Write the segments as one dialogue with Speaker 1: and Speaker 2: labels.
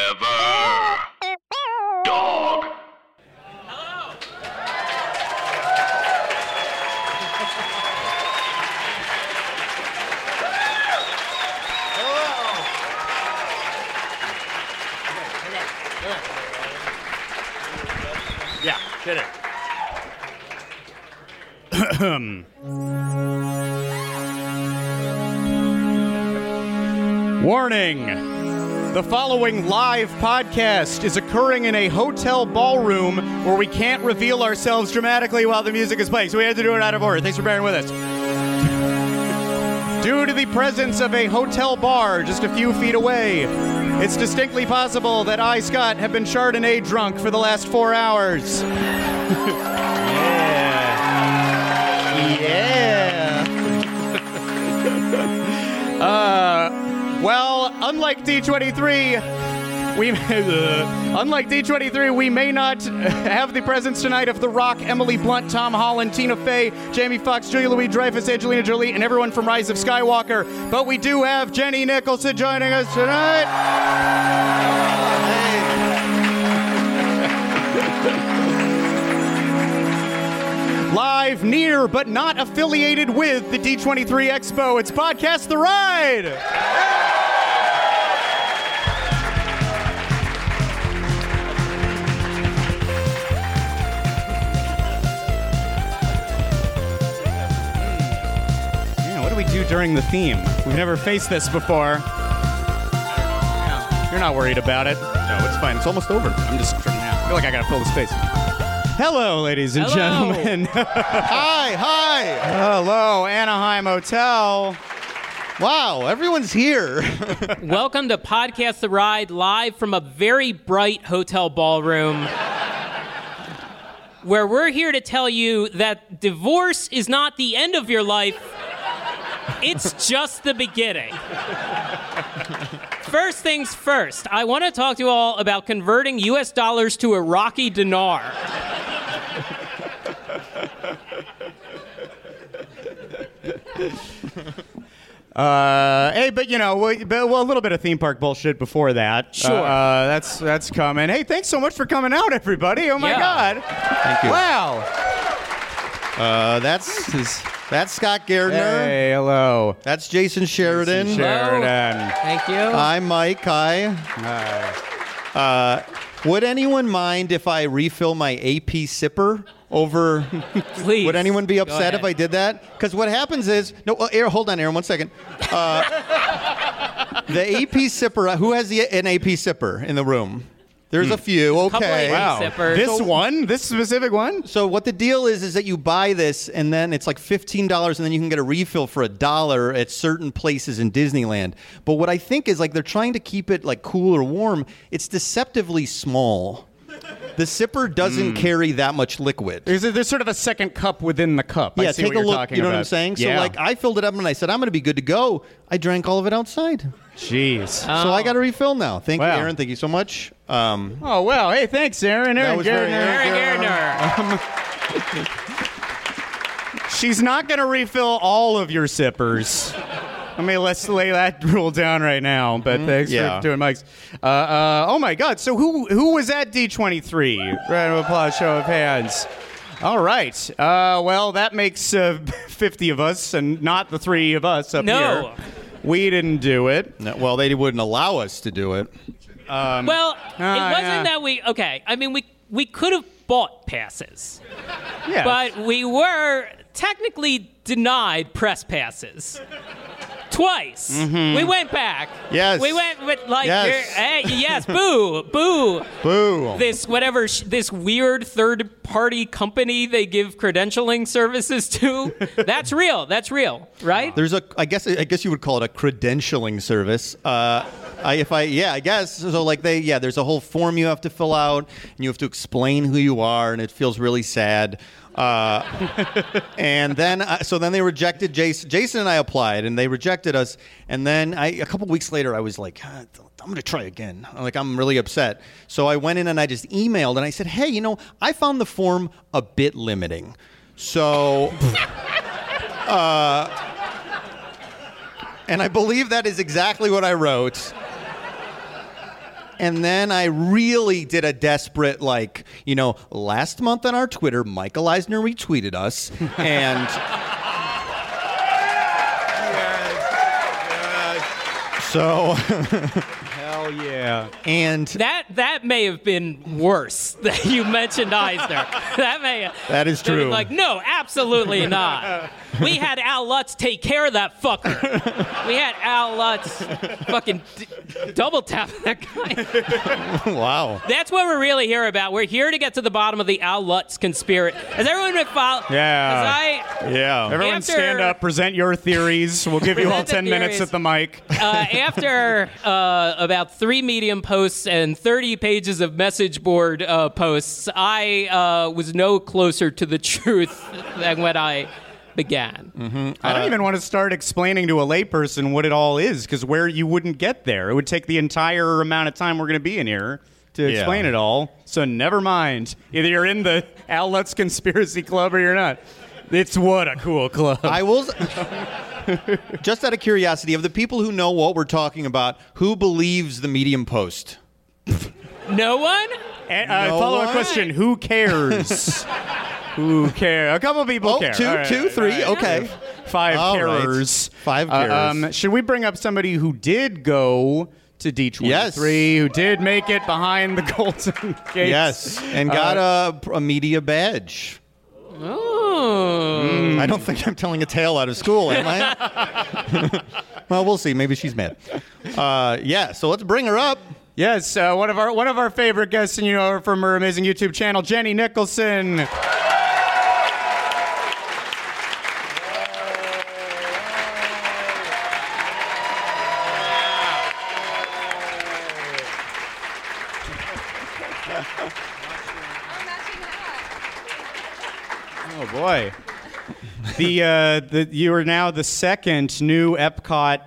Speaker 1: Forever. Dog.
Speaker 2: Yeah, get it.
Speaker 3: Warning! The following live podcast is occurring in a hotel ballroom where we can't reveal ourselves dramatically while the music is playing, so we had to do it out of order. Thanks for bearing with us. Due to the presence of a hotel bar just a few feet away, it's distinctly possible that I, Scott, have been Chardonnay drunk for the last four hours. yeah. Yeah. Uh, Well, unlike D23, we uh, unlike D23, we may not have the presence tonight of The Rock, Emily Blunt, Tom Holland, Tina Fey, Jamie Foxx, Julia Louis Dreyfus, Angelina Jolie, and everyone from Rise of Skywalker. But we do have Jenny Nicholson joining us tonight. Live near but not affiliated with the D23 Expo, it's Podcast The Ride! Yeah, what do we do during the theme? We've never faced this before. Yeah, you're not worried about it. No, it's fine. It's almost over. I'm just yeah, I feel like I gotta fill the space. Hello, ladies and
Speaker 2: Hello.
Speaker 3: gentlemen.
Speaker 1: Hi, hi.
Speaker 3: Hello, Anaheim Hotel.
Speaker 1: Wow, everyone's here.
Speaker 2: Welcome to Podcast The Ride, live from a very bright hotel ballroom. Where we're here to tell you that divorce is not the end of your life, it's just the beginning. First things first, I want to talk to you all about converting US dollars to Iraqi dinar.
Speaker 3: Uh, hey, but you know, we, but, well, a little bit of theme park bullshit before that.
Speaker 2: Sure.
Speaker 3: Uh, that's that's coming. Hey, thanks so much for coming out, everybody. Oh my
Speaker 2: Yeah.
Speaker 3: God. Thank
Speaker 1: you.
Speaker 3: Wow.
Speaker 1: Uh, that's that's Scott Gardner.
Speaker 3: Hey, hello.
Speaker 1: That's Jason Sheridan.
Speaker 3: Sheridan.
Speaker 2: Thank you.
Speaker 1: I'm Mike. Hi. Uh, would anyone mind if I refill my AP sipper over?
Speaker 2: Please.
Speaker 1: would anyone be
Speaker 2: Go
Speaker 1: upset if
Speaker 2: ahead.
Speaker 1: I did that? Because what happens is, no, uh, Aaron, hold on, Aaron, one second. Uh, the AP sipper. uh, Who has the, an AP sipper in the room? There's a few. Okay.
Speaker 2: Couple AP
Speaker 3: Wow.
Speaker 2: Sippers.
Speaker 3: This
Speaker 2: So-
Speaker 3: one, this specific one.
Speaker 1: So what the deal is is that you buy this and then it's like fifteen dollars and then you can get a refill for a dollar at certain places in Disneyland. But what I think is like they're trying to keep it like cool or warm. It's deceptively small. The sipper doesn't
Speaker 3: Hmm.
Speaker 1: carry that much liquid.
Speaker 3: There's, a, there's sort of a second cup within the cup. I
Speaker 1: yeah,
Speaker 3: see
Speaker 1: take
Speaker 3: what
Speaker 1: a
Speaker 3: you're
Speaker 1: look.
Speaker 3: talking
Speaker 1: You know what
Speaker 3: about.
Speaker 1: I'm saying?
Speaker 3: Yeah.
Speaker 1: So like I filled it up and I said I'm going to be good to go. I drank all of it outside,
Speaker 3: jeez.
Speaker 1: so I got a refill now. Thank
Speaker 3: Oh. Wow.
Speaker 1: you, Aaron. Thank you so much. Um,
Speaker 3: oh wow. Hey, thanks, Aaron. Aaron
Speaker 1: was very
Speaker 3: Gardner.
Speaker 1: Aaron
Speaker 2: Gardner.
Speaker 3: She's not going to refill all of your sippers. I mean, let's lay that rule down right now. But thanks
Speaker 1: Yeah.
Speaker 3: for doing Mike's. Uh, uh, oh my God! So who who was at D23? Round of applause, show of hands. All right. Uh, well, that makes uh, 50 of us, and not the three of us up
Speaker 2: No.
Speaker 3: here. We didn't do it.
Speaker 1: no- well, they wouldn't allow us to do it. Um,
Speaker 2: Well, it
Speaker 3: Ah,
Speaker 2: wasn't
Speaker 3: yeah.
Speaker 2: that we okay. I mean, we we could have bought passes,
Speaker 3: Yeah.
Speaker 2: but we were technically denied press passes. Twice. We went back.
Speaker 1: Mm-hmm. Yes.
Speaker 2: We went with like
Speaker 1: Yes.
Speaker 2: you're- hey, yes, boo, boo.
Speaker 1: Boo.
Speaker 2: This whatever sh- this weird third party company they give credentialing services to. That's real. That's real, right?
Speaker 1: There's a, I guess, I guess you would call it a credentialing service. Uh, I, if I, yeah, I guess. So like they, yeah, there's a whole form you have to fill out, and you have to explain who you are, and it feels really sad. Uh, and then, uh, so then they rejected Jason. Jason and I applied, and they rejected us. And then I, a couple weeks later, I was like, "Ah, I'm gonna try again. I'm like I'm really upset. So I went in and I just emailed, and I said, Hey, you know, I found the form a bit limiting. So And I believe that is exactly what I wrote. And then I really did a desperate, like, you know, last month on our Twitter, Michael Eisner retweeted us. And so,
Speaker 3: Hell yeah.
Speaker 1: and
Speaker 2: That that may have been worse that you mentioned Eisner. that may
Speaker 1: That is
Speaker 2: they've been
Speaker 1: true.
Speaker 2: Like no, absolutely not. We had Al Lutz take care of that fucker. We had Al Lutz fucking d- double tap that guy.
Speaker 1: wow.
Speaker 2: That's what we're really here about. We're here to get to the bottom of the Al Lutz conspiracy. Has everyone been following?
Speaker 3: Yeah.
Speaker 2: As I
Speaker 1: Yeah.
Speaker 3: Everyone
Speaker 2: After-
Speaker 3: stand up, present your theories. We'll give you all
Speaker 2: Present the
Speaker 3: 10 minutes
Speaker 2: theories.
Speaker 3: at the mic.
Speaker 2: uh, after uh, about three Medium posts and 30 pages of message board uh, posts, I uh, was no closer to the truth than when I began.
Speaker 3: I
Speaker 1: Uh,
Speaker 3: don't even want to start explaining to a layperson what it all is because where you wouldn't get there. It would take the entire amount of time we're going to be in here to
Speaker 1: Yeah.
Speaker 3: explain it all. So never mind. Either you're in the Al Lutz Conspiracy Club or you're not. It's what a cool club.
Speaker 1: I will. Just out of curiosity, of the people who know what we're talking about, who believes the Medium post?
Speaker 2: No one?
Speaker 3: And, uh,
Speaker 1: No
Speaker 3: follow up
Speaker 1: one?
Speaker 3: question: Who cares? Who care? A couple people
Speaker 1: Oh,
Speaker 3: care.
Speaker 1: two-
Speaker 3: All right,
Speaker 1: two,
Speaker 3: all right,
Speaker 1: three,
Speaker 3: all right.
Speaker 1: okay.
Speaker 3: Five
Speaker 1: All right.
Speaker 3: carers.
Speaker 1: Five
Speaker 3: Uh,
Speaker 1: carers.
Speaker 3: um, should we bring up somebody who did go to D23,
Speaker 1: Yes.
Speaker 3: who did make it behind the Golden Gates? Uh,
Speaker 1: Yes, and got a, a media badge.
Speaker 3: Mm-hmm.
Speaker 2: Ooh.
Speaker 1: I don't think I'm telling a tale out of school, am I? well, we'll see. Maybe she's mad. Uh, yeah, so let's bring her up.
Speaker 3: Yes, uh, one of our one of our favorite guests, and you know her from her amazing YouTube channel, Jenny Nicholson. Oh boy. the uh, the you are now the second new Epcot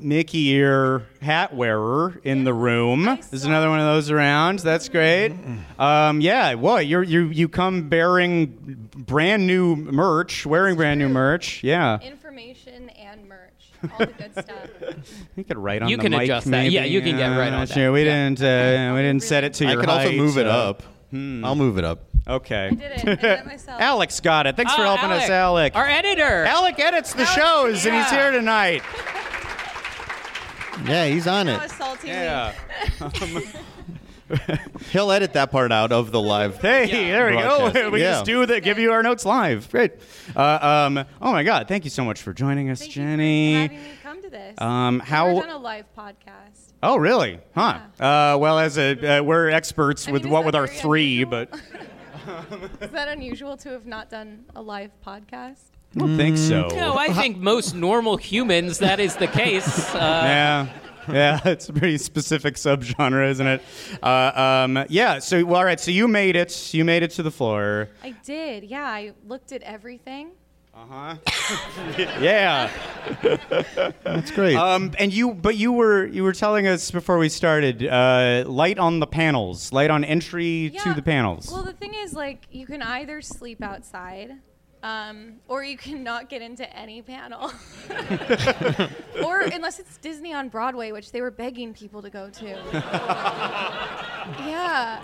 Speaker 3: Mickey ear hat wearer in the room. There's another one of those around. That's great. Um, yeah, what you you you come bearing brand new merch, wearing brand new merch. Yeah, I
Speaker 4: Information and merch, all the good stuff.
Speaker 3: think it right on
Speaker 2: You
Speaker 3: the
Speaker 2: can
Speaker 3: mic,
Speaker 2: adjust that.
Speaker 3: maybe.
Speaker 2: Yeah, you can get right
Speaker 3: Uh,
Speaker 2: on that.
Speaker 3: Sure, we
Speaker 2: Yeah.
Speaker 3: didn't uh, we didn't set it to
Speaker 1: I
Speaker 3: your
Speaker 1: could also
Speaker 3: height,
Speaker 1: move it
Speaker 3: uh,
Speaker 1: up. I'll move it up.
Speaker 3: Okay.
Speaker 4: I did it. I did it myself.
Speaker 3: Alex got it. Thanks for
Speaker 2: Oh,
Speaker 3: helping us, Alec.
Speaker 2: Our editor.
Speaker 3: Alec edits the
Speaker 4: Alec,
Speaker 3: shows, and he's
Speaker 4: yeah.
Speaker 3: here tonight.
Speaker 1: Yeah, he's on
Speaker 4: Now
Speaker 1: it.
Speaker 4: assaulting me.
Speaker 1: He'll edit that part out of the live.
Speaker 3: Hey,
Speaker 2: Yeah.
Speaker 3: there we go.
Speaker 1: Broadcast.
Speaker 3: We
Speaker 1: Yeah.
Speaker 3: just do the give you our notes live. Great. Uh, um, oh my God! Thank you so much for joining us,
Speaker 4: Thank
Speaker 3: Jenny.
Speaker 4: you for having me come to this.
Speaker 3: Um,
Speaker 4: I've
Speaker 3: how?
Speaker 4: never done a live podcast.
Speaker 3: oh, really? Huh. Uh, well, as a uh, we're experts
Speaker 4: I
Speaker 3: with
Speaker 4: mean, is
Speaker 3: what
Speaker 4: that
Speaker 3: with our
Speaker 4: very
Speaker 3: three,
Speaker 4: unusual?
Speaker 3: but
Speaker 4: Is that unusual to have not done a live podcast?
Speaker 3: I don't think so.
Speaker 4: Mm-hmm.
Speaker 2: No, I think most normal humans, that is the case. Uh,
Speaker 3: yeah. Yeah, it's a pretty specific subgenre, isn't it? Uh, um, yeah. So, well, all right. So you made it. You made it to the floor.
Speaker 4: I did. Yeah, I looked at everything.
Speaker 3: Yeah.
Speaker 1: That's great.
Speaker 3: Um, and you, but you were you were telling us before we started, uh, light on the panels, light on entry to
Speaker 4: Yeah.
Speaker 3: the panels.
Speaker 4: Well, the thing is, like, you can either sleep outside, um, or you cannot get into any panel, or unless it's Disney on Broadway, which they were begging people to go to. yeah,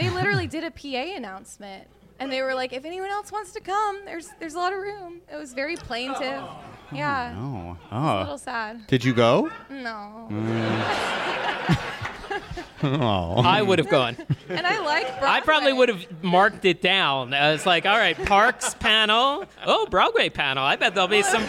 Speaker 4: they literally did a PA announcement, and they were like, "If anyone else wants to come, there's there's a lot of room." It was very plaintive. Yeah,
Speaker 3: oh,
Speaker 4: a
Speaker 3: oh.
Speaker 4: little sad.
Speaker 1: Did you go?
Speaker 4: No,
Speaker 1: Oh.
Speaker 2: I would have gone.
Speaker 4: and I like Broadway.
Speaker 2: I probably would have marked it down. Uh, It's like, all right, Parks panel. Oh, Broadway panel. I bet there'll be some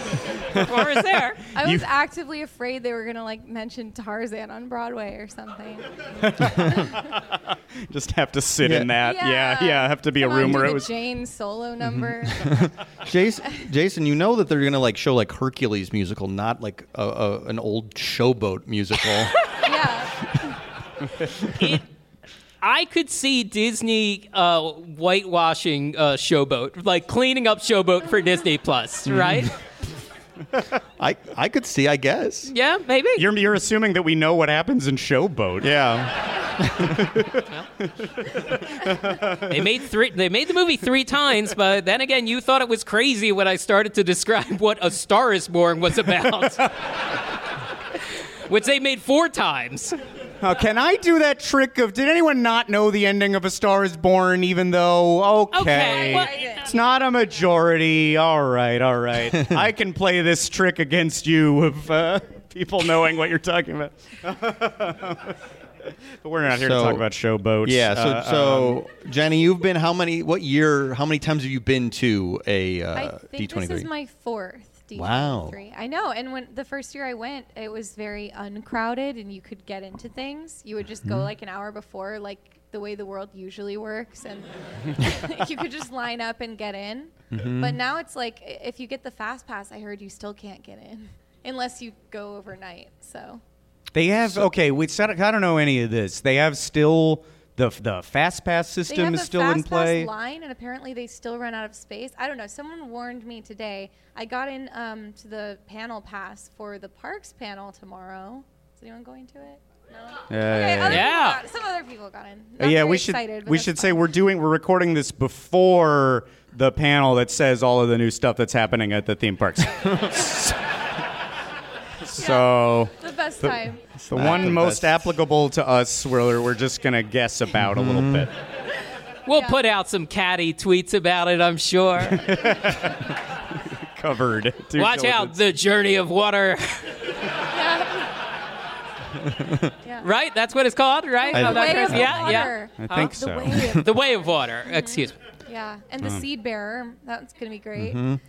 Speaker 2: performers there.
Speaker 4: I was
Speaker 3: You've-
Speaker 4: actively afraid they were gonna like mention Tarzan on Broadway or something.
Speaker 3: Uh, Just have to sit in
Speaker 1: Yeah.
Speaker 3: that. Yeah, yeah. Have to be
Speaker 4: Come
Speaker 3: a
Speaker 4: on,
Speaker 3: room
Speaker 4: do
Speaker 3: where
Speaker 4: the
Speaker 3: it was. Mm-hmm.
Speaker 4: Jane solo number.
Speaker 1: Jason, Jason, you know that they're gonna like show like Hercules musical, not like a, a, an old showboat musical.
Speaker 4: yeah,
Speaker 2: It, I could see Disney uh, whitewashing uh, Showboat, like cleaning up Showboat for Disney Plus, right?
Speaker 1: I I could see, I guess.
Speaker 2: yeah, maybe.
Speaker 3: You're you're assuming that we know what happens in Showboat.
Speaker 1: Yeah.
Speaker 2: they made three. They made the movie three times, but then again, you thought it was crazy when I started to describe what A Star Is Born was about, which they made four times.
Speaker 3: Now, Uh, can I do that trick of did anyone not know the ending of A Star is Born, even though, okay.
Speaker 2: Okay, well-
Speaker 3: it's not a majority. All right, all right. I can play this trick against you of uh, people knowing what you're talking about. but we're not here to
Speaker 1: So-
Speaker 3: talk about showboats.
Speaker 1: Yeah. So,
Speaker 3: Uh,
Speaker 1: so Jenny, you've been how many? What year? How many times have you been to a
Speaker 4: I
Speaker 1: uh, D
Speaker 4: think
Speaker 1: twenty
Speaker 4: this
Speaker 1: three?
Speaker 4: is my fourth D23.
Speaker 1: Wow.
Speaker 4: I know. And when the first year I went, it was very uncrowded and you could get into things. You would
Speaker 3: Mm-hmm.
Speaker 4: just go like an hour before, like the way the world usually works. And you could just line up and get in.
Speaker 3: Mm-hmm.
Speaker 4: But now it's like i- if you get the fast pass, I heard you still can't get in unless you go overnight. So
Speaker 3: They have okay. We said I don't know any of this. They have still the the fast pass
Speaker 4: they
Speaker 3: system
Speaker 4: have
Speaker 3: is
Speaker 4: a
Speaker 3: still
Speaker 4: fast
Speaker 3: in play.
Speaker 4: pass line and apparently they still run out of space. I don't know. Someone warned me today. I got in um, to the panel pass for the parks panel tomorrow. Is anyone going to it? No. okay, other
Speaker 2: Yeah.
Speaker 4: people got- some other people got in.
Speaker 3: Uh,
Speaker 4: Not
Speaker 3: yeah,
Speaker 4: very
Speaker 3: we should
Speaker 4: excited, but
Speaker 3: we
Speaker 4: that's
Speaker 3: should
Speaker 4: fine.
Speaker 3: say we're doing we're recording this before the panel that says all of the new stuff that's happening at the theme parks. so
Speaker 4: the best time.
Speaker 3: it's the one
Speaker 1: the
Speaker 3: most
Speaker 1: best.
Speaker 3: applicable to us. We're we're just gonna guess about a
Speaker 1: Mm-hmm.
Speaker 3: little bit.
Speaker 2: We'll
Speaker 4: Yeah.
Speaker 2: put out some catty tweets about it, I'm sure.
Speaker 3: Covered. due
Speaker 2: Watch out,
Speaker 3: diligence.
Speaker 2: the journey of water.
Speaker 4: Yeah.
Speaker 2: right? That's what it's called, right?
Speaker 1: I-
Speaker 2: How
Speaker 1: The
Speaker 2: that
Speaker 4: Way
Speaker 2: goes?
Speaker 4: of the
Speaker 2: yeah,
Speaker 4: water.
Speaker 2: yeah.
Speaker 3: I think
Speaker 4: The
Speaker 3: so.
Speaker 4: way of,
Speaker 2: The way of water. Excuse me.
Speaker 4: yeah, and
Speaker 3: Mm-hmm.
Speaker 4: the seed bearer. That's gonna be great.
Speaker 1: One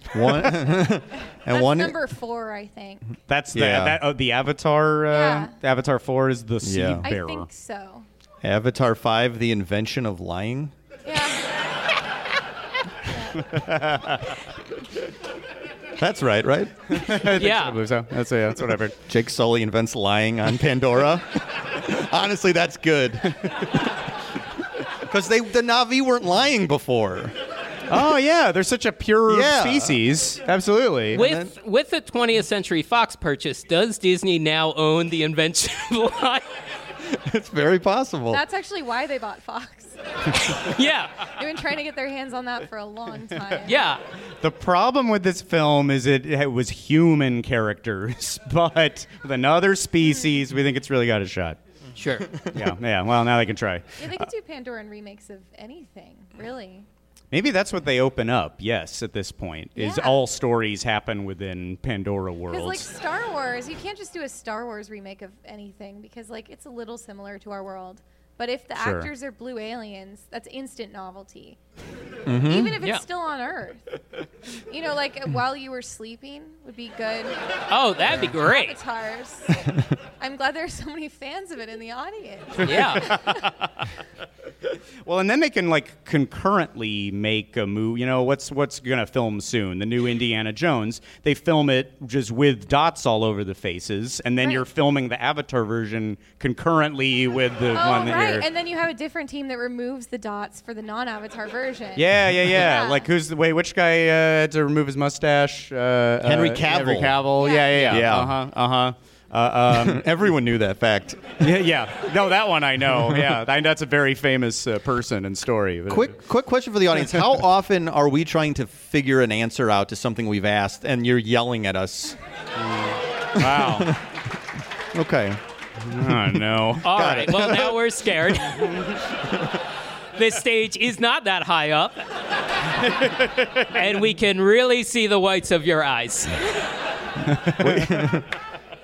Speaker 1: and
Speaker 4: That's
Speaker 1: one.
Speaker 4: number four, I think.
Speaker 3: That's the
Speaker 1: Yeah.
Speaker 3: that, oh, the Avatar. Uh,
Speaker 4: Yeah.
Speaker 3: Avatar Four is the seed
Speaker 1: Yeah.
Speaker 4: I
Speaker 3: bearer.
Speaker 4: think so.
Speaker 1: Avatar five: The Invention of Lying.
Speaker 4: Yeah.
Speaker 1: That's right, right?
Speaker 3: I
Speaker 2: Yeah.
Speaker 3: believe so. That's yeah. That's what I've heard.
Speaker 1: Jake Sully invents lying on Pandora. Honestly, that's good. Because they the Navi weren't lying before.
Speaker 3: Oh yeah, they're such a pure
Speaker 1: Yeah.
Speaker 3: species. Absolutely.
Speaker 2: With with the 20th Century Fox purchase, does Disney now own the invention of life?
Speaker 1: It's very
Speaker 3: Oh.
Speaker 1: possible.
Speaker 4: That's actually why they bought Fox.
Speaker 2: yeah,
Speaker 4: They've been trying to get their hands on that for a long time.
Speaker 2: yeah.
Speaker 3: The problem with this film is it, it was human characters, but with another species, we think it's really got a shot.
Speaker 2: Sure.
Speaker 3: Yeah, yeah. Well, now they can try.
Speaker 4: Yeah, they could do Pandoran remakes of anything, really.
Speaker 3: Maybe that's what they open up. Yes, at this point, is
Speaker 4: Yeah.
Speaker 3: all stories happen within Pandora
Speaker 4: Because like
Speaker 3: worlds.
Speaker 4: Star Wars, you can't just do a Star Wars remake of anything because like it's a little similar to our world. But if the
Speaker 3: Sure.
Speaker 4: actors are blue aliens, that's instant novelty.
Speaker 3: Mm-hmm.
Speaker 4: Even if it's
Speaker 2: Yeah.
Speaker 4: still on Earth, you know, like while you were sleeping would be good.
Speaker 2: Oh, that'd be great.
Speaker 4: Avatars. I'm glad there are so many fans of it in the audience.
Speaker 2: Yeah.
Speaker 3: well, and then they can like concurrently make a movie. You know, what's what's gonna film soon? The new Indiana Jones. They film it just with dots all over the faces, and then
Speaker 4: Right.
Speaker 3: you're filming the Avatar version concurrently with the
Speaker 4: Oh,
Speaker 3: one that
Speaker 4: right.
Speaker 3: you're.
Speaker 4: And then you have a different team that removes the dots for the non-avatar version.
Speaker 3: Yeah, yeah, yeah.
Speaker 4: Yeah.
Speaker 3: Like who's the wait? Which guy uh, had to remove his mustache? Uh, uh,
Speaker 1: Henry
Speaker 3: Henry
Speaker 1: Cavill.
Speaker 3: Cavill. Yeah, yeah, yeah.
Speaker 1: Yeah.
Speaker 3: Uh huh. Uh huh. Uh, um,
Speaker 1: Everyone knew that fact.
Speaker 3: yeah, yeah. No, that one I know. Yeah, I, that's a very famous uh, person and story. But
Speaker 1: Quick, quick question for the audience: How often are we trying to figure an answer out to something we've asked, and you're yelling at us?
Speaker 3: Wow.
Speaker 1: Okay.
Speaker 3: oh no.
Speaker 2: All
Speaker 1: Got
Speaker 2: right.
Speaker 1: it.
Speaker 2: Well, now we're scared. this stage is not that high up. and we can really see the whites of your eyes.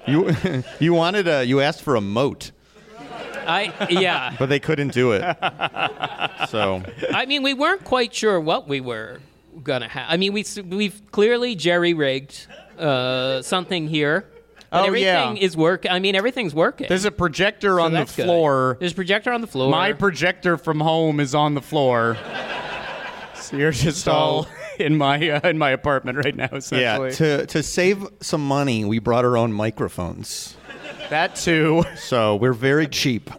Speaker 1: You, you wanted a, you asked for a moat,
Speaker 2: I yeah.
Speaker 1: but they couldn't do it. So
Speaker 2: I mean, we weren't quite sure what we were gonna have. I mean, we s- we've clearly jerry rigged uh, something here. But
Speaker 3: Oh,
Speaker 2: everything
Speaker 3: yeah.
Speaker 2: is work. I mean, everything's working.
Speaker 3: There's a projector
Speaker 2: So
Speaker 3: on the
Speaker 2: that's good.
Speaker 3: floor.
Speaker 2: There's a projector on the floor.
Speaker 3: My projector from home is on the floor. so you're just all in my uh, in my apartment right now.
Speaker 1: yeah,
Speaker 3: Essentially.
Speaker 1: to to save some money, we brought our own microphones.
Speaker 3: that too.
Speaker 1: So we're very cheap.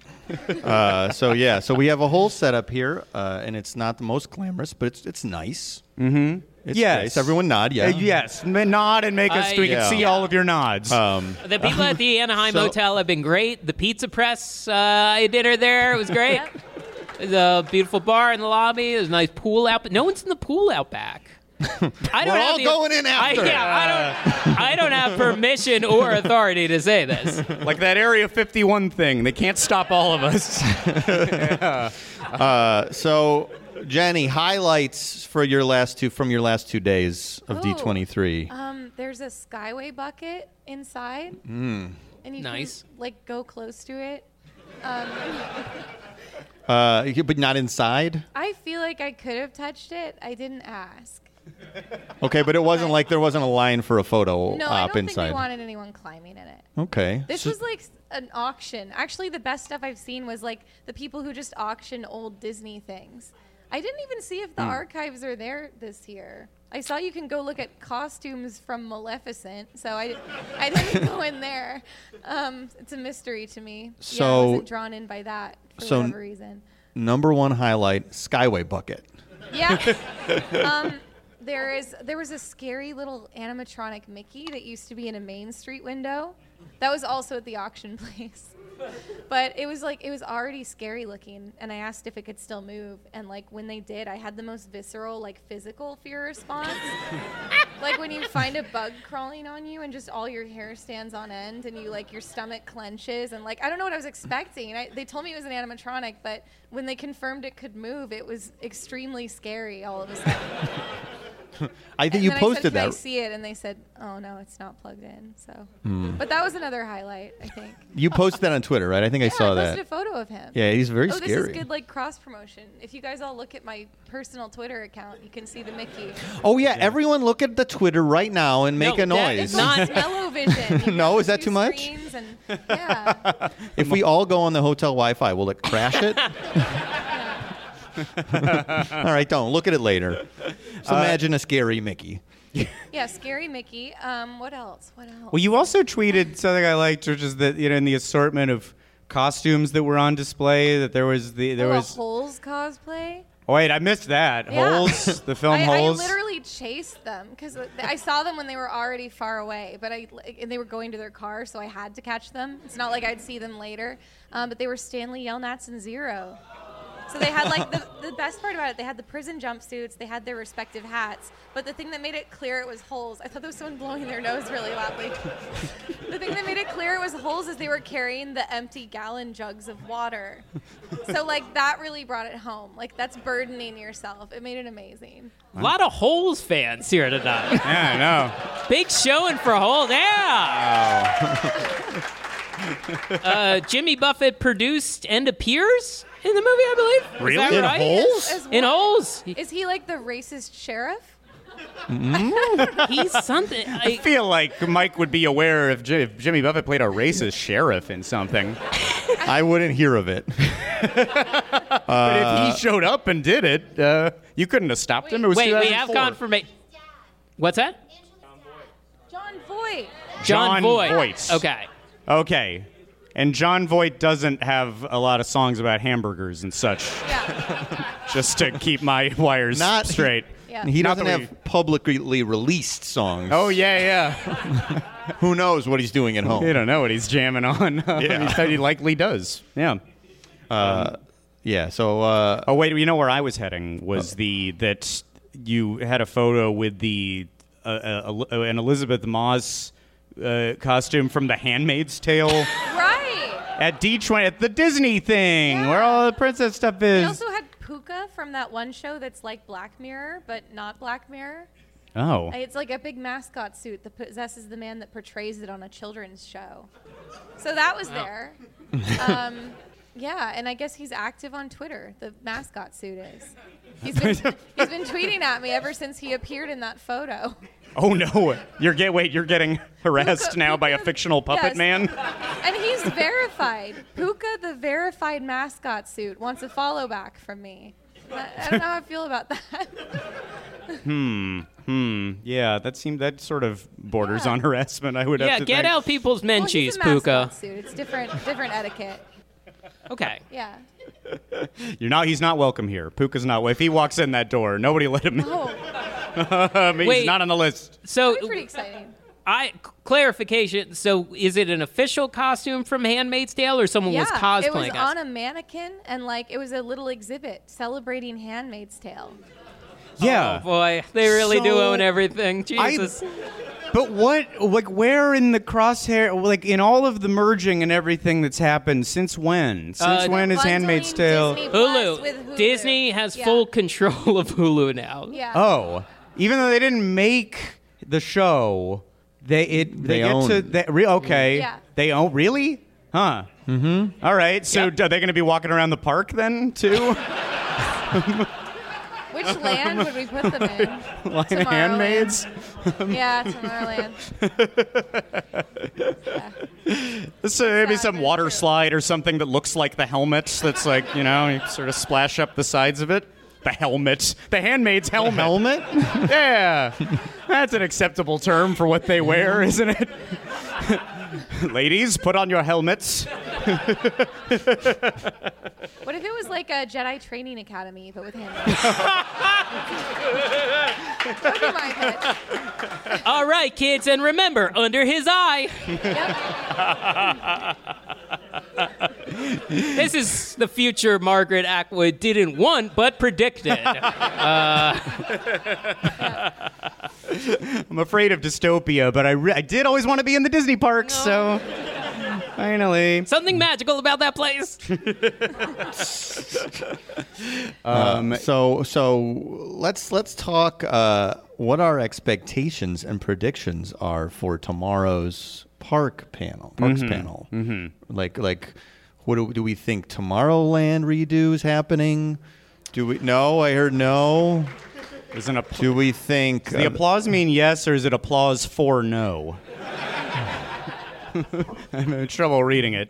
Speaker 1: Uh, so yeah, so we have a whole setup here, uh, and it's not the most glamorous, but it's it's nice. Mm-hmm. It's
Speaker 3: Yes.
Speaker 1: nice. Everyone nod. Yeah.
Speaker 3: Uh, yes, ma- nod and make us.
Speaker 2: I-
Speaker 3: we
Speaker 1: Yeah.
Speaker 3: can see all of your nods.
Speaker 1: Um,
Speaker 2: the people at the Anaheim
Speaker 1: so-
Speaker 2: Hotel have been great. The Pizza Press, uh, I did her there. It was great.
Speaker 4: Yep.
Speaker 2: There's a beautiful bar in the lobby. There's a nice pool out. But no one's in the pool out back. I don't
Speaker 1: We're
Speaker 2: have
Speaker 1: all
Speaker 2: the-
Speaker 1: going in after.
Speaker 2: I, yeah, I don't. I don't have permission or authority to say this.
Speaker 3: Like that Area 51 thing. They can't stop all of us.
Speaker 1: Uh, so, Jenny, highlights for your last two from your last two days of
Speaker 4: Oh.
Speaker 1: D23.
Speaker 4: Um, there's a Skyway bucket inside, and you
Speaker 2: Nice.
Speaker 4: can like go close to it.
Speaker 1: Uh, you- but not inside.
Speaker 4: I feel like I could have touched it. I didn't ask.
Speaker 1: Okay, but it wasn't like there wasn't a line for a photo
Speaker 4: No, I
Speaker 1: op
Speaker 4: don't think
Speaker 1: inside.
Speaker 4: they wanted anyone climbing in it.
Speaker 1: okay.
Speaker 4: This
Speaker 1: So-
Speaker 4: was like s- an auction. Actually, the best stuff I've seen was like the people who just auction old Disney things. I didn't even see if the
Speaker 1: Hmm.
Speaker 4: archives are there this year. I saw you can go look at costumes from Maleficent, so I, I didn't go in there. Um, it's a mystery to me. yeah, I
Speaker 1: So-
Speaker 4: wasn't drawn in by that for
Speaker 1: so-
Speaker 4: whatever reason.
Speaker 1: number one highlight: Skyway bucket.
Speaker 4: Yeah. um, there is there was a scary little animatronic Mickey that used to be in a Main Street window. That was also at the auction place. But it was like it was already scary looking and I asked if it could still move and like when they did I had the most visceral like physical fear response. like when you find a bug crawling on you and just all your hair stands on end and you like your stomach clenches and like I don't know what I was expecting. I, they told me it was an animatronic but when they confirmed it could move it was extremely scary all of a sudden.
Speaker 1: I think
Speaker 4: And
Speaker 1: you
Speaker 4: then
Speaker 1: posted
Speaker 4: I said, Can
Speaker 1: that.
Speaker 4: I see it, and they said, "Oh no, it's not plugged in." So,
Speaker 1: Hmm.
Speaker 4: but that was another highlight, I think.
Speaker 1: you posted that on Twitter, right? I think I
Speaker 4: yeah,
Speaker 1: saw
Speaker 4: I posted
Speaker 1: that.
Speaker 4: a photo of him.
Speaker 1: yeah, he's very
Speaker 4: Oh, this
Speaker 1: scary.
Speaker 4: is good, like cross promotion. If you guys all look at my personal Twitter account, you can see the Mickey.
Speaker 1: Oh yeah, everyone look at the Twitter right now and make
Speaker 2: No,
Speaker 1: a
Speaker 2: that
Speaker 1: noise.
Speaker 2: is
Speaker 4: It's
Speaker 2: not-
Speaker 4: not Mellovision. You've
Speaker 1: No,
Speaker 4: got
Speaker 1: is that
Speaker 4: two
Speaker 1: too much?
Speaker 4: screens And, yeah.
Speaker 1: if we all go on the hotel Wi-Fi, will it crash it? all right, don't look at it later. So imagine a scary Mickey.
Speaker 4: yeah, scary Mickey. Um, what else? What else?
Speaker 3: Well, you also tweeted something I liked, which is that you know in the assortment of costumes that were on display, that there was the there
Speaker 4: oh,
Speaker 3: was.
Speaker 4: a holes cosplay.
Speaker 3: oh, wait, I missed that.
Speaker 4: Yeah.
Speaker 3: Holes, the film
Speaker 4: I,
Speaker 3: holes.
Speaker 4: I literally chased them because I saw them when they were already far away, but I and they were going to their car, so I had to catch them. It's not like I'd see them later, um, but they were Stanley Yelnats and Zero. So they had like the, the best part about it. They had the prison jumpsuits. They had their respective hats. But the thing that made it clear it was holes. I thought there was someone blowing their nose really loudly. the thing that made it clear it was holes is they were carrying the empty gallon jugs of water. So like that really brought it home. Like that's burdening yourself. It made it amazing.
Speaker 2: A lot of holes fans here tonight.
Speaker 3: yeah, I know.
Speaker 2: Big showing for Holt. Yeah. uh, Jimmy Buffett produced and appears in the movie, I believe. Is that
Speaker 1: In
Speaker 2: right?
Speaker 1: Holes?
Speaker 4: As
Speaker 2: In
Speaker 4: well-
Speaker 2: Holes. He-
Speaker 4: Is he like the racist sheriff?
Speaker 2: He's something. I,
Speaker 3: I feel like Mike would be aware if, J- if Jimmy Buffett played a racist sheriff in something.
Speaker 1: I wouldn't hear of it.
Speaker 3: But if he showed up and did it, uh, you couldn't have stopped him. It was
Speaker 2: wait, we have
Speaker 3: 2004.
Speaker 2: confirmation. What's that?
Speaker 4: John Voight.
Speaker 3: John
Speaker 2: Voight.
Speaker 3: Voight.
Speaker 2: Okay.
Speaker 3: Okay. And John Voight doesn't have a lot of songs about hamburgers and such,
Speaker 4: Yeah.
Speaker 3: just to keep my wires
Speaker 1: Not-
Speaker 3: straight.
Speaker 4: Yeah.
Speaker 1: He
Speaker 3: Not
Speaker 1: doesn't
Speaker 3: that
Speaker 1: have
Speaker 3: we-
Speaker 1: publicly released songs.
Speaker 3: Oh, yeah, yeah.
Speaker 1: Who knows what he's doing at home?
Speaker 3: You don't know what he's jamming on.
Speaker 1: Yeah.
Speaker 3: he said he likely does. Yeah.
Speaker 1: Yeah. So uh,
Speaker 3: Oh wait, you know where I was heading was the that you had a photo with the uh, uh, uh, an Elizabeth Moss uh, costume from The Handmaid's Tale
Speaker 4: Right.
Speaker 3: at D twenty at the Disney thing
Speaker 4: Yeah.
Speaker 3: where all the princess stuff
Speaker 4: We
Speaker 3: is.
Speaker 4: also had Puka from that one show that's like Black Mirror, but not Black Mirror.
Speaker 3: oh,
Speaker 4: It's like a big mascot suit that possesses the man that portrays it on a children's show. So that was there. Um, yeah, and I guess he's active on Twitter. The mascot suit is. He's been, he's been tweeting at me ever since he appeared in that photo.
Speaker 3: oh no! You're get wait, you're getting harassed
Speaker 4: Puka-
Speaker 3: now by a
Speaker 4: Puka-
Speaker 3: fictional puppet
Speaker 4: yes.
Speaker 3: man.
Speaker 4: And he's verified. Puka, the verified mascot suit, wants a follow back from me. I I don't know how I feel about that.
Speaker 3: Yeah, that seemed that sort of borders
Speaker 4: Yeah.
Speaker 3: on harassment. I would
Speaker 2: Yeah,
Speaker 3: have to
Speaker 2: get
Speaker 3: think.
Speaker 2: out people's
Speaker 4: Well, he's
Speaker 2: menchies,
Speaker 4: a
Speaker 2: Puka.
Speaker 4: mascot suit. It's different, different etiquette.
Speaker 2: Okay.
Speaker 4: Yeah.
Speaker 3: You're not. He's not welcome here. Puka's not. If he walks in that door, nobody let him in.
Speaker 4: Oh,
Speaker 3: I mean, he's
Speaker 2: Wait.
Speaker 3: not on the list.
Speaker 2: So,
Speaker 4: that'd be pretty exciting.
Speaker 2: I clarification. So, is it an official costume from Handmaid's Tale, or someone was cosplaying?
Speaker 4: It was
Speaker 2: as?
Speaker 4: on a mannequin and like it was a little exhibit celebrating Handmaid's Tale.
Speaker 3: Yeah.
Speaker 2: Oh boy, they really do
Speaker 3: So-
Speaker 2: own everything.
Speaker 3: I-
Speaker 2: Jesus.
Speaker 3: But what, like, where in the crosshair, like, in all of the merging and everything that's happened, since when? Since
Speaker 2: Uh,
Speaker 3: when is
Speaker 4: Bundling
Speaker 3: Handmaid's Tale?
Speaker 4: Disney Plus
Speaker 2: Hulu.
Speaker 4: with Hulu.
Speaker 2: Disney has
Speaker 4: Yeah.
Speaker 2: full control of Hulu now.
Speaker 4: Yeah.
Speaker 3: Oh, even though they didn't make the show, they it they,
Speaker 1: They
Speaker 3: get
Speaker 1: own
Speaker 3: to
Speaker 1: it.
Speaker 3: they, re, okay.
Speaker 4: Yeah.
Speaker 3: They own really? Huh. Mm-hmm. All right. So
Speaker 2: Yeah.
Speaker 3: are they going to be walking around the park then too?
Speaker 4: Which land would we put them in?
Speaker 3: like
Speaker 4: Tomorrowland.
Speaker 3: handmaids.
Speaker 4: Yeah, Tomorrowland.
Speaker 3: This uh, maybe some
Speaker 4: Exactly.
Speaker 3: water slide or something that looks like the helmet. That's like you know you sort of splash up the sides of it. The helmet. The handmaid's helmet.
Speaker 1: Helmet?
Speaker 3: Yeah. That's an acceptable term for what they wear, isn't it? Ladies, put on your helmets.
Speaker 4: What if it was like a Jedi training academy, but with handmaids? That would be my pitch.
Speaker 2: All right, kids, and remember, under his eye. this is the future Margaret Atwood didn't want but predicted.
Speaker 3: I'm afraid of dystopia, but I, re- I did always want to be in the Disney parks, so finally.
Speaker 2: Something magical about that place.
Speaker 1: so so let's let's talk uh, what our expectations and predictions are for tomorrow's park panel parks panel mm-hmm. like like what do, do we think tomorrowland redo is happening do we no i heard no
Speaker 3: Is an app-
Speaker 1: do we think
Speaker 3: the
Speaker 1: uh,
Speaker 3: applause mean yes, or is it applause for no? I'm in trouble reading it.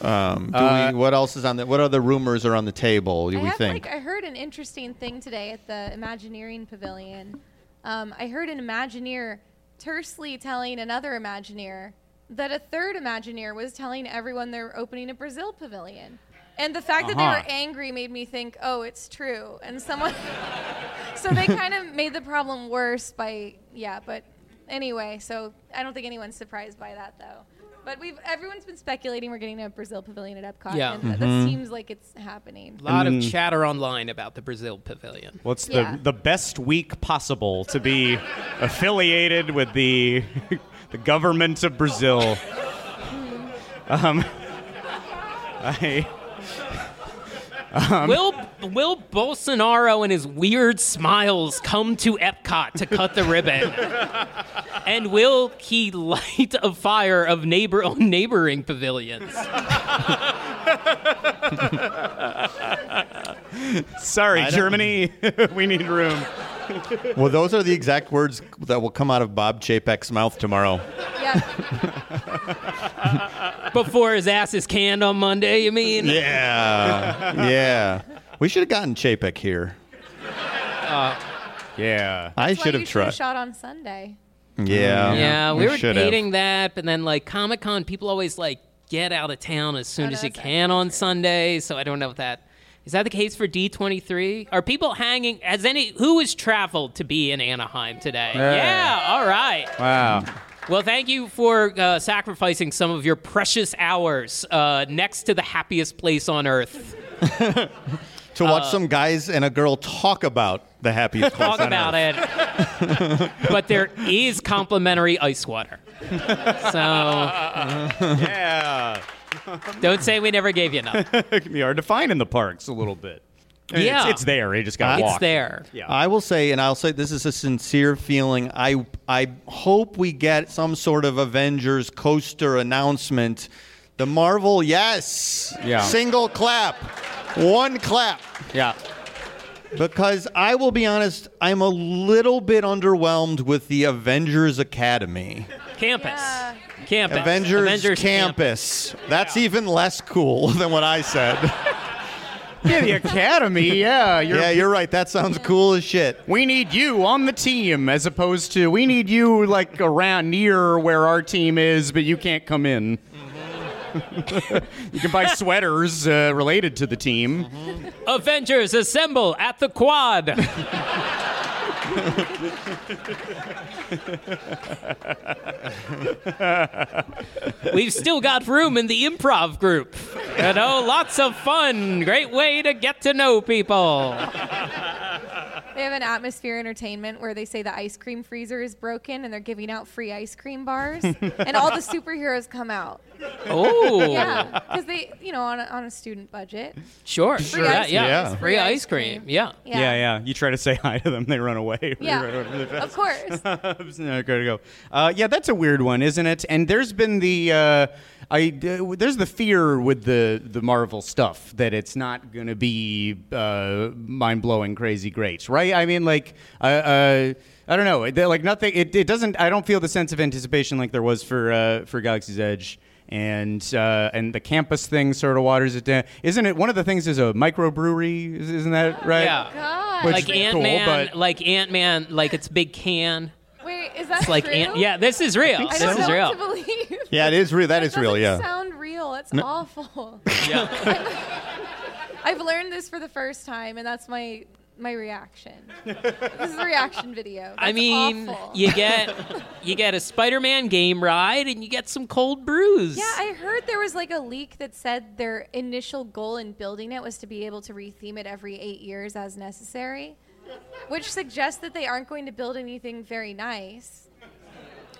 Speaker 1: um, do we, what else is on the what other rumors are on the table do
Speaker 4: I
Speaker 1: we
Speaker 4: have,
Speaker 1: think
Speaker 4: Like, I heard an interesting thing today at the Imagineering Pavilion. Um, I heard an Imagineer tersely telling another Imagineer that a third Imagineer was telling everyone they're opening a Brazil pavilion. And the fact that
Speaker 3: Uh-huh.
Speaker 4: they were angry made me think, oh, it's true. And someone, so they kind of made the problem worse by, yeah. But anyway, so I don't think anyone's surprised by that though. But we've everyone's been speculating we're getting a Brazil pavilion at Epcot,
Speaker 2: Yeah.
Speaker 4: and th-
Speaker 1: Mm-hmm.
Speaker 4: that seems like it's happening.
Speaker 2: A lot of chatter online about the Brazil pavilion.
Speaker 3: What's
Speaker 4: Yeah.
Speaker 3: the the best week possible to be affiliated with the the government of Brazil?
Speaker 2: Hmm.
Speaker 3: Um, I.
Speaker 2: will Will Bolsonaro and his weird smiles come to Epcot to cut the ribbon? and will he light a fire of neighbor on neighboring pavilions?
Speaker 3: Sorry,
Speaker 1: I don't-
Speaker 3: Germany. we need room.
Speaker 1: well those are the exact words that will come out of bob chapek's mouth tomorrow
Speaker 4: Yeah.
Speaker 2: Before his ass is canned on Monday, you mean?
Speaker 1: yeah yeah we should have gotten chapek here
Speaker 3: Yeah.
Speaker 1: I
Speaker 4: That's why
Speaker 1: should have
Speaker 4: you should've
Speaker 1: tried.
Speaker 4: Shot on Sunday.
Speaker 1: Yeah.
Speaker 2: Yeah, we, were
Speaker 1: should've.
Speaker 2: debating that, but then like Comic Con, people always like get out of town as soon
Speaker 4: Oh, no,
Speaker 2: as you
Speaker 4: that's
Speaker 2: can on Sunday. So I don't know if that is that the case for D twenty three. Are people hanging? Has any who has traveled to be in Anaheim today? Yeah, all right.
Speaker 3: Wow.
Speaker 2: Well, thank you for uh, sacrificing some of your precious hours uh, next to the happiest place on earth.
Speaker 1: To watch some guys and a girl talk about the happiest place
Speaker 2: uh, Talk
Speaker 1: on
Speaker 2: about
Speaker 1: earth.
Speaker 2: it. but there is complimentary ice water. So
Speaker 3: Yeah.
Speaker 2: don't say we never gave you enough.
Speaker 3: it can be hard to find in the parks a little bit. I mean,
Speaker 2: Yeah.
Speaker 3: It's, it's there. You just got to walk.
Speaker 2: It's there.
Speaker 3: Yeah.
Speaker 1: I will say, and I'll say this is a sincere feeling. I I hope we get some sort of Avengers coaster announcement. The Marvel, yes.
Speaker 3: Yeah.
Speaker 1: Single clap. One clap.
Speaker 3: yeah.
Speaker 1: Because I will be honest, I'm a little bit underwhelmed with the Avengers Academy.
Speaker 2: Campus.
Speaker 4: Yeah.
Speaker 2: Campus.
Speaker 1: Avengers, Campus. That's even less cool than what I said.
Speaker 3: Yeah, the Academy. Yeah, you're,
Speaker 1: yeah, you're right. That sounds cool as shit.
Speaker 3: we need you on the team as opposed to we need you like around near where our team is, but you can't come in. you can buy sweaters uh, related to the team.
Speaker 2: Avengers assemble at the quad. We've still got room in the improv group. You know, lots of fun. Great way to get to know people.
Speaker 4: They have an atmosphere entertainment where they say the ice cream freezer is broken and they're giving out free ice cream bars, and all the superheroes come out.
Speaker 2: Oh,
Speaker 4: Yeah, because they, you know, on a, on a student budget.
Speaker 2: sure.
Speaker 4: Free
Speaker 2: Yeah,
Speaker 4: ice
Speaker 2: yeah.
Speaker 1: Yeah.
Speaker 4: cream. is
Speaker 2: Free ice cream. Yeah.
Speaker 4: Yeah.
Speaker 3: You try to say hi to them, they run away.
Speaker 4: Yeah, of course.
Speaker 3: no, go to go. Uh, yeah, that's a weird one, isn't it? And there's been the uh, I uh, there's the fear with the the Marvel stuff that it's not going to be uh, mind blowing, crazy great, right? I mean, like uh, uh, I don't know, They're like nothing. It, it doesn't. I don't feel the sense of anticipation like there was for uh, for Galaxy's Edge. And uh, and the campus thing sort of waters it down, isn't it? One of the things is a microbrewery, is- isn't that right?
Speaker 2: Yeah.
Speaker 4: God.
Speaker 3: Which-
Speaker 2: Like
Speaker 3: Cool,
Speaker 2: Ant Man,
Speaker 3: but-
Speaker 2: like Ant Man, like it's big can.
Speaker 4: Wait, is that
Speaker 2: It's like
Speaker 4: true?
Speaker 2: Ant. Yeah, this is real.
Speaker 4: I
Speaker 2: This
Speaker 4: don't
Speaker 2: is
Speaker 4: know
Speaker 2: real.
Speaker 4: what to believe.
Speaker 1: Yeah, it is real. That is
Speaker 4: doesn't
Speaker 1: real. Yeah.
Speaker 4: Sound real? It's awful.
Speaker 2: Yeah.
Speaker 4: I've learned this for the first time, and that's my my reaction. this is a reaction video.
Speaker 2: I
Speaker 4: That's
Speaker 2: mean,
Speaker 4: awful.
Speaker 2: you get you get a Spider-Man game ride and you get some cold brews.
Speaker 4: Yeah, I heard there was like a leak that said their initial goal in building it was to be able to retheme it every eight years as necessary, which suggests that they aren't going to build anything very nice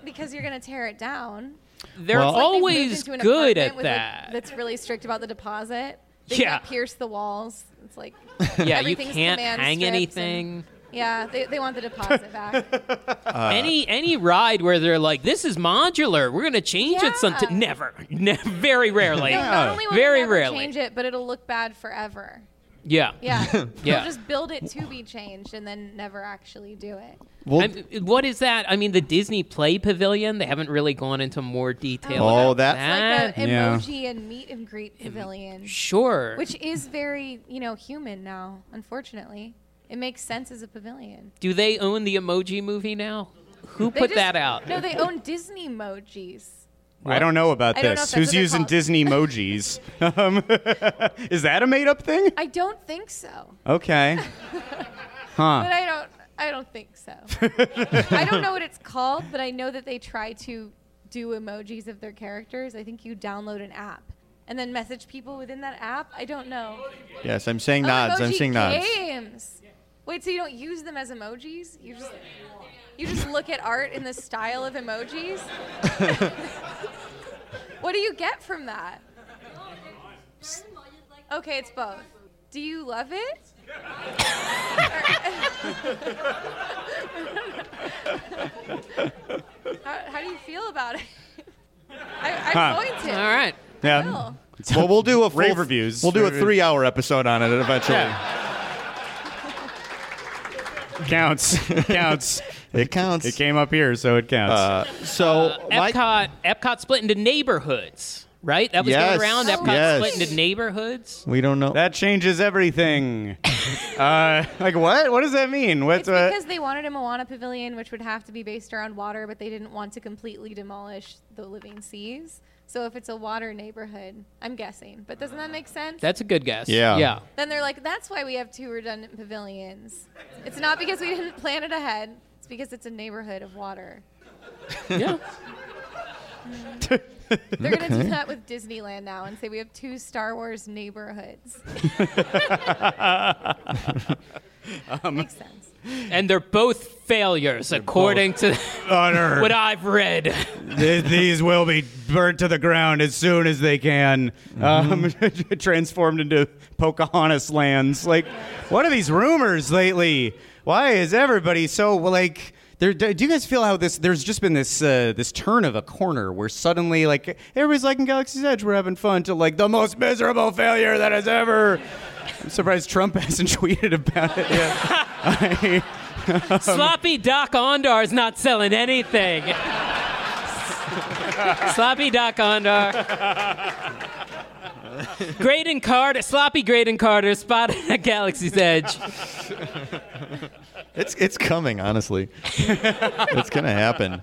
Speaker 4: because you're going to tear it down.
Speaker 2: They're
Speaker 1: Well- It's
Speaker 4: Like, they've moved
Speaker 2: always
Speaker 4: into an
Speaker 2: good
Speaker 4: apartment
Speaker 2: at
Speaker 4: with, like,
Speaker 2: that.
Speaker 4: that's really strict about the deposit. They
Speaker 2: Yeah.
Speaker 4: can't pierce the walls. It's like
Speaker 2: yeah, you
Speaker 4: everything's
Speaker 2: can't
Speaker 4: command
Speaker 2: hang
Speaker 4: strips and-
Speaker 2: anything.
Speaker 4: yeah, they, they want the deposit back.
Speaker 1: Uh,
Speaker 2: any any ride where they're like, "This is modular. We're gonna change it sometime."
Speaker 4: Yeah.
Speaker 2: Never, ne- very rarely.
Speaker 4: No, not only will
Speaker 2: Very
Speaker 4: they never
Speaker 2: rarely.
Speaker 4: change it, but it'll look bad forever.
Speaker 2: yeah.
Speaker 4: Yeah.
Speaker 2: Yeah.
Speaker 4: They'll just build it to be changed and then never actually do it.
Speaker 1: Well,
Speaker 2: I'm- what is that? I mean, the Disney Play Pavilion. They haven't really gone into more detail.
Speaker 1: Oh,
Speaker 2: about
Speaker 1: that-
Speaker 2: that.
Speaker 4: Like an
Speaker 3: Yeah.
Speaker 4: emoji and meet and greet pavilion,
Speaker 2: Ah, sure.
Speaker 4: which is very, you know, human now, unfortunately. It makes sense as a pavilion.
Speaker 2: do they own the Emoji Movie now? Who
Speaker 4: They
Speaker 2: put
Speaker 4: just-
Speaker 2: that out?
Speaker 4: No, they own Disney emojis.
Speaker 3: I don't know about
Speaker 4: I
Speaker 3: this.
Speaker 4: don't know if that's what
Speaker 3: Who's
Speaker 4: they're
Speaker 3: using
Speaker 4: called.
Speaker 3: Disney emojis? um, is that a made up thing?
Speaker 4: I don't think so.
Speaker 3: Okay. Uh-huh.
Speaker 4: But I don't I don't think so. I don't know what it's called, but I know that they try to do emojis of their characters. I think you download an app and then message people within that app. I don't know.
Speaker 1: yes, I'm saying
Speaker 4: Oh,
Speaker 1: nods. I'm
Speaker 4: emoji
Speaker 1: saying nods.
Speaker 4: games. Wait, so you don't use them as emojis? You just you just look at art in the style of emojis? what do you get from that? Okay, it's both. Do you love it? how, how do you feel about it? I, I'm
Speaker 3: Huh.
Speaker 4: going to.
Speaker 2: All right.
Speaker 3: Yeah.
Speaker 4: Will.
Speaker 1: Well, we'll do a full,
Speaker 3: Rave reviews.
Speaker 1: We'll do a
Speaker 3: Rave-
Speaker 1: three-hour episode on it eventually.
Speaker 3: Yeah. counts. counts.
Speaker 1: It counts.
Speaker 3: It came up here, so it counts.
Speaker 1: Uh, so, my-
Speaker 2: Epcot, Epcot split into neighborhoods, right? That was
Speaker 1: Yes,
Speaker 2: going around. Epcot
Speaker 1: yes.
Speaker 2: split into neighborhoods.
Speaker 1: we don't know.
Speaker 3: that changes everything. uh, like what? What does that mean? What's
Speaker 4: It's
Speaker 3: what? uh,
Speaker 4: because they wanted a Moana pavilion, which would have to be based around water, but they didn't want to completely demolish the living seas. So if it's a water neighborhood, I'm guessing, but doesn't that make sense?
Speaker 2: That's a good guess.
Speaker 1: Yeah.
Speaker 2: Yeah.
Speaker 4: then they're like, that's why we have two redundant pavilions. It's not because we didn't plan it ahead. It's because it's a neighborhood of water.
Speaker 2: Yeah.
Speaker 4: They're gonna do that with Disneyland now and say we have two Star Wars neighborhoods. Makes sense.
Speaker 2: and they're both failures, according to
Speaker 3: Honor.
Speaker 2: what I've read.
Speaker 3: Th- These will be burnt to the ground as soon as they can. Um, transformed into Pocahontas lands. Like, what are these rumors lately? Why is everybody so well, like? There, do do you guys feel how this? There's just been this uh, this turn of a corner where suddenly, like, everybody's like in Galaxy's Edge, we're having fun, to like the most miserable failure that has ever. I'm surprised Trump hasn't tweeted about it. yet. I-
Speaker 2: Sloppy Doc Ondar is not selling anything. Sloppy Doc Ondar. Graydon Carter, sloppy Graydon Carter, spotted at Galaxy's Edge.
Speaker 1: It's it's coming, honestly. it's gonna happen.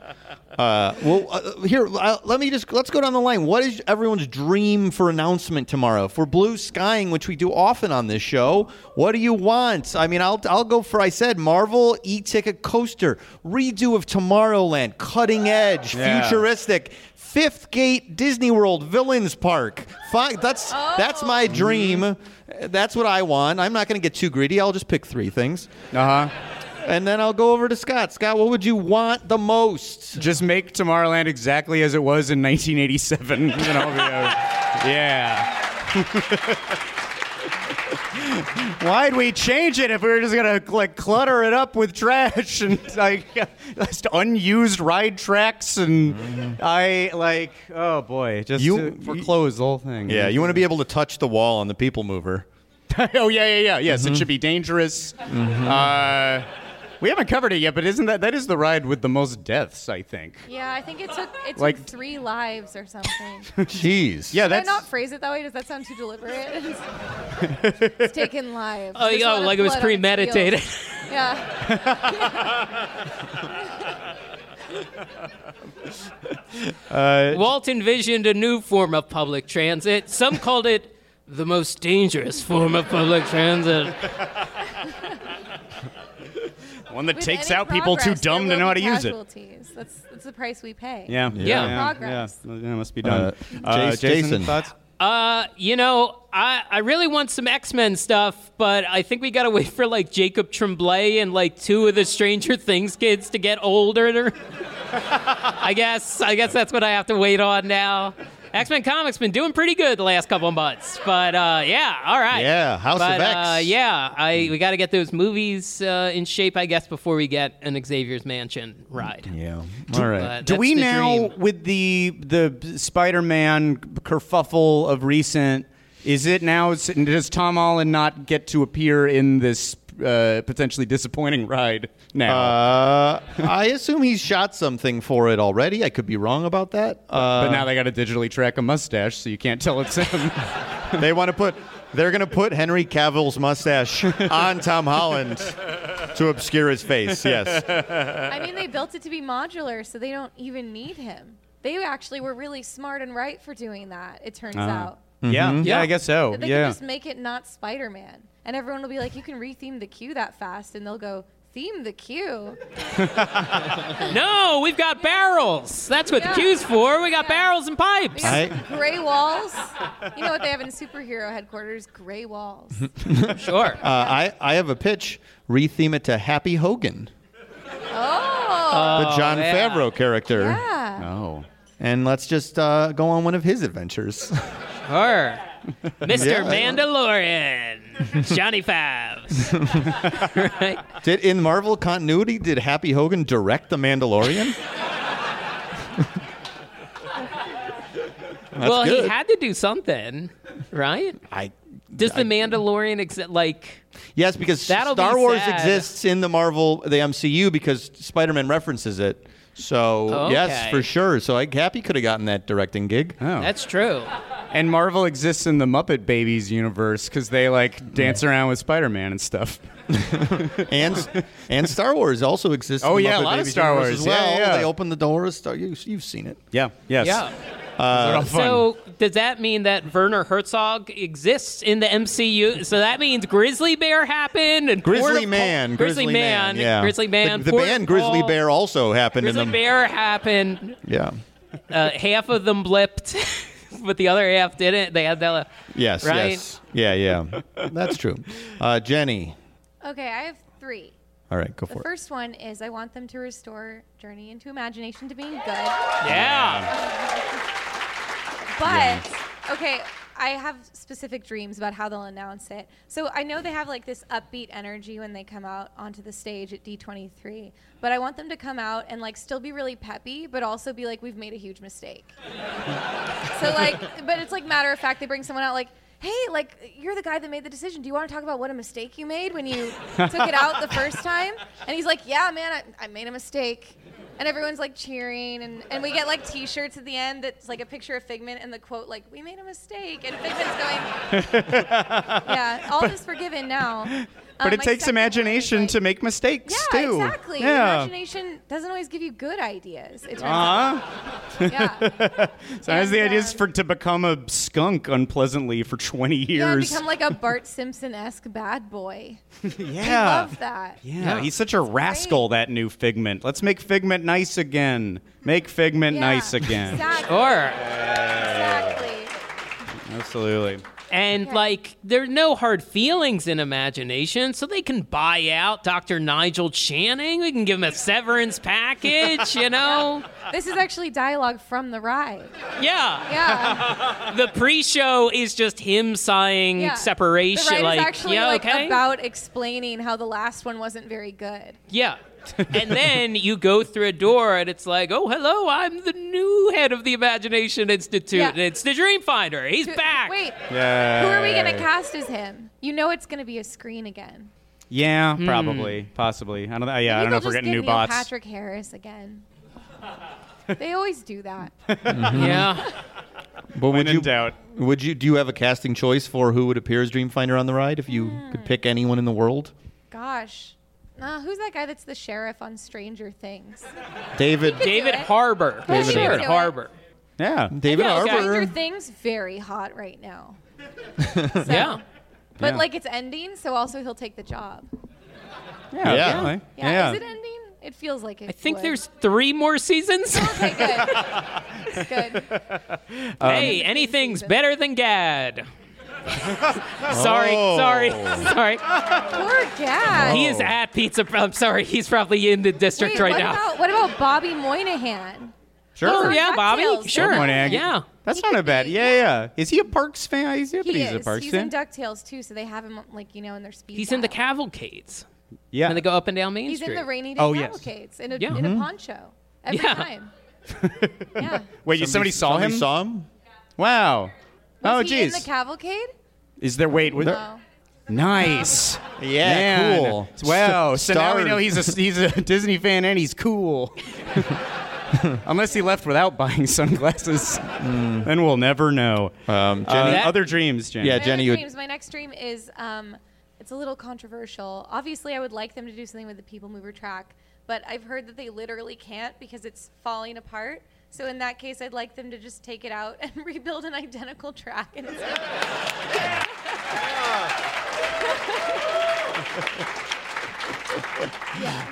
Speaker 1: Uh, well, uh, here, uh, let me just let's go down the line. What is everyone's dream for announcement tomorrow for blue skying, which we do often on this show? What do you want? I mean, I'll I'll go for I said Marvel e-ticket coaster redo of Tomorrowland, cutting edge,
Speaker 3: Yeah.
Speaker 1: futuristic. Fifth Gate Disney World Villains Park. Fi that's that's my dream. That's what I want. I'm not going to get too greedy. I'll just pick three things.
Speaker 3: Uh huh.
Speaker 1: And then I'll go over to Scott. Scott, what would you want the most?
Speaker 3: Just make Tomorrowland exactly as it was in 1987. and I'll be out. yeah. Why'd we change it if we were just gonna like clutter it up with trash and like just unused ride tracks and I like oh boy just
Speaker 1: Mm-hmm. You-
Speaker 3: to foreclose the whole thing.
Speaker 1: Yeah, you want to be able to touch the wall on the People Mover.
Speaker 3: oh yeah, yeah, yeah. Yes,
Speaker 1: Mm-hmm.
Speaker 3: it should be dangerous. Uh, we haven't covered it yet, but isn't that that is the ride with the most deaths? I think.
Speaker 4: Yeah, I think it took it took
Speaker 3: Like-
Speaker 4: three lives or something.
Speaker 1: Jeez.
Speaker 3: Yeah,
Speaker 4: Did I
Speaker 3: that's
Speaker 4: not phrase it that way? Does that sound too deliberate? it's taken lives.
Speaker 2: Oh,
Speaker 4: There's a
Speaker 2: yeah,
Speaker 4: lot of
Speaker 2: like it was
Speaker 4: blood on its
Speaker 2: premeditated.
Speaker 4: heels. Yeah.
Speaker 2: Walt envisioned a new form of public transit. Some called it the most dangerous form of public transit.
Speaker 3: one that
Speaker 4: With
Speaker 3: takes
Speaker 4: any
Speaker 3: out people too
Speaker 4: progress, there
Speaker 3: dumb to
Speaker 4: will
Speaker 3: know
Speaker 4: be
Speaker 3: how to use it.
Speaker 4: casualties. That's that's the price we pay.
Speaker 3: Yeah,
Speaker 2: Yeah.
Speaker 4: Progress.
Speaker 3: yeah. That must be done.
Speaker 1: Uh, Jace- Jason.
Speaker 3: thoughts?
Speaker 2: Uh, you know, I, I really want some X Men stuff, but I think we gotta wait for like Jacob Tremblay and like two of the Stranger Things kids to get older. I guess I guess that's what I have to wait on now. X Men comics been doing pretty good the last couple months, but uh, yeah, all right.
Speaker 1: Yeah, House
Speaker 2: but,
Speaker 1: of X.
Speaker 2: Uh, yeah, I we gotta get those movies uh, in shape, I guess, before we get an Xavier's Mansion ride.
Speaker 3: Yeah.
Speaker 1: All
Speaker 2: But
Speaker 1: right.
Speaker 3: Do
Speaker 2: Uh, that's
Speaker 3: we
Speaker 2: the
Speaker 3: now,
Speaker 2: dream.
Speaker 3: with the the Spider-Man kerfuffle of recent, is it now? Does Tom Holland not get to appear in this uh, potentially disappointing ride now?
Speaker 1: Uh, I assume he's shot something for it already. I could be wrong about that. Uh,
Speaker 3: but now they got to digitally track a mustache, so you can't tell it's him.
Speaker 1: they want to put. They're going to put Henry Cavill's mustache on Tom Holland to obscure his face. Yes. Uh,
Speaker 4: I mean, they built it to be modular, so they don't even need him. They actually were really smart and right for doing that. It turns out
Speaker 3: Uh,
Speaker 1: Mm-hmm.
Speaker 3: Yeah, yeah,
Speaker 2: Yeah.
Speaker 3: I guess so.
Speaker 4: That
Speaker 3: Ah.
Speaker 4: they
Speaker 3: Oh, yeah.
Speaker 4: can just make it not Spider-Man, and everyone will be like, "You can retheme the queue that fast," and they'll go. Theme the queue.
Speaker 2: No, we've got barrels. That's what
Speaker 4: Yeah.
Speaker 2: the queue's for. We got
Speaker 4: Yeah.
Speaker 2: barrels and pipes.
Speaker 1: I-
Speaker 4: Gray walls. You know what they have in superhero headquarters? Gray walls.
Speaker 2: Sure.
Speaker 1: Uh, I I have a pitch. Retheme it to Happy Hogan,
Speaker 4: Oh,
Speaker 1: the John
Speaker 2: yeah.
Speaker 1: Favreau character,
Speaker 4: yeah.
Speaker 3: oh.
Speaker 1: and let's just uh, go on one of his adventures.
Speaker 2: Her. Mr.
Speaker 1: Yeah.
Speaker 2: Mandalorian. Johnny Fives. right?
Speaker 1: Did in Marvel continuity did Happy Hogan direct the Mandalorian? That's
Speaker 2: well,
Speaker 1: good.
Speaker 2: he had to do something, right?
Speaker 1: I
Speaker 2: Does the Mandalorian exist? Like,
Speaker 1: yes, because
Speaker 2: That'll
Speaker 1: Star
Speaker 2: be
Speaker 1: Wars
Speaker 2: sad.
Speaker 1: exists in the Marvel the MCU because Spider Man references it. So yes,
Speaker 2: Okay.
Speaker 1: for sure. So I, Happy could have gotten that directing gig.
Speaker 2: that's true.
Speaker 3: And Marvel exists in the Muppet Babies universe because they like dance around with Spider-Man and stuff.
Speaker 1: and and Star Wars also exists.
Speaker 3: Oh,
Speaker 1: in the
Speaker 3: yeah, a
Speaker 1: Muppet
Speaker 3: lot of
Speaker 1: Babies
Speaker 3: Star
Speaker 1: universe
Speaker 3: Wars.
Speaker 1: As
Speaker 3: Yeah,
Speaker 1: well,
Speaker 3: yeah.
Speaker 1: they open the door. of Star, you, you've seen it.
Speaker 3: Yeah. Yes. Uh,
Speaker 2: Yeah.
Speaker 3: Those are all fun.
Speaker 2: So, does that mean that Werner Herzog exists in the MCU? So that means Grizzly Bear happened and Porta-
Speaker 1: Grizzly
Speaker 2: Pol-
Speaker 1: Man,
Speaker 2: Grizzly, Man,
Speaker 1: yeah.
Speaker 2: Grizzly Man.
Speaker 1: The, the
Speaker 2: Porta
Speaker 1: band Grizzly
Speaker 2: Pol-
Speaker 1: Bear also happened
Speaker 2: Grizzly
Speaker 1: in the
Speaker 2: Bear happened.
Speaker 1: yeah.
Speaker 2: Uh, half of them blipped, but the other half didn't. They had that.
Speaker 1: Yes,
Speaker 2: Right?
Speaker 1: yes. Yeah, yeah. That's true. Uh, Jenny.
Speaker 4: Okay, I have three.
Speaker 1: All right, go for
Speaker 4: The
Speaker 1: it.
Speaker 4: first one is I want them to restore Journey into Imagination to being good.
Speaker 2: yeah.
Speaker 4: But okay, I have specific dreams about how they'll announce it. So I know they have like this upbeat energy when they come out onto the stage at D23, but I want them to come out and like still be really peppy, but also be like, we've made a huge mistake. so like, but it's like matter of fact, they bring someone out like. Hey, like you're the guy that made the decision. Do you want to talk about what a mistake you made when you took it out the first time? And he's like, "Yeah, man, I, I made a mistake." and everyone's like cheering, and, and we get like T-shirts at the end that's like a picture of Figment and the quote like "We made a mistake," and Figment's going, "Yeah, all is forgiven now." Um,
Speaker 3: But it takes imagination to make mistakes
Speaker 4: yeah,
Speaker 3: too.
Speaker 4: exactly.
Speaker 3: Yeah.
Speaker 4: Imagination doesn't always give you good ideas. It turns out.
Speaker 3: Uh-huh.
Speaker 4: Yeah.
Speaker 3: So that's the
Speaker 4: And,
Speaker 3: idea is
Speaker 4: um,
Speaker 3: for to become a skunk unpleasantly for 20
Speaker 4: Yeah,
Speaker 3: years.
Speaker 4: become like a Bart Simpson esque bad boy.
Speaker 3: Yeah.
Speaker 4: Love that.
Speaker 3: Yeah, he's such a rascal, that new Figment. Let's make Figment nice again. Make Figment
Speaker 4: Yeah,
Speaker 3: nice again. Oh.
Speaker 4: Exactly.
Speaker 2: Or
Speaker 4: exactly.
Speaker 3: Absolutely.
Speaker 2: and like there are no hard feelings in imagination, so they can buy out Dr. Nigel Channing. We can give him a severance package, you know?
Speaker 4: This is actually dialogue from the ride.
Speaker 2: Yeah.
Speaker 4: Yeah.
Speaker 2: The pre-show is just him sighing
Speaker 3: Mm,
Speaker 4: yeah.
Speaker 2: separation.
Speaker 4: The ride
Speaker 2: like,
Speaker 4: is actually
Speaker 2: yeah,
Speaker 4: like
Speaker 2: okay.
Speaker 4: about explaining how the last one wasn't very good.
Speaker 2: Yeah. and then you go through a door and it's like, oh, hello, I'm the new head of the Imagination Institute.
Speaker 4: Yeah.
Speaker 2: And It's the Dreamfinder. He's back.
Speaker 4: Wait.
Speaker 3: Yeah.
Speaker 4: Who are we gonna cast as him? You know it's gonna be a screen again.
Speaker 3: Yeah, probably, possibly. I don't. know. Yeah, I don't
Speaker 4: Maybe
Speaker 3: know
Speaker 4: they'll
Speaker 3: if we're
Speaker 4: just
Speaker 3: getting
Speaker 4: give
Speaker 3: new
Speaker 4: Neil
Speaker 3: bots.
Speaker 4: Patrick Harris again. they always do that.
Speaker 2: Yeah.
Speaker 1: But would
Speaker 3: When in
Speaker 1: you
Speaker 3: doubt.
Speaker 1: would you do you have a casting choice for who would appear as Dreamfinder on the ride if you could pick anyone in the world?
Speaker 4: Gosh. Uh, who's that guy that's the sheriff on Stranger Things?
Speaker 1: David
Speaker 2: David
Speaker 4: Do it.
Speaker 2: Harbor.
Speaker 4: David
Speaker 2: David,
Speaker 4: Harbour.
Speaker 2: Harbor.
Speaker 3: Yeah.
Speaker 1: David
Speaker 2: Yeah, okay.
Speaker 1: Arbor.
Speaker 4: Stranger Things very hot right now.
Speaker 2: Yeah.
Speaker 4: But
Speaker 3: Yeah.
Speaker 4: like it's ending, so also he'll take the job.
Speaker 3: Yeah.
Speaker 1: Yeah.
Speaker 3: probably.
Speaker 4: Yeah.
Speaker 3: Yeah.
Speaker 4: Is it ending? It feels like it.
Speaker 2: I think
Speaker 4: would.
Speaker 2: there's three more seasons.
Speaker 4: Okay, good. It's good.
Speaker 3: Um,
Speaker 2: hey, anything's better than Gad. sorry,
Speaker 3: Oh.
Speaker 2: sorry, sorry.
Speaker 4: Poor Gad.
Speaker 2: He is at Pizza. I'm sorry, he's probably in the district
Speaker 4: Wait,
Speaker 2: right
Speaker 4: what
Speaker 2: now.
Speaker 4: About, what about Bobby Moynihan?
Speaker 2: oh
Speaker 3: Sure.
Speaker 4: Those are
Speaker 2: yeah, Bobby.
Speaker 4: DuckTales.
Speaker 2: Sure.
Speaker 3: Moynihan.
Speaker 2: Yeah.
Speaker 3: That's
Speaker 4: He
Speaker 3: not
Speaker 4: could
Speaker 3: a bad.
Speaker 4: be-
Speaker 3: Yeah, yeah. Is he a Parks fan? I used to
Speaker 4: He
Speaker 3: believe he's
Speaker 4: is.
Speaker 3: a Parks
Speaker 4: He's
Speaker 3: fan.
Speaker 4: in Ducktales too, so they have him like you know in their speed.
Speaker 2: He's in the
Speaker 4: dial.
Speaker 2: cavalcades.
Speaker 3: yeah.
Speaker 2: And they go up and down Main
Speaker 4: He's
Speaker 2: Street.
Speaker 4: in the rainy day
Speaker 3: Oh, yes. Mm-hmm.
Speaker 4: cavalcades in a
Speaker 2: Yeah.
Speaker 4: in a poncho every
Speaker 2: Yeah.
Speaker 4: time. Yeah.
Speaker 3: Wait, you somebody saw him?
Speaker 1: Saw him?
Speaker 3: Wow. oh,
Speaker 4: Was he in the
Speaker 3: jeez.
Speaker 4: cavalcade?
Speaker 3: is there wait? was-
Speaker 4: No.
Speaker 3: Nice.
Speaker 1: Yeah,
Speaker 3: Man.
Speaker 1: cool.
Speaker 3: Wow.
Speaker 1: S-
Speaker 3: So now we
Speaker 1: starred.
Speaker 3: know he's a he's a Disney fan and he's cool. Unless he left without buying sunglasses, then we'll never know.
Speaker 1: Um,
Speaker 3: Uh,
Speaker 1: Jenny,
Speaker 2: That-
Speaker 3: other dreams, Jenny.
Speaker 1: Yeah,
Speaker 4: My
Speaker 1: Jenny,
Speaker 4: other
Speaker 1: you would-
Speaker 4: dreams. My next dream is um, it's a little controversial. Obviously, I would like them to do something with the People Mover track, but I've heard that they literally can't because it's falling apart. So in that case, I'd like them to just take it out and rebuild an identical track. And it's like, yeah.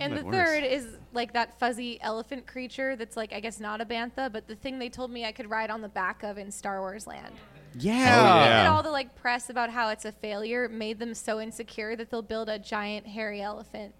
Speaker 4: And the
Speaker 3: That works.
Speaker 4: third is like that fuzzy elephant creature that's like I guess not a bantha, but the thing they told me I could ride on the back of in Star Wars Land.
Speaker 3: Oh, Yeah.
Speaker 4: And all the like press about how it's a failure made them so insecure that they'll build a giant hairy elephant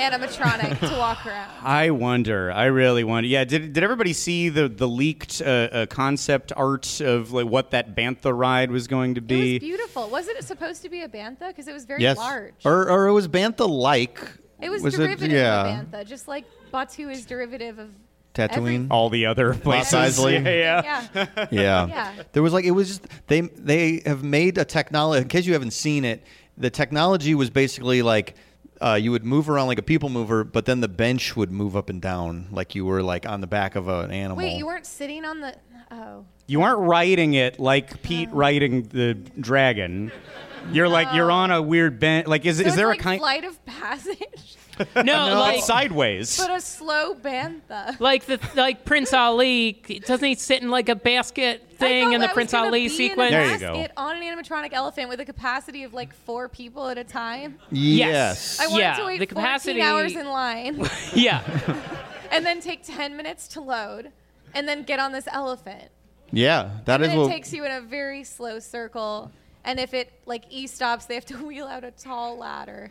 Speaker 4: animatronic to walk around.
Speaker 3: I wonder. I really wonder. Yeah. Did, did everybody see the the leaked uh, uh, concept art of like what that bantha ride was going to
Speaker 4: It was
Speaker 3: be?
Speaker 4: beautiful. Wasn't it supposed to be a bantha? Because it was very
Speaker 1: yes.
Speaker 4: large.
Speaker 3: Er,
Speaker 1: Or, or it was Bantha like.
Speaker 4: it was, derivative of a bantha, just like Batu is derivative of
Speaker 1: Tatooine.
Speaker 2: Oh,
Speaker 3: all the other places.
Speaker 1: Isley.
Speaker 3: Yeah, yeah.
Speaker 4: Yeah.
Speaker 1: yeah.
Speaker 4: Yeah.
Speaker 1: There was like it was just they they have made a technology. In case you haven't seen it, the technology was basically like. Uh, you would move around like a people mover, but then the bench would move up and down like you were like on the back of an animal.
Speaker 4: Wait, you weren't sitting on the. Oh.
Speaker 3: You aren't riding it like Pete riding the dragon. You're like you're on a weird bent. Like is
Speaker 4: So
Speaker 3: is
Speaker 4: it's
Speaker 3: there
Speaker 4: like
Speaker 3: a kind
Speaker 4: flight of passage,
Speaker 2: No, like,
Speaker 3: but sideways?
Speaker 4: but a slow bantha?
Speaker 2: like the like Prince Ali doesn't he sit in like a basket thing
Speaker 4: I
Speaker 2: in the
Speaker 4: thought I was
Speaker 2: Prince
Speaker 4: gonna
Speaker 2: Ali
Speaker 4: be
Speaker 2: sequence?
Speaker 4: In a
Speaker 3: There you go.
Speaker 4: basket On an animatronic elephant with a capacity of like four people at a time.
Speaker 1: yes.
Speaker 4: I wanted
Speaker 2: Yeah,
Speaker 4: to wait
Speaker 2: the
Speaker 4: 14
Speaker 2: capacity-
Speaker 4: hours in line
Speaker 2: Yeah.
Speaker 4: and then take 10 minutes to load and then get on this elephant.
Speaker 1: yeah, that
Speaker 4: And
Speaker 1: is
Speaker 4: then it
Speaker 1: what.
Speaker 4: takes you in a very slow circle. And if it like E stops, they have to wheel out a tall ladder.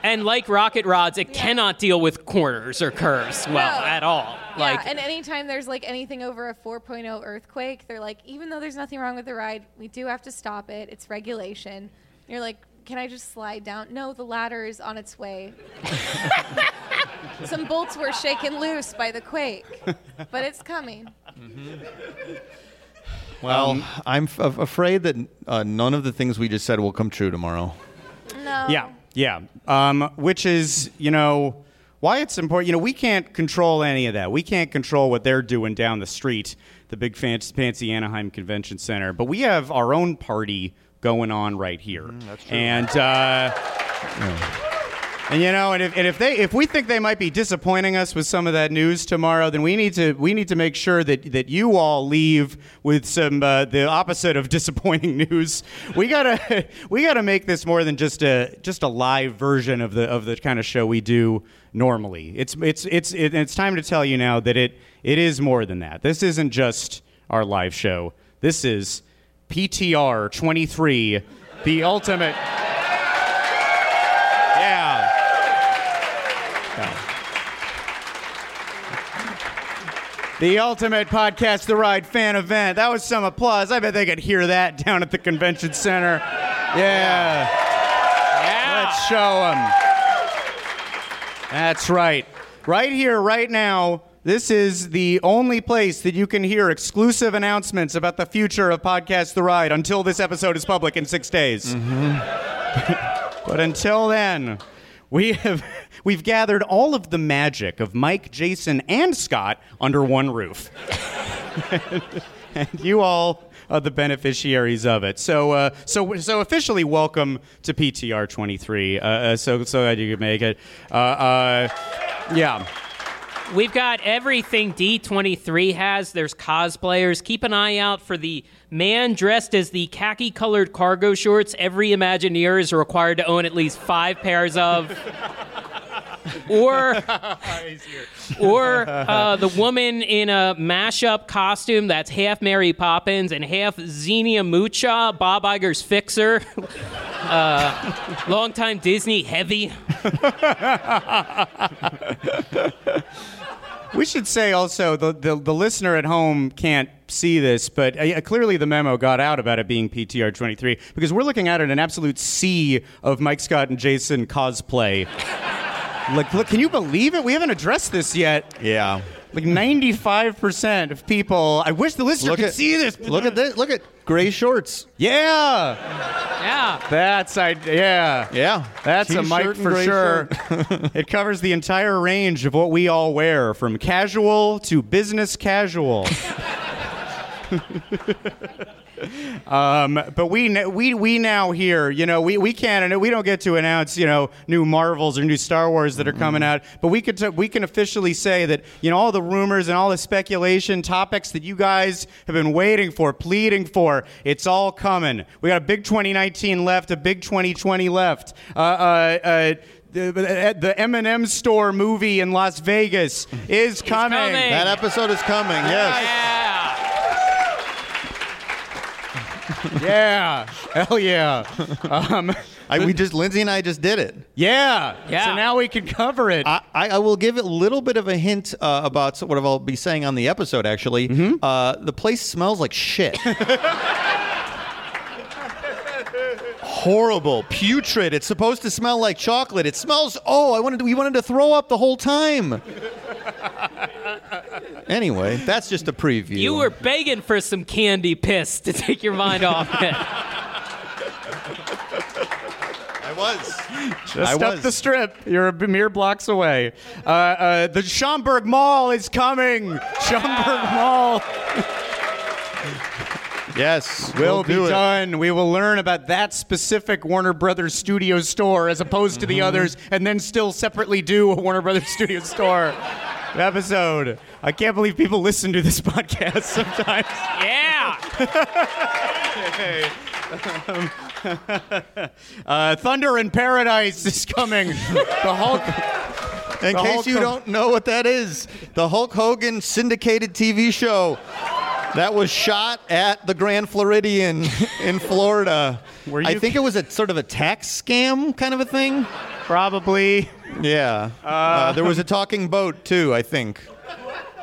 Speaker 2: And like rocket rods, it cannot deal with corners or curves well
Speaker 4: No.
Speaker 2: at all. Like
Speaker 4: yeah, and anytime there's like anything over a 4.0 earthquake, they're like, even though there's nothing wrong with the ride, we do have to stop it. It's regulation. You're like, can I just slide down? No, the ladder is on its way. Some bolts were shaken loose by the quake, but it's coming.
Speaker 1: well, um, I'm f- af- afraid that uh, none of the things we just said will come true tomorrow.
Speaker 4: No.
Speaker 3: yeah, yeah. Um, which Um, is you know why it's important. You know, we can't control any of that. We can't control what they're doing down the street, the big fan- fancy Anaheim Convention Center. But we have our own party going on right here. Mm, that's true. And. Uh, and you know, and if, and if they if we think they might be disappointing us with some of that news tomorrow, then we need to we need to make sure that that you all leave with some uh, the opposite of disappointing news. We gotta we gotta make this more than just a just a live version of the of the kind of show we do normally. It's it's it's it, it's time to tell you now that it it is more than that. This isn't just our live show. This is PTR 23, the ultimate. Yeah. The Ultimate Podcast The Ride fan event. That was some applause. I bet they could hear that down at the convention center. Yeah. Let's show them. That's right. Right here, right now, this is the only place that you can hear exclusive announcements about the future of Podcast The Ride until this episode is public in six days. But until then, we have we've gathered all of the magic of Mike, Jason, and Scott under one roof. and you all are the beneficiaries of it. So, uh, so, so officially, welcome to PTR 23. Uh, uh, so, so glad you could make it. Uh, uh, yeah.
Speaker 2: We've got everything D23 has. There's cosplayers. Keep an eye out for the man dressed as the khaki colored cargo shorts every Imagineer is required to own at least five pairs of. or or uh, the woman in a mashup costume that's half Mary Poppins and half Xenia Mucha, Bob Iger's fixer, uh, longtime Disney heavy.
Speaker 3: We should say also the, the the listener at home can't see this, but uh, clearly the memo got out about it being PTR 23 because we're looking at it an absolute sea of Mike Scott and Jason cosplay. like, look, can you believe it? We haven't addressed this yet.
Speaker 1: Yeah.
Speaker 3: Like 95% of people. I wish the listener
Speaker 1: Look
Speaker 3: could
Speaker 1: at
Speaker 3: see this.
Speaker 1: Look at this. Look at gray shorts.
Speaker 3: Yeah,
Speaker 2: Yeah.
Speaker 3: that's I. Yeah.
Speaker 1: Yeah.
Speaker 3: That's a
Speaker 1: T-shirt
Speaker 3: mic
Speaker 1: and
Speaker 3: for
Speaker 1: gray
Speaker 3: sure.
Speaker 1: shirt.
Speaker 3: it covers the entire range of what we all wear, from casual to business casual. um, but we kn- we we now here, you know, we, we can't and we don't get to announce, you know, new Marvels or new Star Wars that are coming out. But we could t- we can officially say that you know all the rumors and all the speculation topics that you guys have been waiting for, pleading for, it's all coming. We got a big 2019 left, a big 2020 left. Uh, uh, uh, the, the M&M store movie in Las Vegas is coming.
Speaker 2: coming.
Speaker 1: That episode is coming. Yes.
Speaker 2: Yeah.
Speaker 3: Yeah, hell yeah.
Speaker 1: I, we just Lindsay and I just did it.
Speaker 3: Yeah.
Speaker 2: Yeah.
Speaker 3: So now we can cover it.
Speaker 1: I, I I will give a little bit of a hint uh, about what I'll be saying on the episode. Actually, uh, the place smells like shit. Horrible, putrid. It's supposed to smell like chocolate. It smells. Oh, I wanted. To, we wanted to throw up the whole time. anyway, that's just a preview.
Speaker 2: You were begging for some candy piss to take your mind off it.
Speaker 1: I was.
Speaker 3: Just
Speaker 1: I
Speaker 3: up
Speaker 1: was.
Speaker 3: the strip. You're a mere blocks away. Uh, uh, the Schomburg Mall is coming. Schomburg Mall
Speaker 1: Yes,
Speaker 3: will
Speaker 1: we'll
Speaker 3: be
Speaker 1: do it.
Speaker 3: done. We will learn about that specific Warner Brothers Studio store as opposed to
Speaker 1: Mm-hmm.
Speaker 3: the others, and then still separately do a Warner Brothers Studio store episode. I can't believe people listen to this podcast sometimes.
Speaker 2: Yeah.
Speaker 3: Uh, Thunder in Paradise is coming. the Hulk.
Speaker 1: In
Speaker 3: The
Speaker 1: case
Speaker 3: Hulk
Speaker 1: you
Speaker 3: Hogan-
Speaker 1: don't know what that is, the Hulk Hogan syndicated TV show that was shot at the Grand Floridian in Florida.
Speaker 3: Were
Speaker 1: I
Speaker 3: you-
Speaker 1: think it was a sort of a tax scam kind of a thing.
Speaker 3: Probably.
Speaker 1: Yeah. Uh, there was a talking boat too, I think.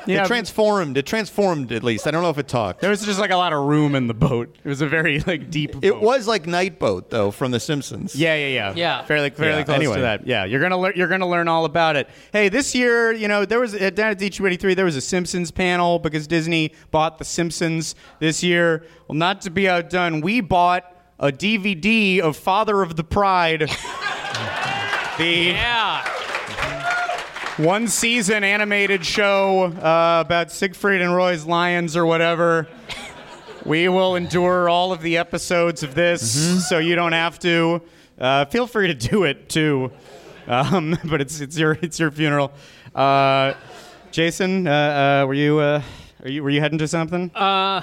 Speaker 3: Yeah.
Speaker 1: It transformed. It transformed at least. I don't know if it talked.
Speaker 3: There was just like a lot of room in the boat. It was a very like deep.
Speaker 1: it
Speaker 3: boat.
Speaker 1: was like Night Boat though from The Simpsons.
Speaker 3: Yeah, yeah, yeah.
Speaker 2: Yeah.
Speaker 3: Fairly, fairly
Speaker 1: Yeah,
Speaker 3: close
Speaker 1: anyway.
Speaker 3: to that. Yeah, you're gonna learn. You're gonna learn all about it. Hey, this year, you know, there was at down at D23, there was a Simpsons panel because Disney bought the Simpsons this year. Well, not to be outdone, we bought a DVD of Father of the Pride. the
Speaker 2: Yeah.
Speaker 3: one season animated show uh, about Siegfried and Roy's lions or whatever. We will endure all of the episodes of this,
Speaker 1: Mm-hmm.
Speaker 3: so you don't have to. Uh, feel free to do it too, um, but it's it's your it's your funeral. Uh, Jason, uh, uh, were you uh, are you were you heading to something? Uh,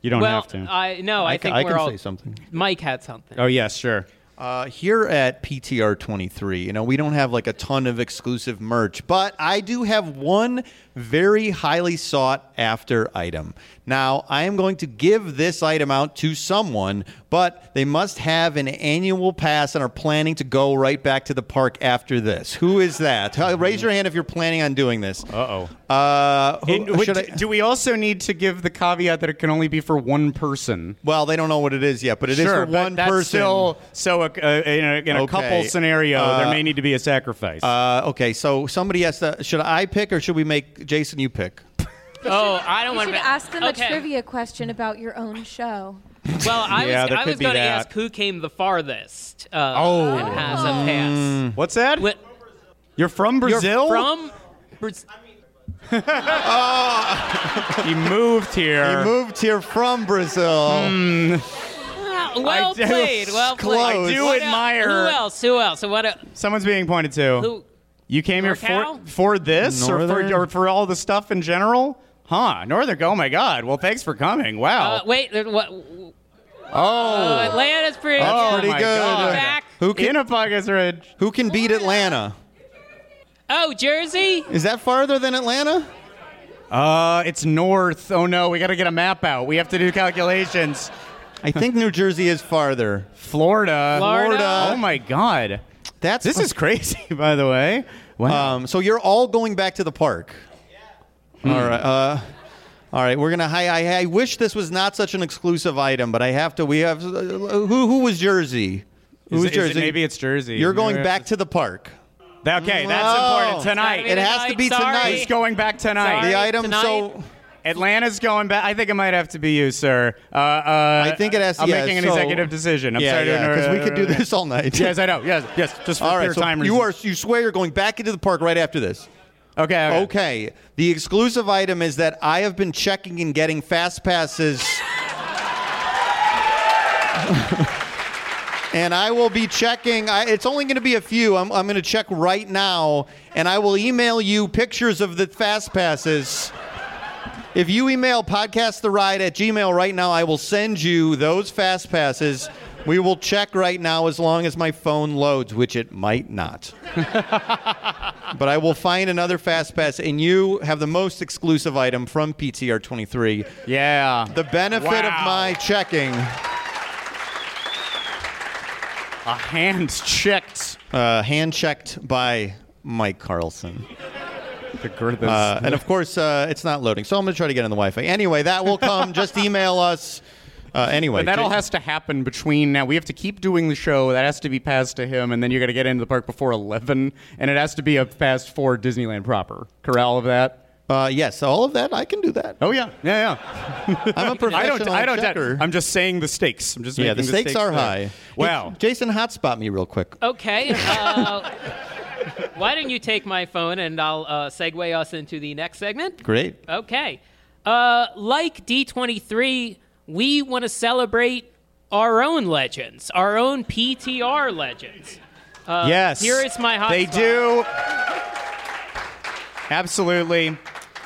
Speaker 3: you don't
Speaker 2: well,
Speaker 3: have to.
Speaker 2: I no, I,
Speaker 1: ca-
Speaker 2: think
Speaker 1: I
Speaker 2: we're
Speaker 1: can
Speaker 2: all.
Speaker 1: say something.
Speaker 2: Mike had something.
Speaker 3: oh yes, sure.
Speaker 1: Uh, here at PTR 23, you know, we don't have like a ton of exclusive merch, but I do have one very highly sought after item. Now, I am going to give this item out to someone, but they must have an annual pass and are planning to go right back to the park after this. Who is that? Uh, Raise your hand if you're planning on doing this.
Speaker 3: Uh-oh.
Speaker 1: Uh who-
Speaker 3: And what-
Speaker 1: should I-
Speaker 3: Do we also need to give the caveat that it can only be for one person?
Speaker 1: well, they don't know what it is yet, but it is
Speaker 3: sure,
Speaker 1: for
Speaker 3: but
Speaker 1: one
Speaker 3: that's
Speaker 1: person.
Speaker 3: Still, so a, uh, in a, in a
Speaker 1: Okay,
Speaker 3: couple scenario, there
Speaker 1: uh,
Speaker 3: may need to be a sacrifice.
Speaker 1: Uh, okay, so somebody has to. Should I pick or should we make Jason? You pick.
Speaker 2: Oh, I don't
Speaker 4: You
Speaker 2: want
Speaker 4: should
Speaker 2: to
Speaker 4: ask them
Speaker 2: okay.
Speaker 4: a trivia question about your own show.
Speaker 2: Well, I
Speaker 3: Yeah,
Speaker 2: was,
Speaker 3: there
Speaker 2: I
Speaker 3: could
Speaker 2: was
Speaker 3: be
Speaker 2: going to
Speaker 3: that.
Speaker 2: ask who came the farthest uh,
Speaker 3: Oh.
Speaker 2: and has a pass.
Speaker 1: Mm.
Speaker 3: What's that?
Speaker 2: What,
Speaker 3: You're from Brazil?
Speaker 2: from Braz-
Speaker 3: He moved here.
Speaker 1: He moved here from Brazil.
Speaker 3: Hmm,
Speaker 2: well, Ah, well
Speaker 3: do-
Speaker 2: played, well
Speaker 1: Close. I
Speaker 2: played.
Speaker 1: do
Speaker 2: What el-
Speaker 3: admire-
Speaker 2: Who else? Who else? What? el-
Speaker 3: Someone's being pointed to.
Speaker 2: Who?
Speaker 3: You came here for,
Speaker 2: NorCal?
Speaker 3: for this or for,
Speaker 1: Northern?
Speaker 3: or for all the stuff in general? Huh, Northern. Oh my God. Well, thanks for coming. Wow.
Speaker 2: Uh, wait, there, what?
Speaker 3: oh.
Speaker 2: Uh, Atlanta's pretty.
Speaker 3: oh
Speaker 1: pretty
Speaker 3: my
Speaker 1: good.
Speaker 3: God.
Speaker 2: Back.
Speaker 3: Who can, in a Puckett's Ridge.
Speaker 1: Who can beat Atlanta?
Speaker 2: Oh, Jersey.
Speaker 1: Is that farther than Atlanta?
Speaker 3: Uh, it's north. Oh no, we got to get a map out. We have to do calculations.
Speaker 1: I think New Jersey is farther.
Speaker 3: Florida.
Speaker 2: Florida.
Speaker 3: Oh my God.
Speaker 1: That's
Speaker 3: This is crazy, by the way. Wow.
Speaker 1: Um, so you're all going back to the park.
Speaker 3: Hmm.
Speaker 1: All right. Uh, all right. We're gonna. I, I I wish this was not such an exclusive item, but I have to. We have. uh, Who who was Jersey? Who
Speaker 3: Is
Speaker 1: was
Speaker 3: it- is
Speaker 1: Jersey?
Speaker 3: it- maybe it's Jersey.
Speaker 1: You're
Speaker 3: Maybe
Speaker 1: going
Speaker 3: we have
Speaker 1: back to the park.
Speaker 3: to- okay, that's
Speaker 1: No.
Speaker 3: important tonight.
Speaker 1: It has to be tonight.
Speaker 3: It's going back tonight.
Speaker 2: Sorry.
Speaker 1: The item. So.
Speaker 2: tonight?
Speaker 3: Atlanta's going back. I think it might have to be you, sir. Uh, uh,
Speaker 1: I think it has-
Speaker 3: I'm
Speaker 1: yeah,
Speaker 3: making an
Speaker 1: so-
Speaker 3: executive decision. I'm
Speaker 1: yeah,
Speaker 3: sorry. to
Speaker 1: yeah,
Speaker 3: inter-
Speaker 1: because we could do this all night.
Speaker 3: yes, I know. Yes, yes. Just for
Speaker 1: All right,
Speaker 3: pure
Speaker 1: so
Speaker 3: time
Speaker 1: you are
Speaker 3: reasons.
Speaker 1: you swear you're going back into the park right after this.
Speaker 3: okay. Okay.
Speaker 1: Okay. The exclusive item is that I have been checking and getting fast passes. and I will be checking. I, it's only going to be a few. I'm, I'm going to check right now, and I will email you pictures of the fast passes. If you email podcasttheride at gmail right now, I will send you those fast passes. We will check right now as long as my phone loads, which it might not. But I will find another fast pass, and you have the most exclusive item from PTR 23.
Speaker 3: Yeah.
Speaker 1: The benefit
Speaker 3: Wow.
Speaker 1: of my checking.
Speaker 3: A hand checked.
Speaker 1: Uh, hand checked by Mike Carlson.
Speaker 3: The gr- the-
Speaker 1: Uh, and of course, uh, it's not loading, so I'm going to try to get on the Wi Fi. Anyway, that will come. Just email us. Uh, anyway.
Speaker 3: But that all has to happen between now. We have to keep doing the show. That has to be passed to him, and then you're going to get into the park before 11, and it has to be a past for Disneyland proper. Corral of that.
Speaker 1: Uh, yes, all of that. I can do that.
Speaker 3: Oh yeah, yeah, yeah.
Speaker 1: I'm a professional
Speaker 3: I don't. I don't. doubt-
Speaker 1: checker.
Speaker 3: I'm just saying the stakes. I'm just
Speaker 1: yeah,
Speaker 3: making
Speaker 1: the stakes, are
Speaker 3: there.
Speaker 1: high.
Speaker 3: Wow.
Speaker 1: Hey, Jason, hotspot me real quick.
Speaker 2: Okay. Uh, why don't you take my phone and I'll uh, segue us into the next segment?
Speaker 1: Great.
Speaker 2: Okay. Uh, like D23, we want to celebrate our own legends, our own PTR legends.
Speaker 1: uh,
Speaker 3: yes.
Speaker 2: here is my hotspot.
Speaker 3: They do. Absolutely.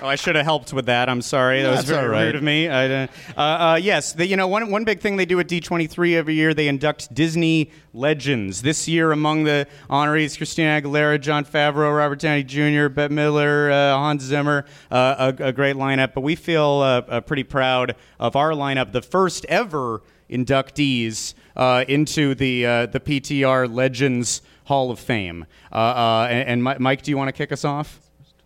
Speaker 3: Oh, I should have helped with that. I'm sorry. That was
Speaker 1: That's
Speaker 3: very
Speaker 1: all right.
Speaker 3: rude of me. I, didn't- uh, uh, yes, the, you know, one, one big thing they do at D23 every year, they induct Disney legends. This year, among the honorees, Christina Aguilera, John Favreau, Robert Downey Jr., Bette Miller, uh, Hans Zimmer, uh, a, a great lineup. But we feel uh, uh, pretty proud of our lineup, the first ever inductees uh, into the, uh, the PTR Legends Hall of Fame. Uh, uh, and and Mi- Mike, do you want to kick us off?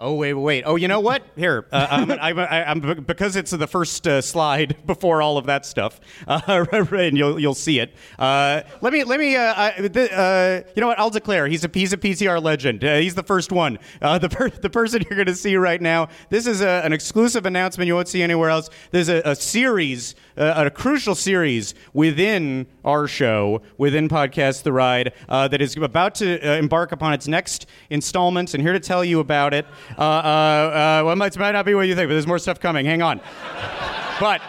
Speaker 3: Oh wait, wait. Oh, you know what? Here, uh, I'm, I'm, I'm, because it's the first uh, slide before all of that stuff, uh, and you'll you'll see it. Uh, let me let me. Uh, I, th- uh, you know what? I'll declare he's a he's a PCR legend. Uh, he's the first one. Uh, the per- the person you're going to see right now. This is a, an exclusive announcement you won't see anywhere else. There's a, a series, uh, a crucial series within our show, within podcast The Ride, uh, that is about to uh, embark upon its next installments, and here to tell you about it. Uh, uh, uh, well, it might- might not be what you think, but there's more stuff coming. Hang on. but,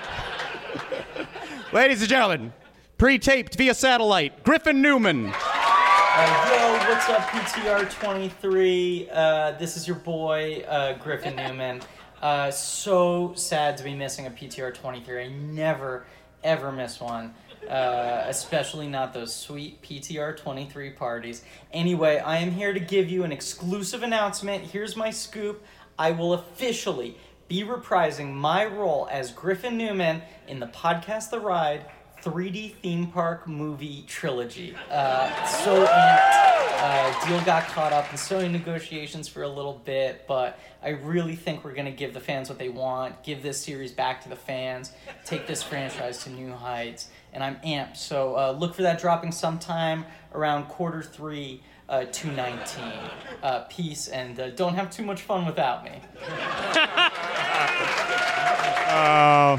Speaker 3: ladies and gentlemen, pre-taped via satellite, Griffin Newman.
Speaker 5: Uh, yo, what's up, PTR23? Uh, this is your boy, uh, Griffin Newman. Uh, so sad to be missing a PTR23. I never, ever miss one, uh, especially not those sweet PTR23 parties. Anyway, I am here to give you an exclusive announcement. Here's my scoop I will officially be reprising my role as Griffin Newman in the podcast The Ride 3D theme park movie trilogy. Uh, so amped. Uh, deal got caught up in Sony negotiations for a little bit, but I really think we're going to give the fans what they want, give this series back to the fans, take this franchise to new heights, and I'm amped. So uh, look for that dropping sometime around quarter three. Uh, 219. Uh, peace and uh, don't have too much fun without me.
Speaker 3: Uh,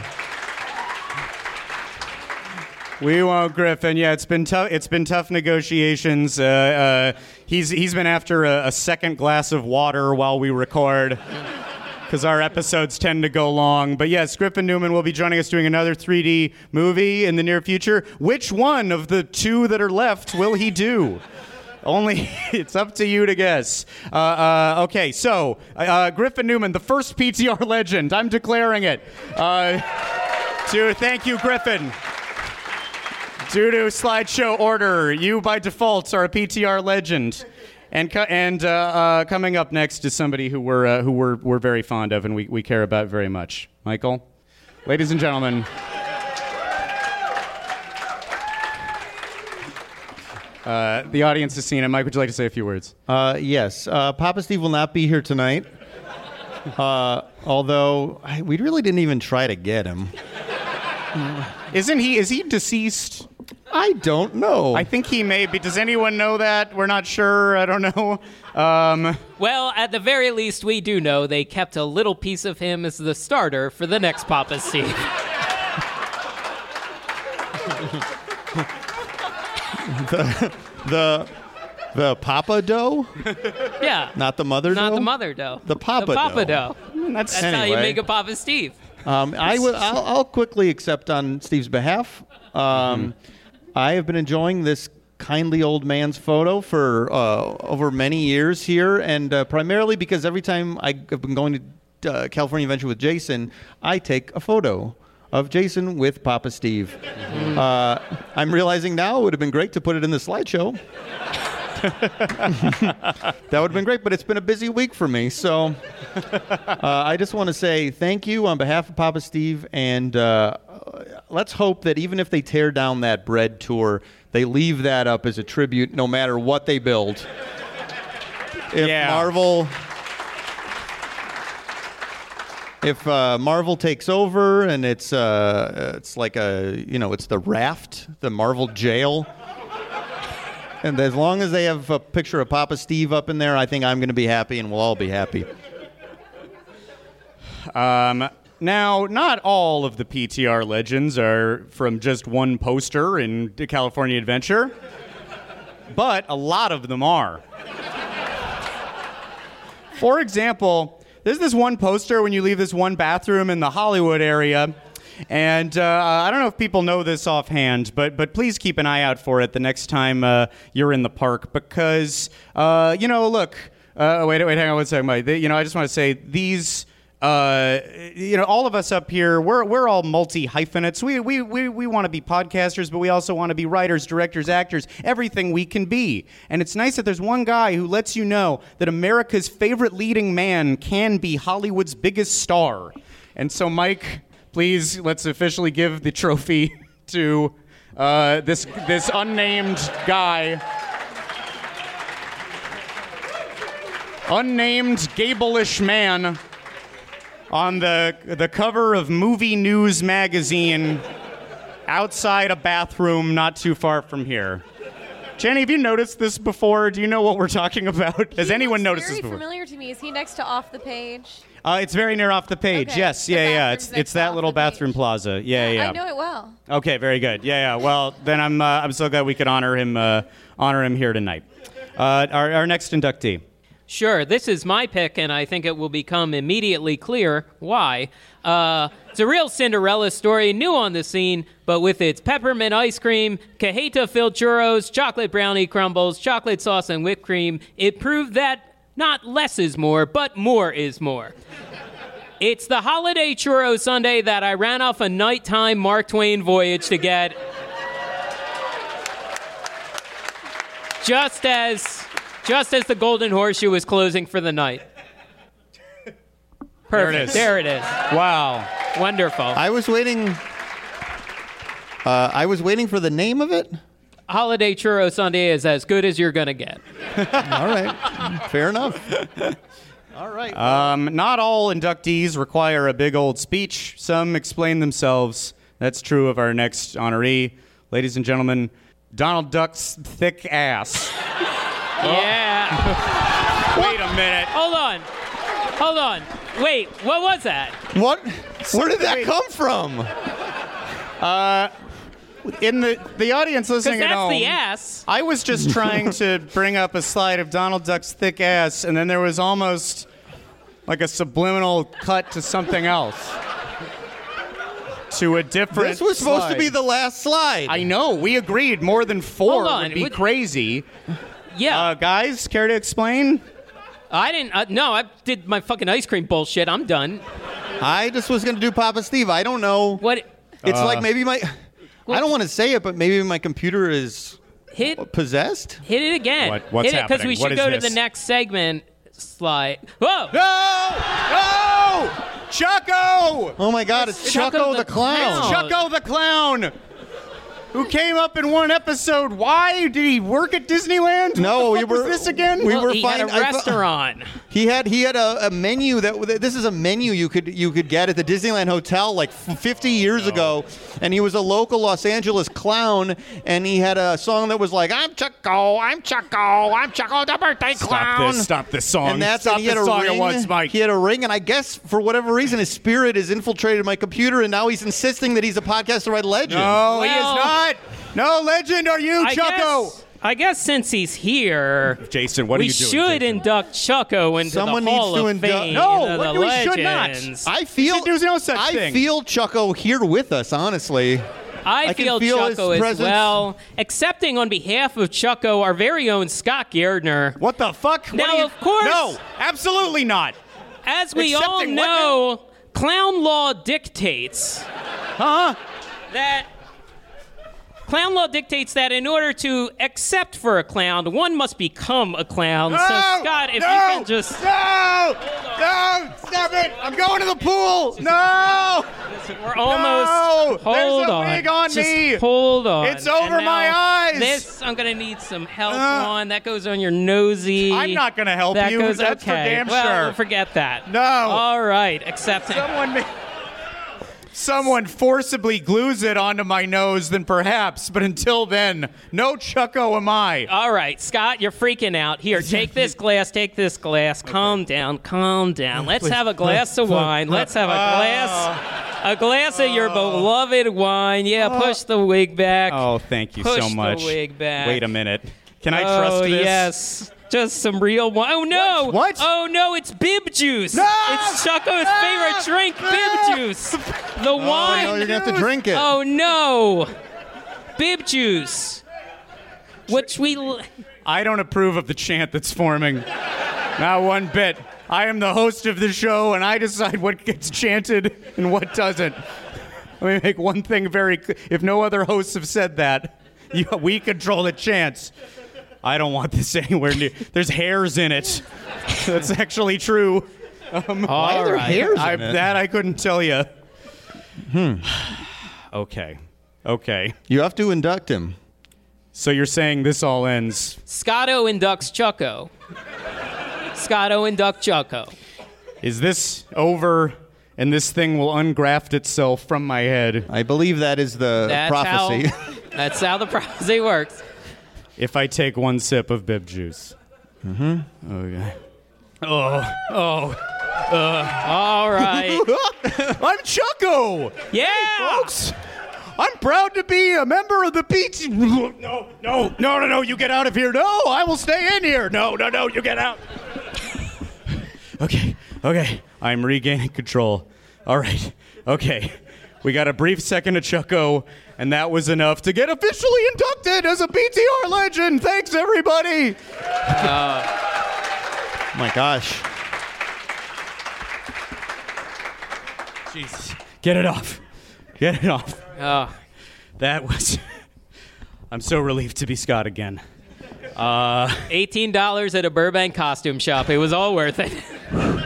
Speaker 3: We won't, Griffin. Yeah, it's been tough. It's been tough negotiations. Uh, uh, he's he's been after a, a second glass of water while we record. Because our episodes tend to go long. But yes, Griffin Newman will be joining us doing another 3D movie in the near future. Which one of the two that are left will he do? Only it's up to you to guess. Uh, uh, okay, so uh, Griffin Newman, the first PTR legend. I'm declaring it. Uh, to thank you, Griffin. Due to slideshow order, you by default are a PTR legend. And, co- and uh, uh, coming up next is somebody who we're, uh, who we're, we're very fond of and we, we care about very much. Michael, ladies and gentlemen. Uh, the audience has seen it. Mike, would you like to say a few words?
Speaker 1: Uh, yes, uh, Papa Steve will not be here tonight. Uh, although I, we really didn't even try to get him.
Speaker 3: Isn't he? Is he deceased?
Speaker 1: I don't know.
Speaker 3: I think he may be. Does anyone know that? We're not sure. I don't know. Um,
Speaker 2: Well, at the very least, we do know they kept a little piece of him as the starter for the next Papa Steve.
Speaker 1: the the Papa Doe,
Speaker 2: Yeah.
Speaker 1: not the mother.
Speaker 2: Not
Speaker 1: dough?
Speaker 2: the mother dough.
Speaker 1: The Papa
Speaker 2: The Papa
Speaker 1: dough.
Speaker 2: dough.
Speaker 3: that's
Speaker 2: That's how you
Speaker 1: Anyway.
Speaker 2: make a Papa Steve.
Speaker 1: Um, I will. I'll, I'll quickly accept on Steve's behalf. Um, I have been enjoying this kindly old man's photo for uh, over many years here, and uh, primarily because every time I have been going to uh, California Adventure with Jason, I take a photo of Jason with Papa Steve. Uh, I'm realizing now it would have been great to put it in the slideshow. That would have been great, but it's been a busy week for me. So uh, I just want to say thank you on behalf of Papa Steve. And uh, let's hope that even if they tear down that bread tour, they leave that up as a tribute no matter what they build. If
Speaker 3: Yeah.
Speaker 1: Marvel. If uh, Marvel takes over and it's uh, it's like a you know it's the raft the Marvel jail and as long as they have a picture of Papa Steve up in there, I think I'm going to be happy and we'll all be happy.
Speaker 3: Um, now, not all of the PTR legends are from just one poster in California Adventure, but a lot of them are. For example, there's this one poster when you leave this one bathroom in the Hollywood area. And uh, I don't know if people know this offhand, but but please keep an eye out for it the next time uh, you're in the park because uh, you know, look. Uh, wait, wait, hang on one second, Mike. They- you know, I just want to say these. Uh, you know, all of us up here, we're, we're all multi hyphenates. We, we, we, we want to be podcasters, but we also want to be writers, directors, actors, everything we can be. And it's nice that there's one guy who lets you know that America's favorite leading man can be Hollywood's biggest star. And so, Mike, please let's officially give the trophy to uh, this, this unnamed guy. unnamed gableish man on the the cover of Movie News magazine outside a bathroom not too far from here. Jenny, have you noticed this before? Do you know what we're talking about? Has
Speaker 4: He
Speaker 3: anyone
Speaker 4: looks
Speaker 3: noticed
Speaker 4: very
Speaker 3: this before?
Speaker 4: familiar to me. Is he next to off the page?
Speaker 3: Uh, it's very near off the page.
Speaker 4: Okay.
Speaker 3: Yes,
Speaker 4: The
Speaker 3: yeah, yeah.
Speaker 4: bathroom's
Speaker 3: It's
Speaker 4: next
Speaker 3: it's that
Speaker 4: off
Speaker 3: little
Speaker 4: the
Speaker 3: bathroom
Speaker 4: page.
Speaker 3: plaza. Yeah, yeah.
Speaker 4: I know it well.
Speaker 3: Okay, very good. Yeah, yeah. Well, then I'm uh, I'm so glad we could honor him uh, honor him here tonight. Uh, our our next inductee.
Speaker 2: Sure, this is my pick, and I think it will become immediately clear why. Uh, it's a real Cinderella story, new on the scene, but with its peppermint ice cream, cajeta filled churros, chocolate brownie crumbles, chocolate sauce, and whipped cream, it proved that not less is more, but more is more. It's the holiday churro Sunday that I ran off a nighttime Mark Twain voyage to get. just as just as the golden horseshoe was closing for the night. Perfect.
Speaker 3: is.
Speaker 2: There it is.
Speaker 3: Wow.
Speaker 2: Wonderful.
Speaker 1: I was waiting. Uh, I was waiting for the name of it.
Speaker 2: Holiday churro Sunday is as good as you're gonna get.
Speaker 1: All right, fair enough. All right.
Speaker 3: Um, not all inductees require a big old speech. Some explain themselves. That's true of our next honoree, ladies and gentlemen. Donald Duck's thick ass. Oh.
Speaker 2: Yeah.
Speaker 3: Wait a minute.
Speaker 2: Hold on. Hold on. Wait. What was that?
Speaker 1: what? Where did that come from?
Speaker 3: In the the audience
Speaker 2: Because
Speaker 3: listening at
Speaker 2: that's
Speaker 3: home.
Speaker 2: the ass.
Speaker 3: I was just trying to bring up a slide of Donald Duck's thick ass, and then there was almost like a subliminal cut to something else. To a different.
Speaker 1: This was supposed to
Speaker 3: slide.
Speaker 1: be the last slide.
Speaker 3: I know, we agreed more than four
Speaker 2: Hold on,
Speaker 3: would be
Speaker 2: would-
Speaker 3: crazy.
Speaker 2: Yeah.
Speaker 3: Uh, guys, care to explain?
Speaker 2: I didn't. Uh, no, I did my fucking ice cream bullshit. I'm done.
Speaker 1: I just was going to do Papa Steve. I don't know.
Speaker 2: What?
Speaker 1: It's like maybe my. I don't want to say it, but maybe my computer is
Speaker 2: Hit.
Speaker 1: possessed.
Speaker 2: Hit it again.
Speaker 3: What- what's
Speaker 2: Hit it because we
Speaker 3: happening? What is
Speaker 2: should go to
Speaker 3: this?
Speaker 2: the next segment slide. Whoa.
Speaker 3: No! No! Chucko!
Speaker 1: Oh my God! It's, Chucko, the, clown.
Speaker 2: Clown.
Speaker 3: Chucko the clown! Who came up in one episode? Why did he work at Disneyland?
Speaker 1: No,
Speaker 3: What the
Speaker 1: we
Speaker 3: fuck
Speaker 1: were-
Speaker 3: was this again.
Speaker 1: we
Speaker 2: Well,
Speaker 1: were
Speaker 2: he
Speaker 1: fine-
Speaker 2: had
Speaker 1: I
Speaker 2: a
Speaker 1: thought-
Speaker 2: restaurant.
Speaker 1: He had he had a, a menu that this is a menu you could you could get at the Disneyland Hotel like f- 50 years ago, and he was a local Los Angeles clown, and he had a song that was like I'm Chucko, I'm Chucko, I'm Chucko the birthday clown.
Speaker 3: Stop this song.
Speaker 1: And that's and he had a ring. He had a ring, and I guess for whatever reason, his spirit has infiltrated my computer, and now he's insisting that he's a podcaster right legend.
Speaker 3: no, he
Speaker 2: Well-
Speaker 3: is not. No legend are you,
Speaker 2: I
Speaker 3: Chucko?
Speaker 2: guess, I guess since he's here,
Speaker 3: Jason, what
Speaker 2: we should induct Chucko into
Speaker 1: Someone
Speaker 2: the
Speaker 1: needs
Speaker 2: Hall
Speaker 1: to
Speaker 2: of
Speaker 1: induct-
Speaker 2: Fame.
Speaker 3: No,
Speaker 2: of
Speaker 3: what-
Speaker 2: the
Speaker 3: we should not.
Speaker 2: legends.
Speaker 1: I feel
Speaker 3: There's no such
Speaker 1: I
Speaker 3: thing.
Speaker 1: feel Chucko here with us, honestly.
Speaker 2: I,
Speaker 1: I can
Speaker 2: feel,
Speaker 1: feel his
Speaker 2: Chucko as
Speaker 1: presence.
Speaker 2: well, accepting on behalf of Chucko our very own Scott Gardner.
Speaker 3: What the fuck? What
Speaker 2: Now,
Speaker 3: do you-
Speaker 2: of course-
Speaker 3: No, absolutely not.
Speaker 2: As we all
Speaker 3: Accepting what
Speaker 2: know, clown law dictates. Huh? That. Clown law dictates that in order to accept for a clown, one must become a clown.
Speaker 3: No!
Speaker 2: so, Scott, if
Speaker 3: no!
Speaker 2: you can just.
Speaker 3: No! No! Stop it! I'm going to the pool! No!
Speaker 2: We're almost.
Speaker 3: No! There's
Speaker 2: Hold
Speaker 3: a
Speaker 2: on.
Speaker 3: wig on
Speaker 2: Just
Speaker 3: me.
Speaker 2: Hold on.
Speaker 3: It's over
Speaker 2: And now
Speaker 3: my eyes.
Speaker 2: This I'm gonna need some help
Speaker 3: Uh.
Speaker 2: on. That goes on your nosy.
Speaker 3: I'm not gonna help
Speaker 2: that
Speaker 3: you.
Speaker 2: Goes,
Speaker 3: That's for
Speaker 2: okay.
Speaker 3: damn
Speaker 2: well,
Speaker 3: sure.
Speaker 2: we'll forget that.
Speaker 3: No.
Speaker 2: All right. Accepting.
Speaker 3: Someone ma- Someone forcibly glues it onto my nose, then perhaps, but until then, no Chucko am I.
Speaker 2: All right, Scott, you're freaking out. Here, take this glass. Take this glass. Calm down. Calm down. Let's have a glass of wine. Let's have a glass.
Speaker 3: Uh,
Speaker 2: A glass of your beloved wine. Yeah, push the wig back.
Speaker 3: Oh, thank you
Speaker 2: Push
Speaker 3: so
Speaker 2: the
Speaker 3: much.
Speaker 2: wig back.
Speaker 3: Wait a minute. Can I
Speaker 2: oh,
Speaker 3: trust this?
Speaker 2: yes. Just some real wine. Oh no!
Speaker 3: What? What?
Speaker 2: Oh no! It's bib juice.
Speaker 3: No! Ah!
Speaker 2: It's Chucko's
Speaker 3: No!
Speaker 2: favorite drink,
Speaker 3: No!
Speaker 2: bib juice. The
Speaker 1: Oh,
Speaker 2: wine.
Speaker 1: no, you're gonna have to drink it.
Speaker 2: Oh no! Bib juice. Which we. l-
Speaker 3: I don't approve of the chant that's forming. Not one bit. I am the host of the show, and I decide what gets chanted and what doesn't. Let me make one thing very clear. If no other hosts have said that, you, we control the chants. I don't want this anywhere near. There's hairs in it. That's actually true. Um,
Speaker 1: Why are there hairs in
Speaker 3: I,
Speaker 1: it? Hmm.
Speaker 3: that I couldn't tell you. okay. Okay.
Speaker 1: You have to induct him.
Speaker 3: So you're saying this all ends
Speaker 2: Scotto inducts Chucko. Scotto and Duck Chucko.
Speaker 3: Is this over? And this thing will ungraft itself from my head.
Speaker 1: I believe that is the
Speaker 2: That's
Speaker 1: prophecy.
Speaker 2: how. That's how the prophecy works.
Speaker 3: if I take one sip of bib juice. Mm-hmm. Okay. Oh, oh.
Speaker 2: All right.
Speaker 3: I'm Chucko!
Speaker 2: Yeah.
Speaker 3: Folks! I'm proud to be a member of the PT. No, no, no, no, no, you get out of here. No, I will stay in here. No, no, no, you get out. okay, okay. I'm regaining control. All right, okay. We got a brief second of Chucko, and that was enough to get officially inducted as a PTR legend. Thanks, everybody.
Speaker 1: My gosh.
Speaker 3: Jeez. Get it off. Get it off.
Speaker 2: Oh,
Speaker 3: That was. I'm so relieved to be Scott again.
Speaker 2: Eighteen dollars at a Burbank costume shop. It was all worth it.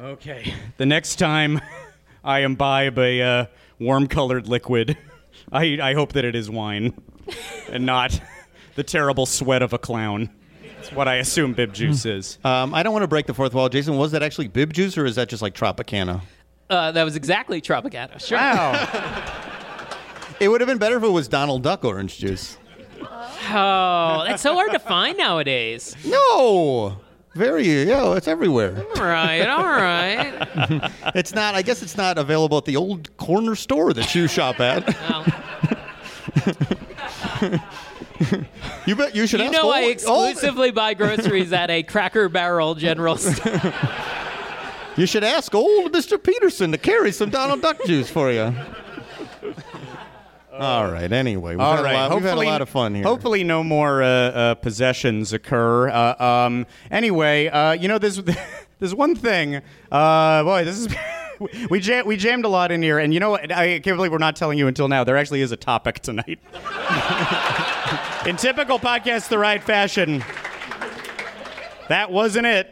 Speaker 3: Okay. The next time I imbibe a uh, warm colored liquid, I, I hope that it is wine and not the terrible sweat of a clown. That's what I assume bib juice is.
Speaker 1: Um, I don't want to break the fourth wall. Jason, was that actually bib juice or is that just like Tropicana?
Speaker 2: Uh, that was exactly Tropicana. Sure.
Speaker 3: Wow.
Speaker 1: It would have been better if it was Donald Duck orange juice.
Speaker 2: Oh, that's so hard to find nowadays.
Speaker 1: No! Very, yeah, it's everywhere.
Speaker 2: All right. All right.
Speaker 1: It's not, I guess it's not available at the old corner store that you shop at.
Speaker 2: Well,
Speaker 1: You bet you should
Speaker 2: you
Speaker 1: ask
Speaker 2: know
Speaker 1: all-
Speaker 3: Oh.
Speaker 2: I
Speaker 1: all-
Speaker 2: exclusively buy groceries at a Cracker Barrel General Store.
Speaker 1: You should ask old Mr. Peterson to carry some Donald Duck juice for you. All right. Anyway, we've, had,
Speaker 3: All
Speaker 1: a
Speaker 3: right.
Speaker 1: lot, we've
Speaker 3: hopefully,
Speaker 1: had a lot of fun here.
Speaker 3: Hopefully, no more uh, uh, possessions occur. Uh, um, anyway, uh, you know, there's there's one thing. Uh, boy, this is. We, jam- we jammed a lot in here, and you know what? I can't believe we're not telling you until now. There actually is a topic tonight. in typical podcast, the right fashion. That wasn't it.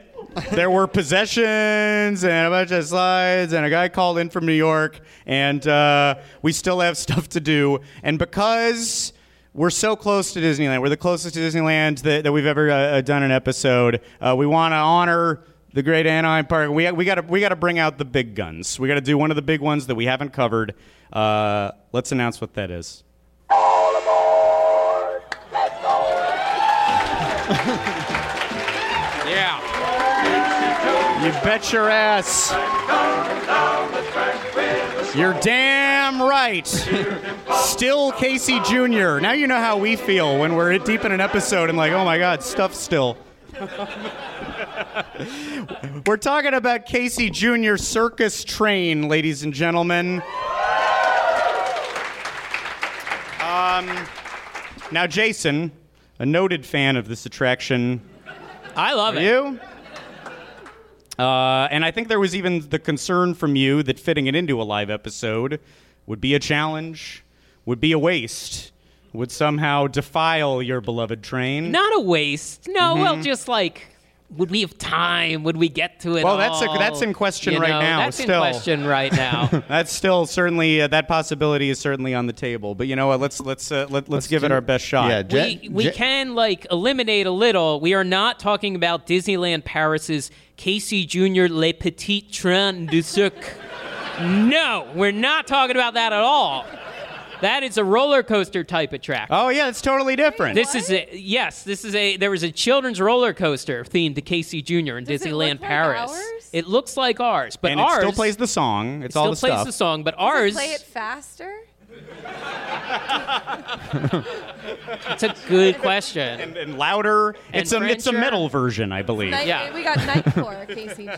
Speaker 3: There were possessions and a bunch of slides, and a guy called in from New York, and uh, we still have stuff to do. And because we're so close to Disneyland, we're the closest to Disneyland that, that we've ever uh, uh, done an episode, uh, we want to honor. The Great Anaheim Park. We we got to we got to bring out the big guns. We got to do one of the big ones that we haven't covered. Uh, let's announce what that is.
Speaker 2: yeah.
Speaker 3: You bet your ass. You're damn right. Still Casey Jr. Now you know how we feel when we're deep in an episode and like, oh my God, stuff still. we're talking about Casey Jr. Circus Train, ladies and gentlemen. Um, now, Jason, a noted fan of this attraction,
Speaker 2: I love it.
Speaker 3: you. Uh, and I think there was even the concern from you that fitting it into a live episode would be a challenge, would be a waste, would somehow defile your beloved train.
Speaker 2: Not a waste. No,
Speaker 3: Mm-hmm.
Speaker 2: well, just like, would we have time? Would we get to it?
Speaker 3: Well, that's a-
Speaker 2: all?
Speaker 3: that's in question
Speaker 2: You
Speaker 3: right
Speaker 2: know,
Speaker 3: now,
Speaker 2: That's
Speaker 3: still.
Speaker 2: in question right now.
Speaker 3: That's still certainly uh, that possibility is certainly on the table. But you know what? Let's let's uh, let, let's give it our best shot.
Speaker 1: yeah, Jen-
Speaker 2: we we
Speaker 1: Jen-
Speaker 2: can like eliminate a little. We are not talking about Disneyland Paris's Casey Jr. Le Petit Train du Cirque. no, we're not talking about that at all. That is a roller coaster type of track.
Speaker 3: Oh yeah, it's totally different.
Speaker 2: This is a, yes. This is a. There was a children's roller coaster themed to Casey Jr. in
Speaker 4: Does it
Speaker 2: Disneyland
Speaker 4: look like
Speaker 2: Paris.
Speaker 4: ours?
Speaker 2: It looks like ours, but
Speaker 3: and
Speaker 2: ours
Speaker 3: it still plays the song. It's
Speaker 2: still
Speaker 3: all the
Speaker 2: plays
Speaker 3: stuff.
Speaker 2: the song. But ours,
Speaker 4: Play it faster.
Speaker 2: it's a good question.
Speaker 3: And, and louder. it's a it's a
Speaker 2: Frencher.
Speaker 3: metal version, I believe.
Speaker 4: Night,
Speaker 2: Yeah.
Speaker 4: We got Nightcore, Casey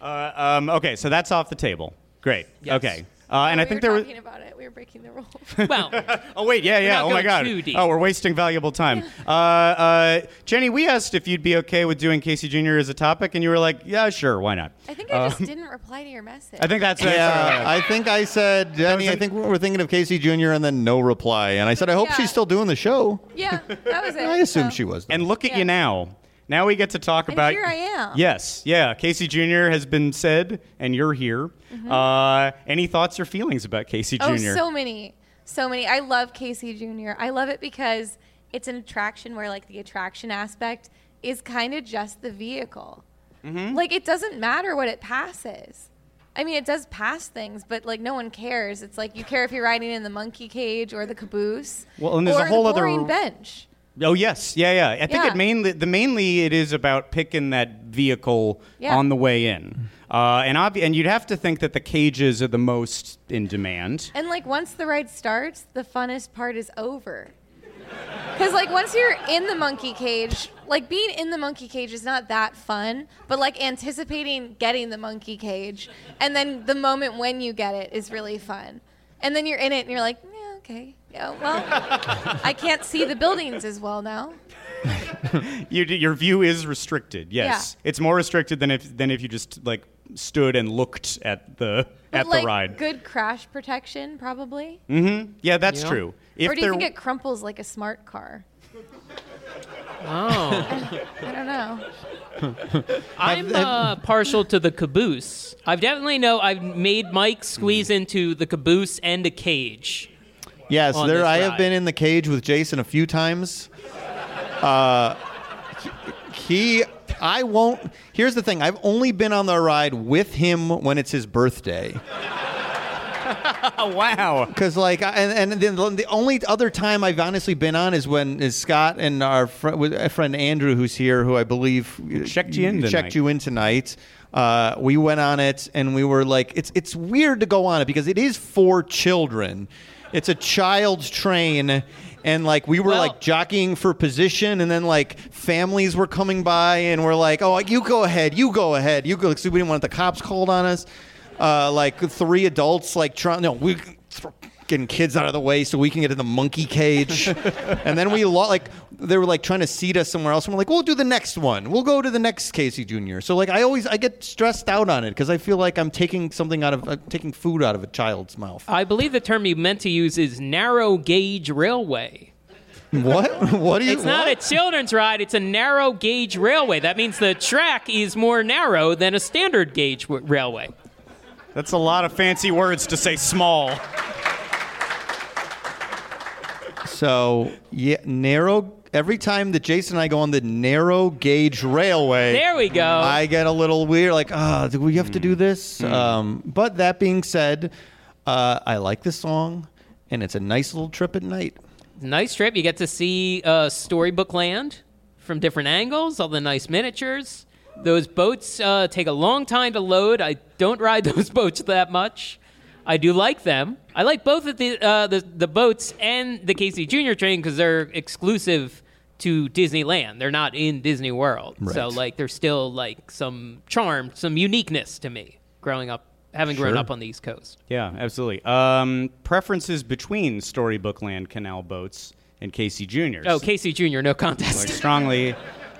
Speaker 3: Uh,
Speaker 4: Jr.
Speaker 3: Um, okay, so that's off the table. Great.
Speaker 2: Yes.
Speaker 3: Okay. Uh, and I
Speaker 4: we
Speaker 3: think
Speaker 4: were
Speaker 3: there was.
Speaker 4: talking about it. We were breaking the rules.
Speaker 2: Well,
Speaker 3: Oh wait, yeah, yeah.
Speaker 2: not
Speaker 3: oh my
Speaker 2: going
Speaker 3: god.
Speaker 2: too deep.
Speaker 3: Oh, we're wasting valuable time. Uh, uh, Jenny, we asked if you'd be okay with doing Casey Jr. as a topic, and you were like, "Yeah, sure, why not?"
Speaker 4: I think I just didn't reply to your message.
Speaker 3: Um, I think that's that's all
Speaker 1: Yeah,
Speaker 3: right.
Speaker 1: I think I said, Jenny, I
Speaker 3: an-
Speaker 1: think we're thinking of Casey Jr. and then no reply. And I said, I hope
Speaker 4: Yeah.
Speaker 1: she's still doing the show.
Speaker 4: yeah, that was it.
Speaker 1: I assume
Speaker 4: So-
Speaker 1: she was. though.
Speaker 3: and look at
Speaker 4: Yeah.
Speaker 3: you now. Now we get to talk
Speaker 4: And
Speaker 3: about.
Speaker 4: here I am.
Speaker 3: Yes, yeah. Casey Jr. has been said, and you're here.
Speaker 4: Mm-hmm.
Speaker 3: Uh, any thoughts or feelings about Casey Jr.?
Speaker 4: Oh, so many. So many. I love Casey Jr. I love it because it's an attraction where like the attraction aspect is kind of just the vehicle.
Speaker 3: Mm-hmm.
Speaker 4: Like it doesn't matter what it passes. I mean, it does pass things, but like no one cares. It's like you care if you're riding in the monkey cage or the caboose.
Speaker 3: Well, and there's
Speaker 4: or
Speaker 3: a whole
Speaker 4: the
Speaker 3: other-
Speaker 4: boring bench.
Speaker 3: Oh yes, yeah, yeah. I think
Speaker 4: Yeah.
Speaker 3: it mainly the mainly it is about picking that vehicle
Speaker 4: Yeah.
Speaker 3: on the way in, uh, and obvi- and you'd have to think that the cages are the most in demand.
Speaker 4: And like once the ride starts, the funnest part is over. Cause like once you're in the monkey cage, like being in the monkey cage is not that fun, but like anticipating getting the monkey cage and then the moment when you get it is really fun. And then you're in it and you're like, yeah, okay. Yeah, well, I can't see the buildings as well now.
Speaker 3: You, d- your view is restricted. Yes, it's more restricted than if than if you just like stood and looked at the
Speaker 4: But
Speaker 3: at
Speaker 4: like
Speaker 3: the ride.
Speaker 4: good crash protection probably.
Speaker 3: yeah, that's
Speaker 2: Yeah.
Speaker 3: true. If
Speaker 4: or do you
Speaker 3: there-
Speaker 4: think it crumples like a smart car?
Speaker 2: Oh.
Speaker 4: I don't know.
Speaker 2: I'm uh, partial to the caboose. I've definitely know I've made Mike squeeze
Speaker 1: Hmm.
Speaker 2: into the caboose and a cage.
Speaker 1: Yes,
Speaker 2: on
Speaker 1: there.
Speaker 2: this
Speaker 1: I have
Speaker 2: ride.
Speaker 1: been in the cage with Jason a few times. Uh, he, I won't. Here's the thing: I've only been on the ride with him when it's his birthday.
Speaker 3: oh wow,
Speaker 1: Because like, I- and and then the- the only other time I've honestly been on is when is Scott and our fr- with- uh, friend Andrew, who's here, who I believe
Speaker 3: Checked you in
Speaker 1: checked
Speaker 3: tonight.
Speaker 1: you in tonight. Uh, we went on it, and we were like, it's it's weird to go on it because it is for children. It's a child's train. And like we were
Speaker 2: Well-
Speaker 1: like jockeying for position, and then like families were coming by, and we're like, "Oh, you go ahead, you go ahead, you go." Like, so we didn't want the cops called on us. Uh, like three adults, like trying. No, we getting kids out of the way so we can get in the monkey cage. and then we lo- like they were like trying to seat us somewhere else. And we're like, we'll do the next one. We'll go to the next Casey Jr. So like I always I get stressed out on it because I feel like I'm taking something out of uh, taking food out of a child's mouth.
Speaker 2: I believe the term you meant to use is narrow gauge railway.
Speaker 1: what? what do you?
Speaker 2: It's not a
Speaker 1: what?
Speaker 2: children's ride, it's a narrow gauge railway. That means the track is more narrow than a standard gauge w- railway.
Speaker 3: that's a lot of fancy words to say small.
Speaker 1: so yeah, narrow. Every time that Jason and I go on the narrow gauge railway,
Speaker 2: There we go.
Speaker 1: I get a little weird, like, ah, do we have to
Speaker 3: Mm-hmm.
Speaker 1: do this? Um, but that being said, uh, I like this song, and it's a nice little trip at night.
Speaker 2: nice trip. You get to see uh, Storybook Land from different angles, all the nice miniatures. Those boats uh, take a long time to load. I don't ride those boats that much. I do like them. I like both of the uh, the, the boats and the Casey Junior train because they're exclusive to Disneyland. They're not in Disney World, so
Speaker 1: Right.
Speaker 2: like there's still like some charm, some uniqueness to me. Growing up, having grown
Speaker 1: Sure.
Speaker 2: up on the East Coast.
Speaker 3: Yeah, absolutely. Um, preferences between Storybook Land canal boats and Casey Juniors.
Speaker 2: Oh, Casey Junior, no contest.
Speaker 3: like strongly.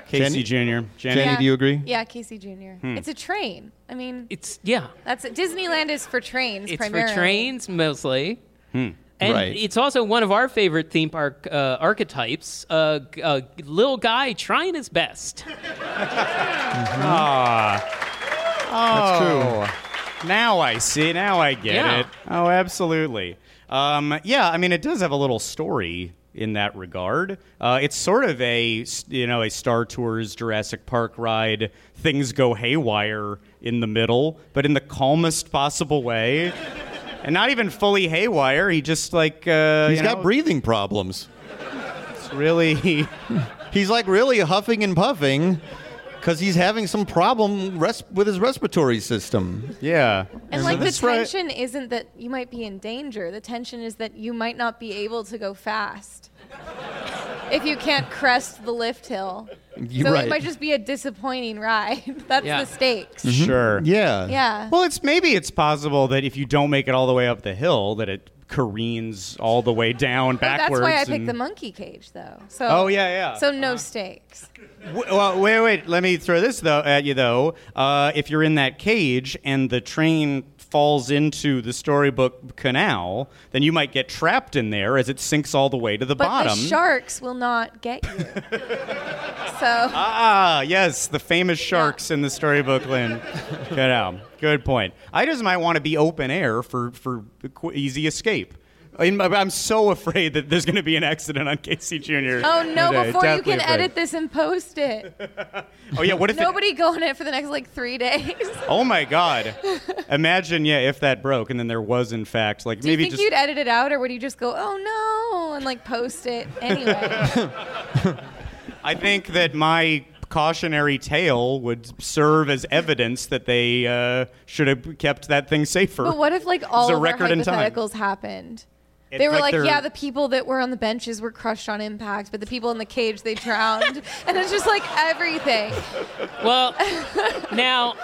Speaker 3: Casey Junior. Jenny.
Speaker 1: Jenny, do you agree?
Speaker 4: Yeah, Casey Jr.
Speaker 3: Hmm.
Speaker 4: It's a train. I mean,
Speaker 2: It's yeah.
Speaker 4: That's it. Disneyland is for trains
Speaker 2: It's
Speaker 4: primarily.
Speaker 2: for trains mostly. And
Speaker 1: Hmm. Right.
Speaker 2: it's also one of our favorite theme park uh, archetypes. A uh, g- uh, little guy trying his best.
Speaker 1: That's true.
Speaker 3: Ah. Oh. Now I see. Now I get
Speaker 2: Yeah.
Speaker 3: it. Oh, absolutely. Um, yeah, I mean, it does have a little story in that regard. Uh, it's sort of a you know a Star Tours Jurassic Park ride. Things go haywire in the middle, but in the calmest possible way. And not even fully haywire. He just like uh,
Speaker 1: He's
Speaker 3: you
Speaker 1: got
Speaker 3: know,
Speaker 1: breathing problems.
Speaker 3: it's really
Speaker 1: He's like really huffing and puffing because he's having some problem res- with his respiratory system.
Speaker 3: yeah.
Speaker 4: And like the
Speaker 3: That's right.
Speaker 4: tension isn't that you might be in danger. The tension is that you might not be able to go fast if you can't crest the lift hill.
Speaker 1: You're
Speaker 4: so
Speaker 1: right.
Speaker 4: it might just be a disappointing ride. That's
Speaker 2: Yeah.
Speaker 4: the stakes.
Speaker 3: Sure.
Speaker 1: Mm-hmm. yeah.
Speaker 4: Yeah.
Speaker 3: Mm-hmm. Well, it's maybe it's possible that if you don't make it all the way up the hill, that it careens all the way down
Speaker 4: But Oh, that's
Speaker 3: backwards.
Speaker 4: why I picked
Speaker 3: and-
Speaker 4: the monkey cage though. So
Speaker 3: Oh, yeah, yeah.
Speaker 4: So no stakes.
Speaker 3: W- well, wait, wait. Let me throw this though at you though. Uh, if you're in that cage and the train falls into the storybook canal, then you might get trapped in there as it sinks all the way to the
Speaker 4: But
Speaker 3: bottom.
Speaker 4: the sharks will not get you. so
Speaker 3: Ah, yes, the famous sharks in the storybook land. Good, um, good point. I just might want to be open air for for qu- easy escape. In my- I'm so afraid that there's going to be an accident on Casey Jr.
Speaker 4: Oh no!
Speaker 3: today.
Speaker 4: Before you
Speaker 3: Deathly
Speaker 4: can
Speaker 3: afraid.
Speaker 4: edit this and post it,
Speaker 3: Oh yeah, what if it-
Speaker 4: nobody go on it for the next like three days.
Speaker 3: Oh my God! Imagine, yeah, if that broke, and then there was, in fact, like
Speaker 4: Do you
Speaker 3: maybe
Speaker 4: think
Speaker 3: just
Speaker 4: you'd edit it out, or would you just go, "Oh no," and like post it anyway?
Speaker 3: I think that my cautionary tale would serve as evidence that they uh, should have kept that thing safer.
Speaker 4: but what if like all
Speaker 3: a
Speaker 4: of our
Speaker 3: record in time.
Speaker 4: hypotheticals happened?
Speaker 3: It-
Speaker 4: they were
Speaker 3: like
Speaker 4: like,
Speaker 3: they're-
Speaker 4: yeah, the people that were on the benches were crushed on impact, but the people in the cage they drowned, and it's just like everything.
Speaker 2: Well, now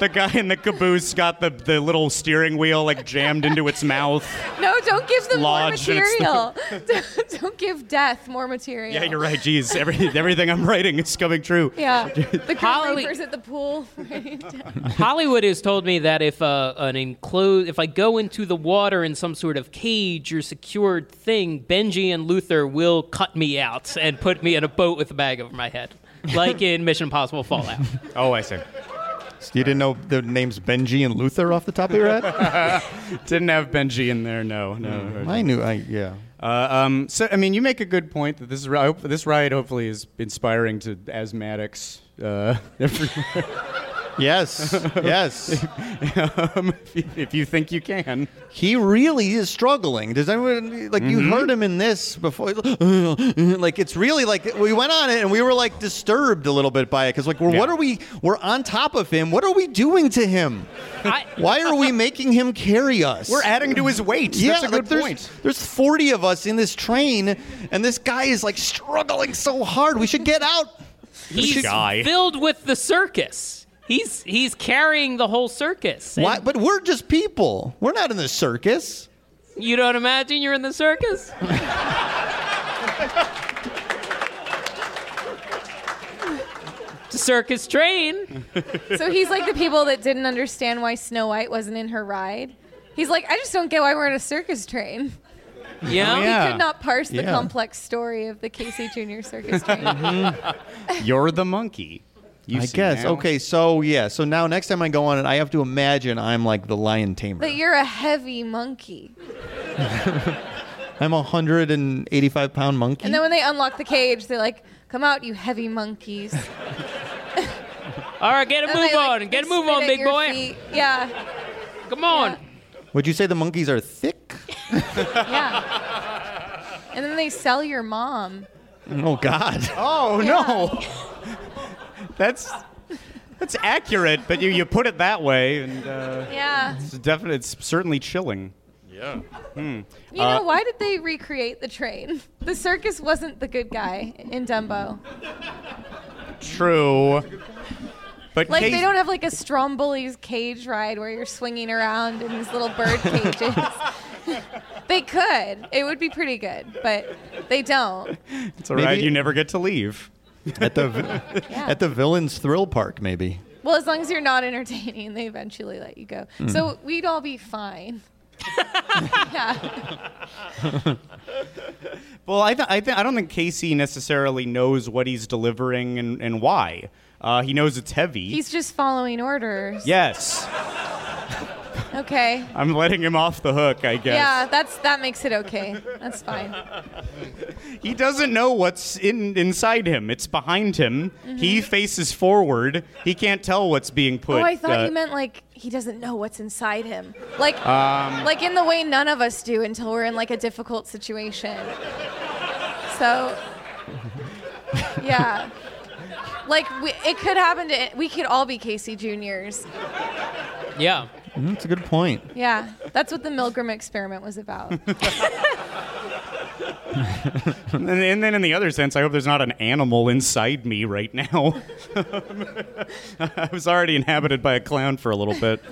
Speaker 3: The guy in the caboose got the, the little steering wheel like jammed into its mouth.
Speaker 4: No, don't give them
Speaker 3: Lodged and
Speaker 4: more
Speaker 3: it's
Speaker 4: material. don't, don't give death more material.
Speaker 3: Yeah, you're right. Jeez, every, everything I'm writing is coming true.
Speaker 4: Yeah, the Grim
Speaker 2: Holly-
Speaker 4: Reapers at the pool. right?
Speaker 2: Hollywood has told me that if uh, an enclosed, if I go into the water in some sort of cage or secured thing, Benji and Luther will cut me out and put me in a boat with a bag over my head, like in Mission Impossible Fallout.
Speaker 3: Oh, I see.
Speaker 1: You didn't know the names Benji and Luther off the top of your head?
Speaker 3: Didn't have Benji in there. No, no.
Speaker 1: I knew. I yeah.
Speaker 3: Uh, um, so, I mean, you make a good point that this ri- I hope, this ride hopefully is inspiring to asthmatics. Uh, everywhere.
Speaker 1: Yes. Yes.
Speaker 3: um, if, you, if you think you can,
Speaker 1: he really is struggling. Does anyone like
Speaker 3: Mm-hmm.
Speaker 1: you heard him in this before? Like it's really like we went on it and we were like disturbed a little bit by it because like we're, what
Speaker 3: Yeah.
Speaker 1: are we? We're on top of him. What are we doing to him?
Speaker 2: I,
Speaker 1: Why are we making him carry us?
Speaker 3: we're adding to his weight. That's a
Speaker 1: like,
Speaker 3: good
Speaker 1: there's,
Speaker 3: point.
Speaker 1: There's 40 of us in this train, and this guy is like struggling so hard. We should get out.
Speaker 2: he's
Speaker 3: guy.
Speaker 2: filled with the circus. He's he's carrying the whole circus. And
Speaker 1: Why? But we're just people. We're not in the circus.
Speaker 2: You don't imagine you're in the circus? It's a circus train.
Speaker 4: So he's like the people that didn't understand why Snow White wasn't in her ride. He's like, I just don't get why we're in a circus train.
Speaker 2: Oh, Yeah.
Speaker 3: yeah.
Speaker 4: Could not parse the
Speaker 1: Yeah.
Speaker 4: complex story of the Casey Jr. circus train.
Speaker 3: You're the monkey. You
Speaker 1: I
Speaker 3: see
Speaker 1: guess.
Speaker 3: now.
Speaker 1: Okay, so yeah. So now next time I go on it, I have to imagine I'm like the lion tamer.
Speaker 4: that you're a heavy monkey.
Speaker 1: I'm a 185 pound monkey.
Speaker 4: And then when they unlock the cage, they're like, Come out, you heavy monkeys.
Speaker 2: All right, get a
Speaker 4: And
Speaker 2: move
Speaker 4: they, like,
Speaker 2: on. Get a
Speaker 4: spit
Speaker 2: move on,
Speaker 4: at
Speaker 2: big
Speaker 4: your
Speaker 2: boy.
Speaker 4: feet. Yeah,
Speaker 2: Come on.
Speaker 1: Would you say the monkeys are thick?
Speaker 4: yeah. And then they sell your mom.
Speaker 1: Oh God.
Speaker 3: Oh no, that's that's accurate. But you you put it that way, and uh,
Speaker 4: Yeah.
Speaker 3: it's definitely it's certainly chilling.
Speaker 4: You know, why did they recreate the train? The circus wasn't the good guy in Dumbo.
Speaker 3: True. But
Speaker 4: Like
Speaker 3: Kate-
Speaker 4: they don't have like a Stromboli's cage ride where you're swinging around in these little bird cages. they could. It would be pretty good, but they don't.
Speaker 3: it's a
Speaker 1: Maybe-
Speaker 3: ride you never get to leave.
Speaker 1: at the at the villains thrill park, maybe.
Speaker 4: Well, as long as you're not entertaining, they eventually let you go. So we'd all be fine. yeah.
Speaker 3: Well, I, th- I, th- I don't think Casey necessarily knows what he's delivering and, and why. Uh, he knows it's heavy.
Speaker 4: He's just following orders.
Speaker 3: yes.
Speaker 4: Okay.
Speaker 3: I'm letting him off the hook, I
Speaker 4: Yeah,
Speaker 3: guess.
Speaker 4: that's that makes it okay. That's fine.
Speaker 3: He doesn't know what's in inside him. It's behind him.
Speaker 4: Mm-hmm.
Speaker 3: He faces forward. He can't tell what's being put.
Speaker 4: oh, I thought
Speaker 3: uh,
Speaker 4: you meant like he doesn't know what's inside him. Like
Speaker 1: Um,
Speaker 4: like in the way none of us do until we're in like a difficult situation. So yeah. Like we, it could happen to we could all be Casey Juniors.
Speaker 2: Yeah.
Speaker 1: Mm, that's a good point.
Speaker 4: Yeah. That's what the Milgram experiment was about.
Speaker 3: And, and then in the other sense, I hope there's not an animal inside me right now. I was already inhabited by a clown for a little bit.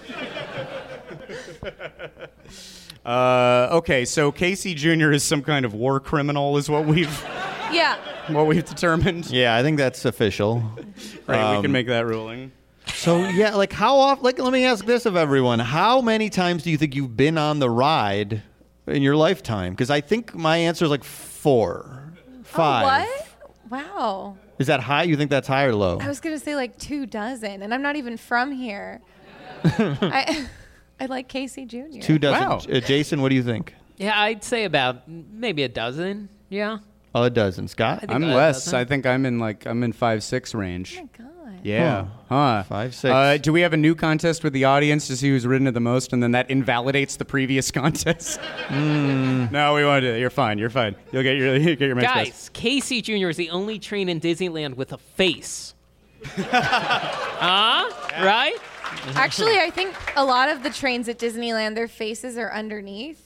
Speaker 3: Uh, okay, so Casey Jr. is some kind of war criminal, is what we've
Speaker 4: yeah.
Speaker 3: what we've determined.
Speaker 1: Yeah, I think that's official.
Speaker 3: Right, we can make that ruling.
Speaker 1: So yeah, like how off? Like let me ask this of everyone: How many times do you think you've been on the ride in your lifetime? Because I think my answer is like four, five.
Speaker 4: Oh, what? Wow.
Speaker 1: Is that high? You think that's high or low?
Speaker 4: I was gonna say like two dozen, and I'm not even from here. I, I like Casey Jr.
Speaker 1: Two dozen.
Speaker 3: Wow.
Speaker 1: Uh, Jason, what do you think?
Speaker 2: Yeah, I'd say about maybe a dozen. Yeah.
Speaker 1: A dozen. Scott?
Speaker 2: I think-
Speaker 3: I'm
Speaker 2: Uh,
Speaker 3: less.
Speaker 2: doesn't.
Speaker 3: I think I'm in like I'm in five six range.
Speaker 4: God.
Speaker 3: Yeah. Huh.
Speaker 1: Five, six.
Speaker 3: Uh, do we have a new contest with the audience to see who's ridden it the most, and then that invalidates the previous contest?
Speaker 1: Hmm.
Speaker 3: No, we won't do that. You're fine. You're fine. You'll get your you'll get your match best.
Speaker 2: Guys, Casey Jr. is the only train in Disneyland with a face. huh? Right?
Speaker 4: Actually, I think a lot of the trains at Disneyland, their faces are underneath.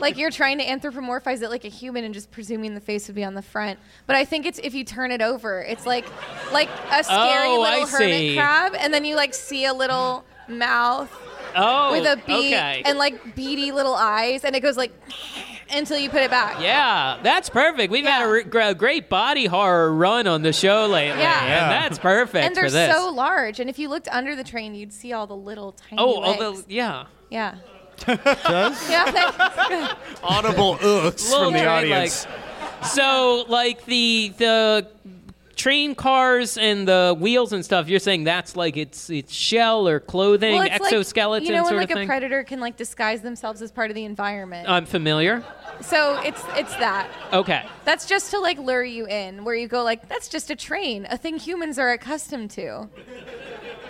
Speaker 4: Like you're trying to anthropomorphize it like a human and just presuming the face would be on the front. But I think it's if you turn it over, it's like like a scary
Speaker 2: Oh,
Speaker 4: little
Speaker 2: I
Speaker 4: hermit
Speaker 2: see.
Speaker 4: crab, and then you like see a little mouth
Speaker 2: Oh,
Speaker 4: with a beak
Speaker 2: okay.
Speaker 4: and like beady little eyes, and it goes like until you put it back.
Speaker 2: yeah, that's perfect. We've had a
Speaker 4: Yeah.
Speaker 2: re- gr- a great body horror run on the show lately,
Speaker 4: Yeah.
Speaker 2: and
Speaker 3: Yeah.
Speaker 2: that's perfect
Speaker 4: And
Speaker 2: for
Speaker 4: they're
Speaker 2: this.
Speaker 4: so large, and if you looked under the train, you'd see all the little tiny.
Speaker 2: oh,
Speaker 4: legs.
Speaker 2: although yeah,
Speaker 4: yeah,
Speaker 1: Does?
Speaker 4: yeah. thanks.
Speaker 3: Audible oops
Speaker 2: Little
Speaker 3: from the
Speaker 2: train,
Speaker 3: audience.
Speaker 2: like- so like the the train cars and the wheels and stuff. You're saying that's like its its shell or clothing,
Speaker 4: Well, it's
Speaker 2: exoskeleton
Speaker 4: like, you know, when
Speaker 2: sort
Speaker 4: like
Speaker 2: of
Speaker 4: a
Speaker 2: thing. Uh,
Speaker 4: predator can like disguise themselves as part of the environment.
Speaker 2: I'm familiar.
Speaker 4: so it's it's that.
Speaker 2: Okay.
Speaker 4: That's just to like lure you in, where you go like, that's just a train, a thing humans are accustomed to.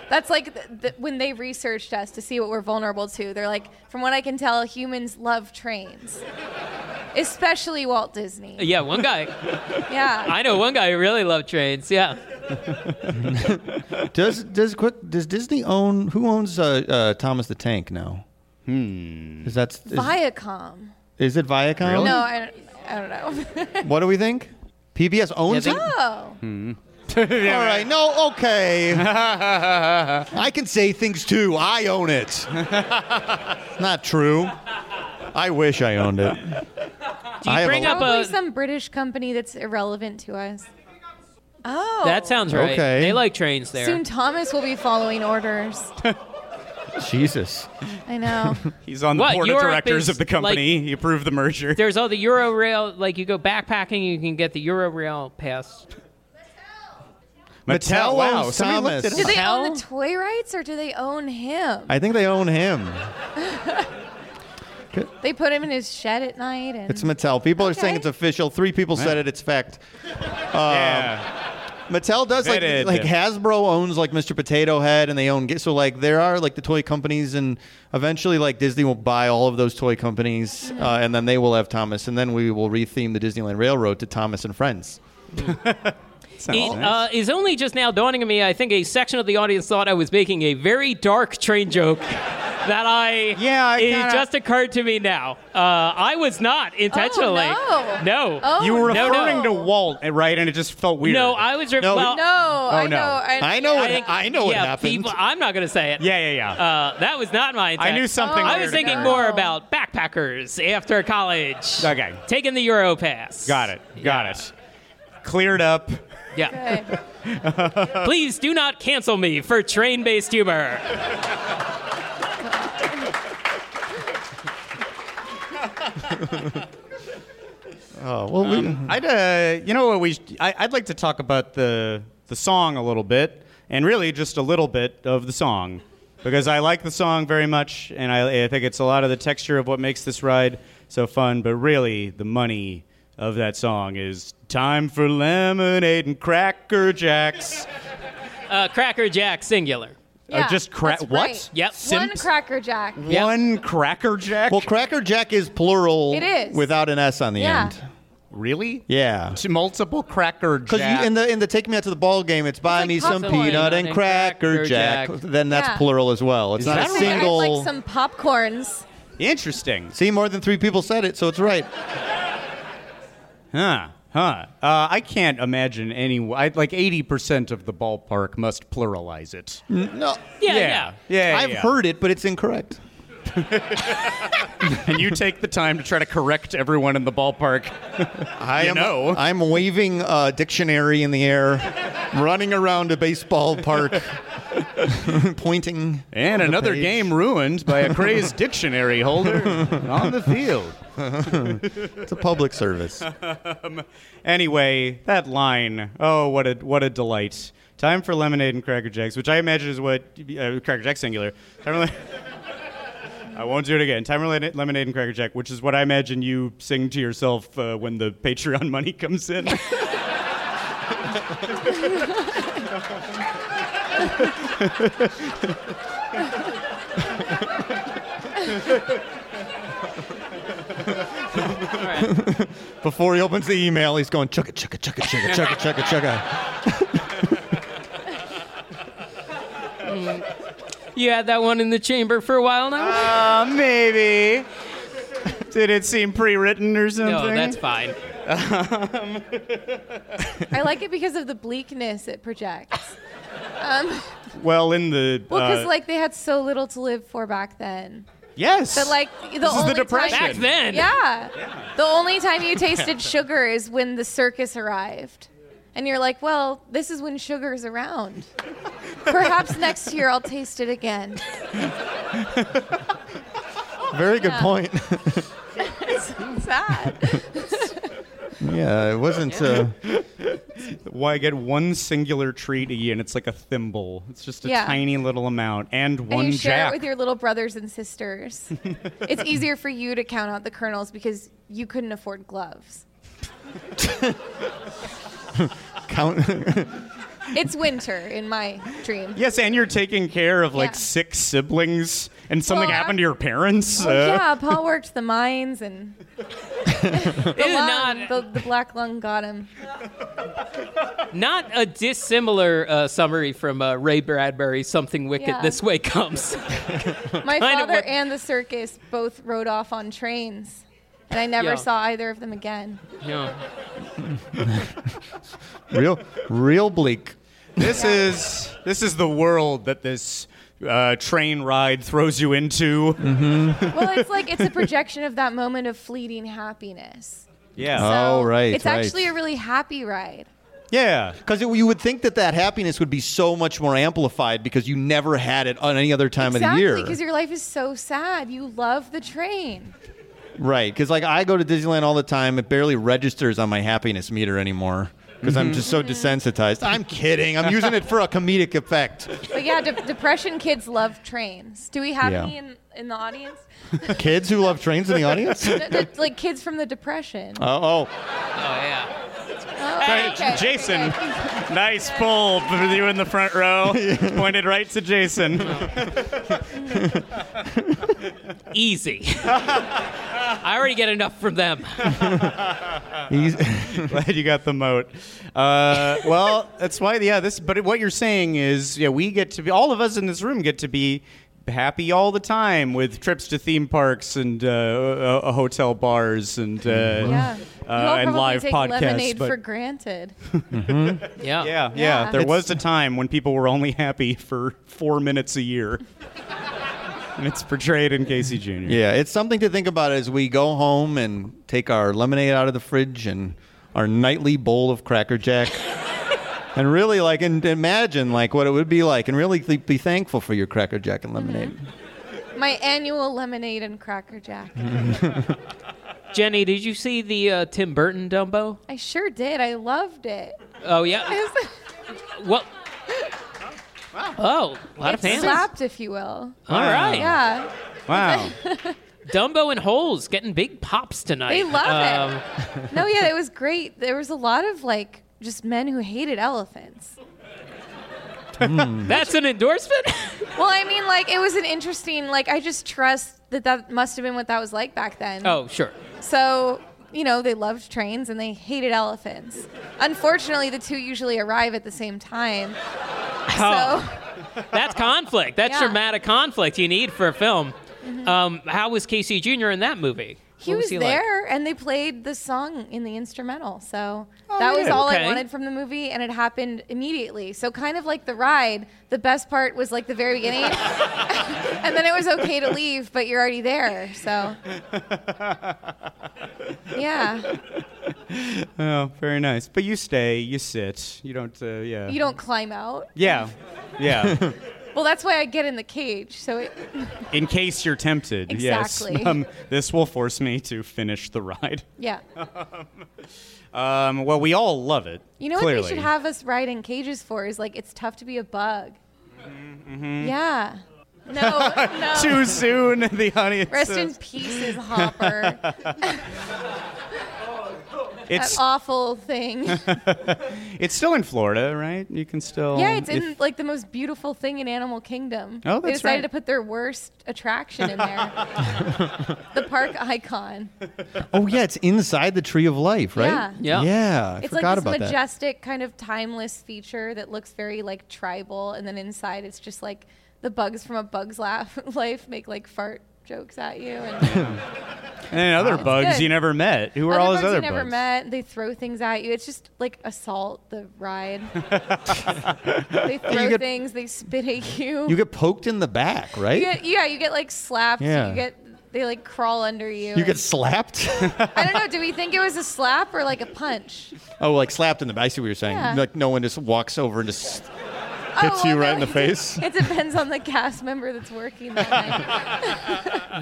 Speaker 4: That's like th- th- when they researched us to see what we're vulnerable to. They're like, from what I can tell, humans love trains, especially Walt Disney.
Speaker 2: Yeah, one guy.
Speaker 4: Yeah.
Speaker 2: Uh, I know one guy who really loved trains. Yeah.
Speaker 1: Does does quick does Disney own who owns uh, uh, Thomas the Tank now? Hmm. Is that is,
Speaker 4: Viacom.
Speaker 1: is it Viacom?
Speaker 4: No, I don't, I don't know.
Speaker 1: What do we think? PBS owns
Speaker 2: Yeah,
Speaker 1: it.
Speaker 2: they-
Speaker 4: oh,
Speaker 1: All right. No. Okay. I can say things too. I own it. Not true. I wish I owned it.
Speaker 2: Do you
Speaker 1: I have
Speaker 2: bring
Speaker 1: a-
Speaker 2: up
Speaker 4: probably
Speaker 2: a?
Speaker 4: some British company that's irrelevant to us. Oh,
Speaker 2: That sounds right.
Speaker 1: Okay.
Speaker 2: They like trains there.
Speaker 4: Soon Thomas will be following orders.
Speaker 1: Jesus.
Speaker 4: I know.
Speaker 3: He's on the
Speaker 2: What,
Speaker 3: board of
Speaker 2: Europe
Speaker 3: directors
Speaker 2: is,
Speaker 3: of the company. he approved the merger.
Speaker 2: There's all the Euro Rail. Like you go backpacking, you can get the Euro Rail pass.
Speaker 1: Mattel
Speaker 3: Wow.
Speaker 1: owns
Speaker 3: Somebody looked
Speaker 1: Thomas.
Speaker 3: it up.
Speaker 4: Do they
Speaker 2: Hell?
Speaker 4: own the toy rights or do they own him?
Speaker 1: I think they own him.
Speaker 4: they put him in his shed at night and
Speaker 1: It's Mattel. People are saying
Speaker 4: Okay.
Speaker 1: it's official. Three people said it. It's fact.
Speaker 3: yeah.
Speaker 1: Mattel does like
Speaker 3: Fitted.
Speaker 1: like Hasbro owns like Mr. Potato Head and they own so like there are like the toy companies and eventually like Disney will buy all of those toy companies
Speaker 4: Mm-hmm.
Speaker 1: uh, and then they will have Thomas and then we will retheme the Disneyland Railroad to Thomas and Friends.
Speaker 3: Sounds
Speaker 2: It
Speaker 3: nice.
Speaker 2: uh, is only just now dawning on me. I think a section of the audience thought I was making a very dark train joke. That I
Speaker 3: Yeah, I
Speaker 2: it
Speaker 3: kinda-
Speaker 2: just occurred to me now. Uh, I was not intentionally.
Speaker 4: no.
Speaker 2: no,
Speaker 4: Oh,
Speaker 3: you were
Speaker 4: no,
Speaker 2: no.
Speaker 3: referring to Walt, right? And it just felt weird.
Speaker 2: No, I was. Re-
Speaker 1: No,
Speaker 2: well,
Speaker 4: No, I
Speaker 3: Oh, no.
Speaker 4: know. I,
Speaker 1: I know
Speaker 2: I
Speaker 1: what
Speaker 2: think-
Speaker 1: I know what
Speaker 2: yeah,
Speaker 1: happened.
Speaker 2: people- I'm not going to say it.
Speaker 3: Yeah, yeah, yeah.
Speaker 2: Uh, that was not my
Speaker 3: I
Speaker 2: intent.
Speaker 3: knew something.
Speaker 4: Oh.
Speaker 2: I
Speaker 3: weird
Speaker 2: was thinking
Speaker 3: occurred.
Speaker 2: more about backpackers after college.
Speaker 3: Okay.
Speaker 2: Taking the Euro pass.
Speaker 3: Got it. Got it. Cleared up.
Speaker 2: Yeah.
Speaker 3: Uh,
Speaker 4: Okay.
Speaker 2: Please do not cancel me for train based humor.
Speaker 1: oh, well, we-
Speaker 3: I'd, uh, you know what we? sh- I, would like to talk about the the song a little bit, and really just a little bit of the song, because I like the song very much, and I, I think it's a lot of the texture of what makes this ride so fun. But really, the money of that song is time for lemonade and cracker jacks.
Speaker 2: Uh, Cracker Jack, singular.
Speaker 4: Yeah,
Speaker 3: uh, just crack.
Speaker 4: that's
Speaker 3: What?
Speaker 4: right.
Speaker 2: Yep.
Speaker 4: One
Speaker 3: Simps?
Speaker 4: Cracker Jack.
Speaker 2: Yep.
Speaker 3: One cracker jack.
Speaker 1: well, Cracker Jack is plural
Speaker 4: It is.
Speaker 1: without an S on the
Speaker 4: Yeah.
Speaker 1: end.
Speaker 3: really?
Speaker 1: Yeah.
Speaker 3: T- Multiple cracker
Speaker 1: Because
Speaker 3: jacks.
Speaker 1: in the in the take me out to the ball game, it's buy
Speaker 4: like
Speaker 1: me some
Speaker 4: popcorn.
Speaker 1: peanut and cracker jack. Then that's
Speaker 4: Yeah.
Speaker 1: plural as well. It's
Speaker 3: Is
Speaker 1: not
Speaker 3: that
Speaker 1: a
Speaker 3: right?
Speaker 1: single.
Speaker 4: I'd like some popcorns.
Speaker 3: Interesting.
Speaker 1: See, more than three people said it, so it's right.
Speaker 3: Huh. Huh. Uh, I can't imagine any. I, like eighty percent of the ballpark must pluralize it.
Speaker 1: No,
Speaker 2: Yeah, yeah.
Speaker 3: yeah. yeah,
Speaker 1: I've
Speaker 3: yeah.
Speaker 1: heard it, but it's incorrect.
Speaker 3: And you take the time to try to correct everyone in the ballpark.
Speaker 1: I
Speaker 3: You
Speaker 1: am,
Speaker 3: know.
Speaker 1: I'm waving a dictionary in the air, running around a baseball park, pointing.
Speaker 3: And
Speaker 1: on the
Speaker 3: another
Speaker 1: page.
Speaker 3: game ruined by a crazed dictionary holder on the field.
Speaker 1: It's a public service.
Speaker 3: Anyway, that line. Oh, what a what a delight. Time for lemonade and cracker jacks, which I imagine is what uh, cracker jack singular. Time for le- I won't do it again. Time related lemonade and cracker jack, which is what I imagine you sing to yourself uh, when the Patreon money comes in.
Speaker 1: Before he opens the email, he's going chugga chugga chugga chugga chugga chugga chugga.
Speaker 2: You had that one in the chamber for a while now?
Speaker 3: Uh, maybe. Did it seem pre-written or something?
Speaker 2: no, that's fine.
Speaker 4: I like it because of the bleakness it projects.
Speaker 3: Well, in the
Speaker 4: Well, because
Speaker 3: uh,
Speaker 4: like they had so little to live for back then.
Speaker 3: yes,
Speaker 4: But like the
Speaker 3: this is
Speaker 4: only
Speaker 3: the depression.
Speaker 4: Time,
Speaker 2: Back then.
Speaker 4: Yeah. The only time you tasted sugar is when the circus arrived. And you're like, well, this is when sugar's around. Perhaps next year I'll taste it again.
Speaker 1: Very good point.
Speaker 4: Sad.
Speaker 1: yeah, it wasn't. Uh,
Speaker 3: Why get one singular treat a year, and it's like a thimble. It's just a
Speaker 4: Yeah.
Speaker 3: tiny little amount, and one
Speaker 4: And you share
Speaker 3: jack.
Speaker 4: it with your little brothers and sisters. it's easier for you to count out the kernels because you couldn't afford gloves.
Speaker 1: count.
Speaker 4: It's winter in my dream.
Speaker 3: yes, and you're taking care of like
Speaker 4: Yeah.
Speaker 3: six siblings, and something
Speaker 4: Well,
Speaker 3: happened to your parents.
Speaker 4: Well,
Speaker 3: uh,
Speaker 4: Oh, yeah, Pa worked the mines and the,
Speaker 2: Ew,
Speaker 4: lung,
Speaker 2: not-
Speaker 4: the, the black lung got him.
Speaker 2: Not a dissimilar uh, summary from uh, Ray Bradbury, Something Wicked
Speaker 4: Yeah.
Speaker 2: This Way Comes.
Speaker 4: My
Speaker 2: Kind of
Speaker 4: father
Speaker 2: what-
Speaker 4: and the circus both rode off on trains, and I never
Speaker 2: Yeah.
Speaker 4: saw either of them again.
Speaker 2: Yeah.
Speaker 1: real, real bleak.
Speaker 3: This is this is the world that this uh, train ride throws you into.
Speaker 4: Well, it's like it's a projection of that moment of fleeting happiness.
Speaker 3: Yeah,
Speaker 1: Oh, right,
Speaker 4: It's
Speaker 1: right.
Speaker 4: actually a really happy ride.
Speaker 3: yeah.
Speaker 1: Because you would think that that happiness would be so much more amplified because you never had it on any other time
Speaker 4: exactly,
Speaker 1: of the
Speaker 4: because
Speaker 1: year.
Speaker 4: your life is so sad. You love the train.
Speaker 1: Right. Because like I go to Disneyland all the time, it barely registers on my happiness meter anymore because I'm just so desensitized. I'm kidding. I'm using it for a comedic effect.
Speaker 4: But yeah, de- depression kids love trains. Do we have
Speaker 1: Yeah.
Speaker 4: any in, in the audience?
Speaker 1: Kids who love trains in the audience. Uh,
Speaker 4: The- the- like kids from the depression.
Speaker 1: Oh, oh.
Speaker 2: Oh, yeah.
Speaker 4: Oh,
Speaker 3: Hey,
Speaker 4: okay,
Speaker 3: Jason.
Speaker 4: okay.
Speaker 3: Nice pull for you in the front row. Pointed right to Jason.
Speaker 2: Easy. I already get enough from them.
Speaker 1: He's-
Speaker 3: Glad you got the moat. Uh, well, that's why. Yeah, this. But what you're saying is, yeah, we get to be all of us in this room get to be happy all the time with trips to theme parks and uh, uh, hotel bars and uh,
Speaker 4: Mm-hmm. Yeah.
Speaker 3: uh,
Speaker 4: you all
Speaker 3: and
Speaker 4: probably
Speaker 3: live
Speaker 4: take
Speaker 3: podcasts.
Speaker 4: lemonade
Speaker 3: but-
Speaker 4: for granted.
Speaker 2: Yeah.
Speaker 3: yeah, yeah,
Speaker 4: Yeah.
Speaker 3: There
Speaker 4: It's-
Speaker 3: was a time when people were only happy for four minutes a year. and it's portrayed in Casey Jr.
Speaker 1: yeah, it's something to think about as we go home and take our lemonade out of the fridge and our nightly bowl of Cracker Jack. And really, like, and imagine like what it would be like, and really th- be thankful for your Cracker Jack and lemonade.
Speaker 4: My annual lemonade and cracker jack.
Speaker 2: Jenny, did you see the uh, Tim Burton Dumbo?
Speaker 4: I sure did. I loved it.
Speaker 2: Oh, yeah.
Speaker 4: It
Speaker 2: What? Oh, a lot of fans. Oh.
Speaker 4: slapped, if you will.
Speaker 2: All right.
Speaker 4: Yeah.
Speaker 3: Wow.
Speaker 2: Dumbo and Holes getting big pops tonight. Um,
Speaker 4: They love it. No, yeah, it was great. There was a lot of like just men who hated elephants.
Speaker 2: That's an endorsement?
Speaker 4: Well, I mean, like it was an interesting. Like I just trust that that must have been what that was like back then.
Speaker 2: oh, sure.
Speaker 4: So. You know, they loved trains and they hated elephants. Unfortunately, the two usually arrive at the same time.
Speaker 2: Oh.
Speaker 4: So,
Speaker 2: That's conflict. That's
Speaker 4: Yeah. Mm-hmm.
Speaker 2: dramatic conflict you need for a film. Um, how was Casey Jr. in that movie?
Speaker 4: he
Speaker 2: What
Speaker 4: was,
Speaker 2: like?
Speaker 4: there and they played the song in the instrumental so that was
Speaker 2: yeah.
Speaker 4: all
Speaker 2: Okay.
Speaker 4: i wanted from the movie and it happened immediately so kind of like the ride the best part was like the very beginning and then it was okay to leave but you're already there so yeah
Speaker 3: oh, very nice. But you stay, you sit. You don't. Uh, yeah.
Speaker 4: you don't climb out
Speaker 3: Yeah. Yeah.
Speaker 4: well that's why i get in the cage so it,
Speaker 3: In case you're tempted. Yes.
Speaker 4: Exactly.
Speaker 3: Um, this will force me to finish the ride.
Speaker 4: yeah
Speaker 3: Um, well, we all love it.
Speaker 4: you know
Speaker 3: clearly.
Speaker 4: what they should have us ride in cages for is like it's tough to be a bug yeah No, no.
Speaker 3: Too soon, the honey. it
Speaker 4: Rest in
Speaker 3: says.
Speaker 4: pieces, Hopper. that
Speaker 3: it's
Speaker 4: awful thing.
Speaker 3: it's still in Florida, right? You can still.
Speaker 4: yeah, it's
Speaker 3: if-
Speaker 4: in like the most beautiful thing in Animal Kingdom.
Speaker 3: Oh,
Speaker 4: they
Speaker 3: that's
Speaker 4: decided
Speaker 3: right.
Speaker 4: to put their worst attraction in there. the park icon.
Speaker 1: Oh yeah, it's inside the Tree of Life, right?
Speaker 2: Yeah. Yeah.
Speaker 1: Yeah. I
Speaker 4: it's like
Speaker 1: forgot
Speaker 4: this
Speaker 1: about that.
Speaker 4: majestic kind of timeless feature that looks very like tribal and then inside it's just like the bugs from a bug's laugh life make like fart jokes at you and
Speaker 3: and then other bugs
Speaker 4: good.
Speaker 3: you never met. Who were all
Speaker 4: other
Speaker 3: his
Speaker 4: bugs
Speaker 3: other
Speaker 4: you never
Speaker 3: bugs?
Speaker 4: met they throw things at you it's just like assault the ride they throw
Speaker 1: get-
Speaker 4: things they spit at you,
Speaker 1: You get poked in the back, right?
Speaker 4: You get- yeah you get like slapped
Speaker 1: Yeah.
Speaker 4: you get they like crawl under you
Speaker 1: You get
Speaker 4: and-
Speaker 1: slapped.
Speaker 4: i don't know do we think it was a slap or like a punch
Speaker 1: oh, like slapped in the back. I see what you're saying.
Speaker 4: Yeah.
Speaker 1: Like no one just walks over and just hits
Speaker 4: Oh,
Speaker 1: you
Speaker 4: well,
Speaker 1: right
Speaker 4: no,
Speaker 1: in the
Speaker 4: it-
Speaker 1: face.
Speaker 4: it depends on the cast member that's working that night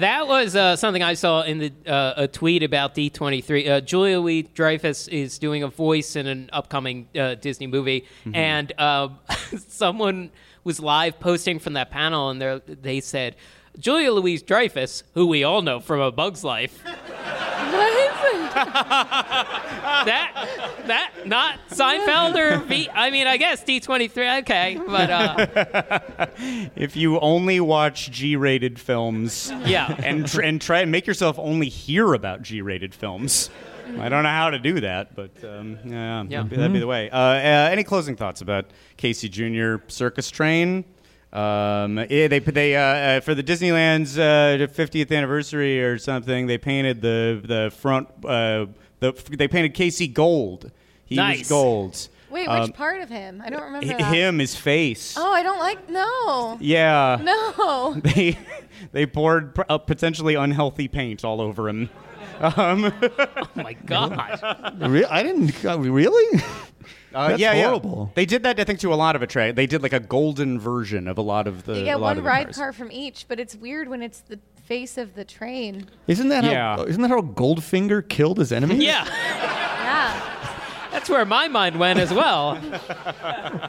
Speaker 2: That was uh, something I saw in the uh, a tweet about D23. Uh, Julia Louis Dreyfus is doing a voice in an upcoming uh, Disney movie, and uh, someone was live posting from that panel, and they're- they said, Julia Louise Dreyfus, who we all know from A Bug's Life,
Speaker 4: What?
Speaker 2: that that not Seinfeld or V. I mean, I guess D23. Okay, but uh,
Speaker 3: If you only watch G-rated films
Speaker 2: yeah,
Speaker 3: and tr- and try and make yourself only hear about G-rated films, I don't know how to do that, but um, yeah,
Speaker 2: Yeah.
Speaker 3: That'd, be, that'd be the way. Uh, uh, any closing thoughts about Casey Jr. Circus Train? Um, eh, they they uh, uh, for the Disneyland's uh, 50th anniversary or something. They painted the the front. Uh, the they painted Casey gold. He was
Speaker 2: Nice.
Speaker 3: gold.
Speaker 4: Wait, which
Speaker 3: Um,
Speaker 4: part of him? I don't remember
Speaker 3: h-
Speaker 4: that.
Speaker 3: him his face.
Speaker 4: Oh, I don't like. No.
Speaker 3: Yeah.
Speaker 4: No.
Speaker 3: They they poured pr- uh, potentially unhealthy paint all over him.
Speaker 2: oh my god,
Speaker 1: Re- I didn't. uh, really?
Speaker 3: Uh,
Speaker 1: That's
Speaker 3: yeah, yeah.
Speaker 1: horrible.
Speaker 3: They did that, I think, to a lot of attract. They did like a golden version of a lot of the.
Speaker 4: You get
Speaker 3: a lot
Speaker 4: one
Speaker 3: of the
Speaker 4: ride
Speaker 3: cars.
Speaker 4: car from each, but it's weird when it's the face of the train.
Speaker 1: Isn't that
Speaker 3: Yeah.
Speaker 1: how? Isn't that how Goldfinger killed his enemy?
Speaker 2: yeah,
Speaker 4: Yeah.
Speaker 2: that's where my mind went as well.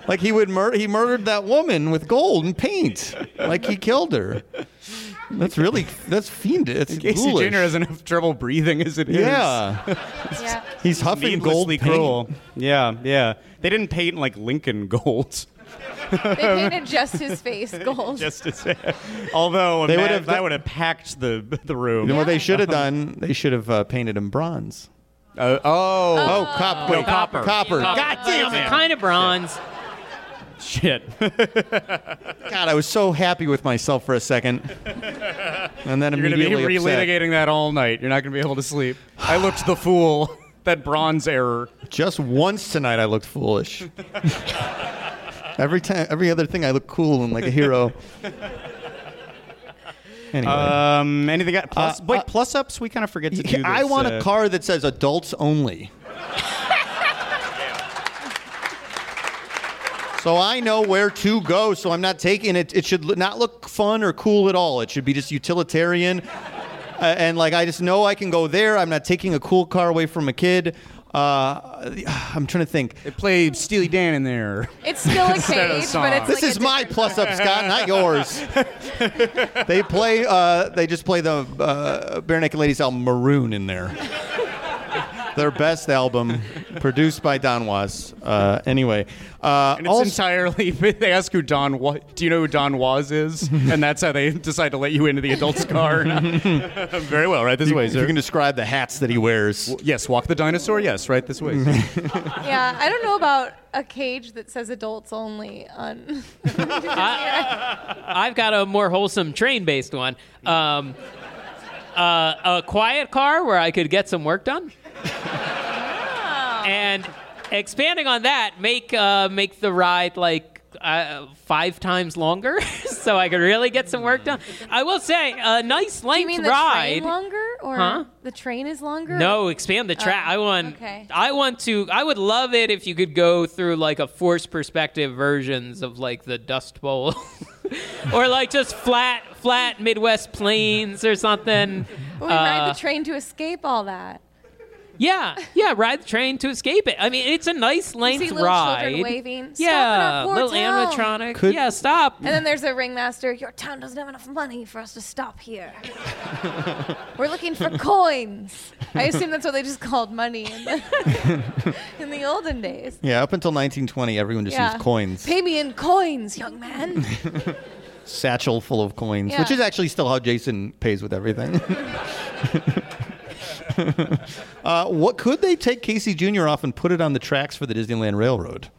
Speaker 1: Like he would murder. He murdered that woman with gold and paint. Like he killed her. That's really. That's fiendish. It's
Speaker 3: Casey
Speaker 1: ghoulish.
Speaker 3: Jr. has enough trouble breathing as it is.
Speaker 1: Yeah.
Speaker 4: Yeah.
Speaker 1: He's huffing gold
Speaker 3: Needlessly
Speaker 1: paint.
Speaker 3: cruel. Yeah, yeah. They didn't paint like Lincoln gold.
Speaker 4: They painted just his face gold.
Speaker 3: Just to say, although
Speaker 1: They
Speaker 3: they
Speaker 1: would've-
Speaker 3: that would have packed the the room.
Speaker 1: You know what they should
Speaker 3: Uh-huh.
Speaker 1: have done? They should have uh, painted him bronze.
Speaker 3: Uh, oh,
Speaker 1: Oh, cop, wait,
Speaker 2: copper.
Speaker 1: Copper. God damn it.
Speaker 2: Kind of bronze.
Speaker 3: shit!
Speaker 1: God, I was so happy with myself for a second. And then
Speaker 3: You're gonna be
Speaker 1: immediately upset.
Speaker 3: relitigating that all night. You're not gonna be able to sleep. I looked the fool. That bronze error.
Speaker 1: Just once tonight I looked foolish. every time every other thing I look cool and like a hero. Anyway.
Speaker 3: Um, anything? Got, plus,
Speaker 1: Uh,
Speaker 3: wait,
Speaker 1: uh,
Speaker 3: plus ups. We kind of forget to do. This,
Speaker 1: I want
Speaker 3: uh,
Speaker 1: a car that says adults only. so I know where to go. So I'm not taking it. It should lo- not look fun or cool at all. It should be just utilitarian. Uh, and like I just know I can go there. I'm not taking a cool car away from a kid. Uh, I'm trying to think.
Speaker 3: It played Steely Dan in there.
Speaker 4: It's still a
Speaker 3: Instead of
Speaker 4: cage,
Speaker 3: song.
Speaker 4: but it's
Speaker 1: This
Speaker 4: like a
Speaker 1: is my
Speaker 4: different-
Speaker 1: plus up, Scott, not yours. they play. Uh, they just play the uh, Bare Naked Ladies album "Maroon" in there. Their best album, produced by Don Was. Uh, anyway, uh,
Speaker 3: And it's
Speaker 1: also,
Speaker 3: entirely. They ask who Don. Wa- do you know who Don Was is? and that's how they decide to let you into the adult's car. Very well, right this way,
Speaker 1: if you
Speaker 3: sir.
Speaker 1: can describe the hats that he wears.
Speaker 3: Yes, walk the dinosaur. Yes, right this way. sir.
Speaker 4: Yeah, I don't know about a cage that says adults only on.
Speaker 2: I've got a more wholesome train based one. Um, uh, a quiet car where I could get some work done. and expanding on that, make uh, make the ride like uh, five times longer, so I could really get some work done. I will say a nice
Speaker 4: Do you
Speaker 2: length
Speaker 4: mean the
Speaker 2: ride.
Speaker 4: train longer, or
Speaker 2: Huh?
Speaker 4: the train is longer?
Speaker 2: No, expand the track.
Speaker 4: Oh,
Speaker 2: I want.
Speaker 4: okay.
Speaker 2: I want to. I would love it if you could go through like a forced perspective versions of like the Dust Bowl, or like just flat, flat Midwest plains or something. uh,
Speaker 4: But we ride the train to escape all that.
Speaker 2: Yeah, yeah, ride the train to escape it. I mean, it's a nice length
Speaker 4: little
Speaker 2: ride.
Speaker 4: children waving, "Stop in
Speaker 2: Yeah,
Speaker 4: our poor
Speaker 2: little
Speaker 4: town." Uh,
Speaker 2: animatronic.
Speaker 1: Could-
Speaker 2: yeah, stop.
Speaker 4: And then there's a ringmaster. Your town doesn't have enough money for us to stop here. We're looking for coins. I assume that's what they just called money in the, in the olden days.
Speaker 1: Yeah, up until 1920, everyone just used coins,
Speaker 4: Pay me in coins, young man.
Speaker 1: satchel full of coins, which
Speaker 4: Yeah.
Speaker 1: is actually still how Jason pays with everything. uh, what could they take Casey Jr. off and put it on the tracks for the Disneyland Railroad?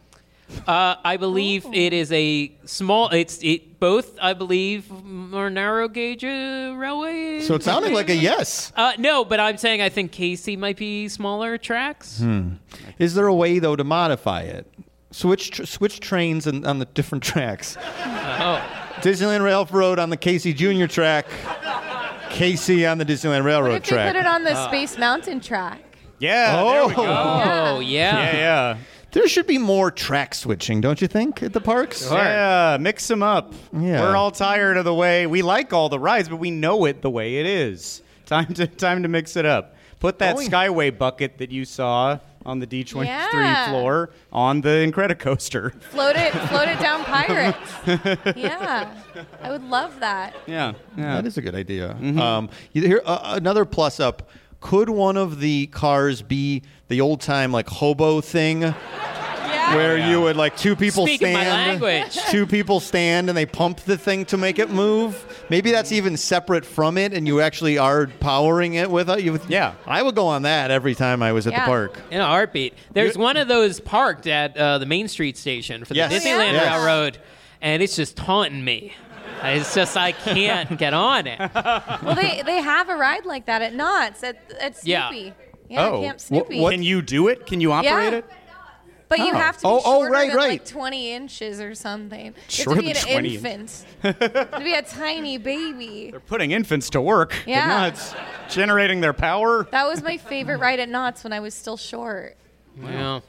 Speaker 2: Uh, I believe it is a small. It's it both. I believe more narrow gauge uh, railway.
Speaker 1: So it sounded like a yes.
Speaker 2: uh, no, but I'm saying I think Casey might be smaller tracks.
Speaker 1: Hmm. Is there a way though to modify it? Switch tr- switch trains and, on the different tracks.
Speaker 3: Oh.
Speaker 1: Disneyland Railroad on the Casey Jr. track. Casey on the Disneyland Railroad
Speaker 4: What if they
Speaker 1: track.
Speaker 4: put it on the
Speaker 2: Uh.
Speaker 4: Space Mountain track?
Speaker 3: Yeah. There we go.
Speaker 2: Oh yeah.
Speaker 3: Yeah, yeah.
Speaker 1: There should be more track switching, don't you think, at the parks?
Speaker 3: Yeah, mix them up.
Speaker 1: Yeah.
Speaker 3: We're all tired of the way we like all the rides, but we know it the way it is. Time to time to mix it up. Put that
Speaker 1: Going-
Speaker 3: Skyway bucket that you saw on the D23
Speaker 4: Yeah.
Speaker 3: floor on the Incredicoaster.
Speaker 4: Float it, float it down pirates. Yeah, I would love that.
Speaker 3: Yeah. Yeah. Mm-hmm.
Speaker 1: That is a good idea. Um, you hear uh, another plus up. Could one of the cars be the old time like hobo thing
Speaker 4: Yeah.
Speaker 1: where you would like two people
Speaker 2: Speaking my
Speaker 1: stand
Speaker 2: language.
Speaker 1: two people stand and they pump the thing to make it move. Maybe that's even separate from it, and you actually are powering it with it. You would-
Speaker 3: Yeah.
Speaker 1: I would go on that every time I was at
Speaker 4: Yeah.
Speaker 1: the park.
Speaker 2: In a heartbeat. There's one of those parked at uh, the Main Street station for the
Speaker 1: Yes.
Speaker 2: Disneyland
Speaker 1: Yes.
Speaker 2: Railroad, and it's just taunting me. It's just I can't get on it.
Speaker 4: Well, they they have a ride like that at Knott's at at
Speaker 2: Yeah.
Speaker 4: Snoopy. Yeah,
Speaker 3: Oh.
Speaker 4: Camp Snoopy.
Speaker 3: Can you do it? Can you operate
Speaker 4: Yeah.
Speaker 3: it?
Speaker 4: But you
Speaker 3: Oh.
Speaker 4: have to be
Speaker 1: Oh, oh,
Speaker 4: shorter
Speaker 1: right,
Speaker 4: than
Speaker 1: right.
Speaker 4: like 20 inches or something.
Speaker 3: Shorter
Speaker 4: you
Speaker 3: than
Speaker 4: have to
Speaker 3: 20
Speaker 4: be an infant. to be a tiny baby.
Speaker 3: They're putting infants to work. They're
Speaker 4: Yeah.
Speaker 3: nuts. generating their power.
Speaker 4: That was my favorite ride at Knott's when I was still short.
Speaker 2: Well,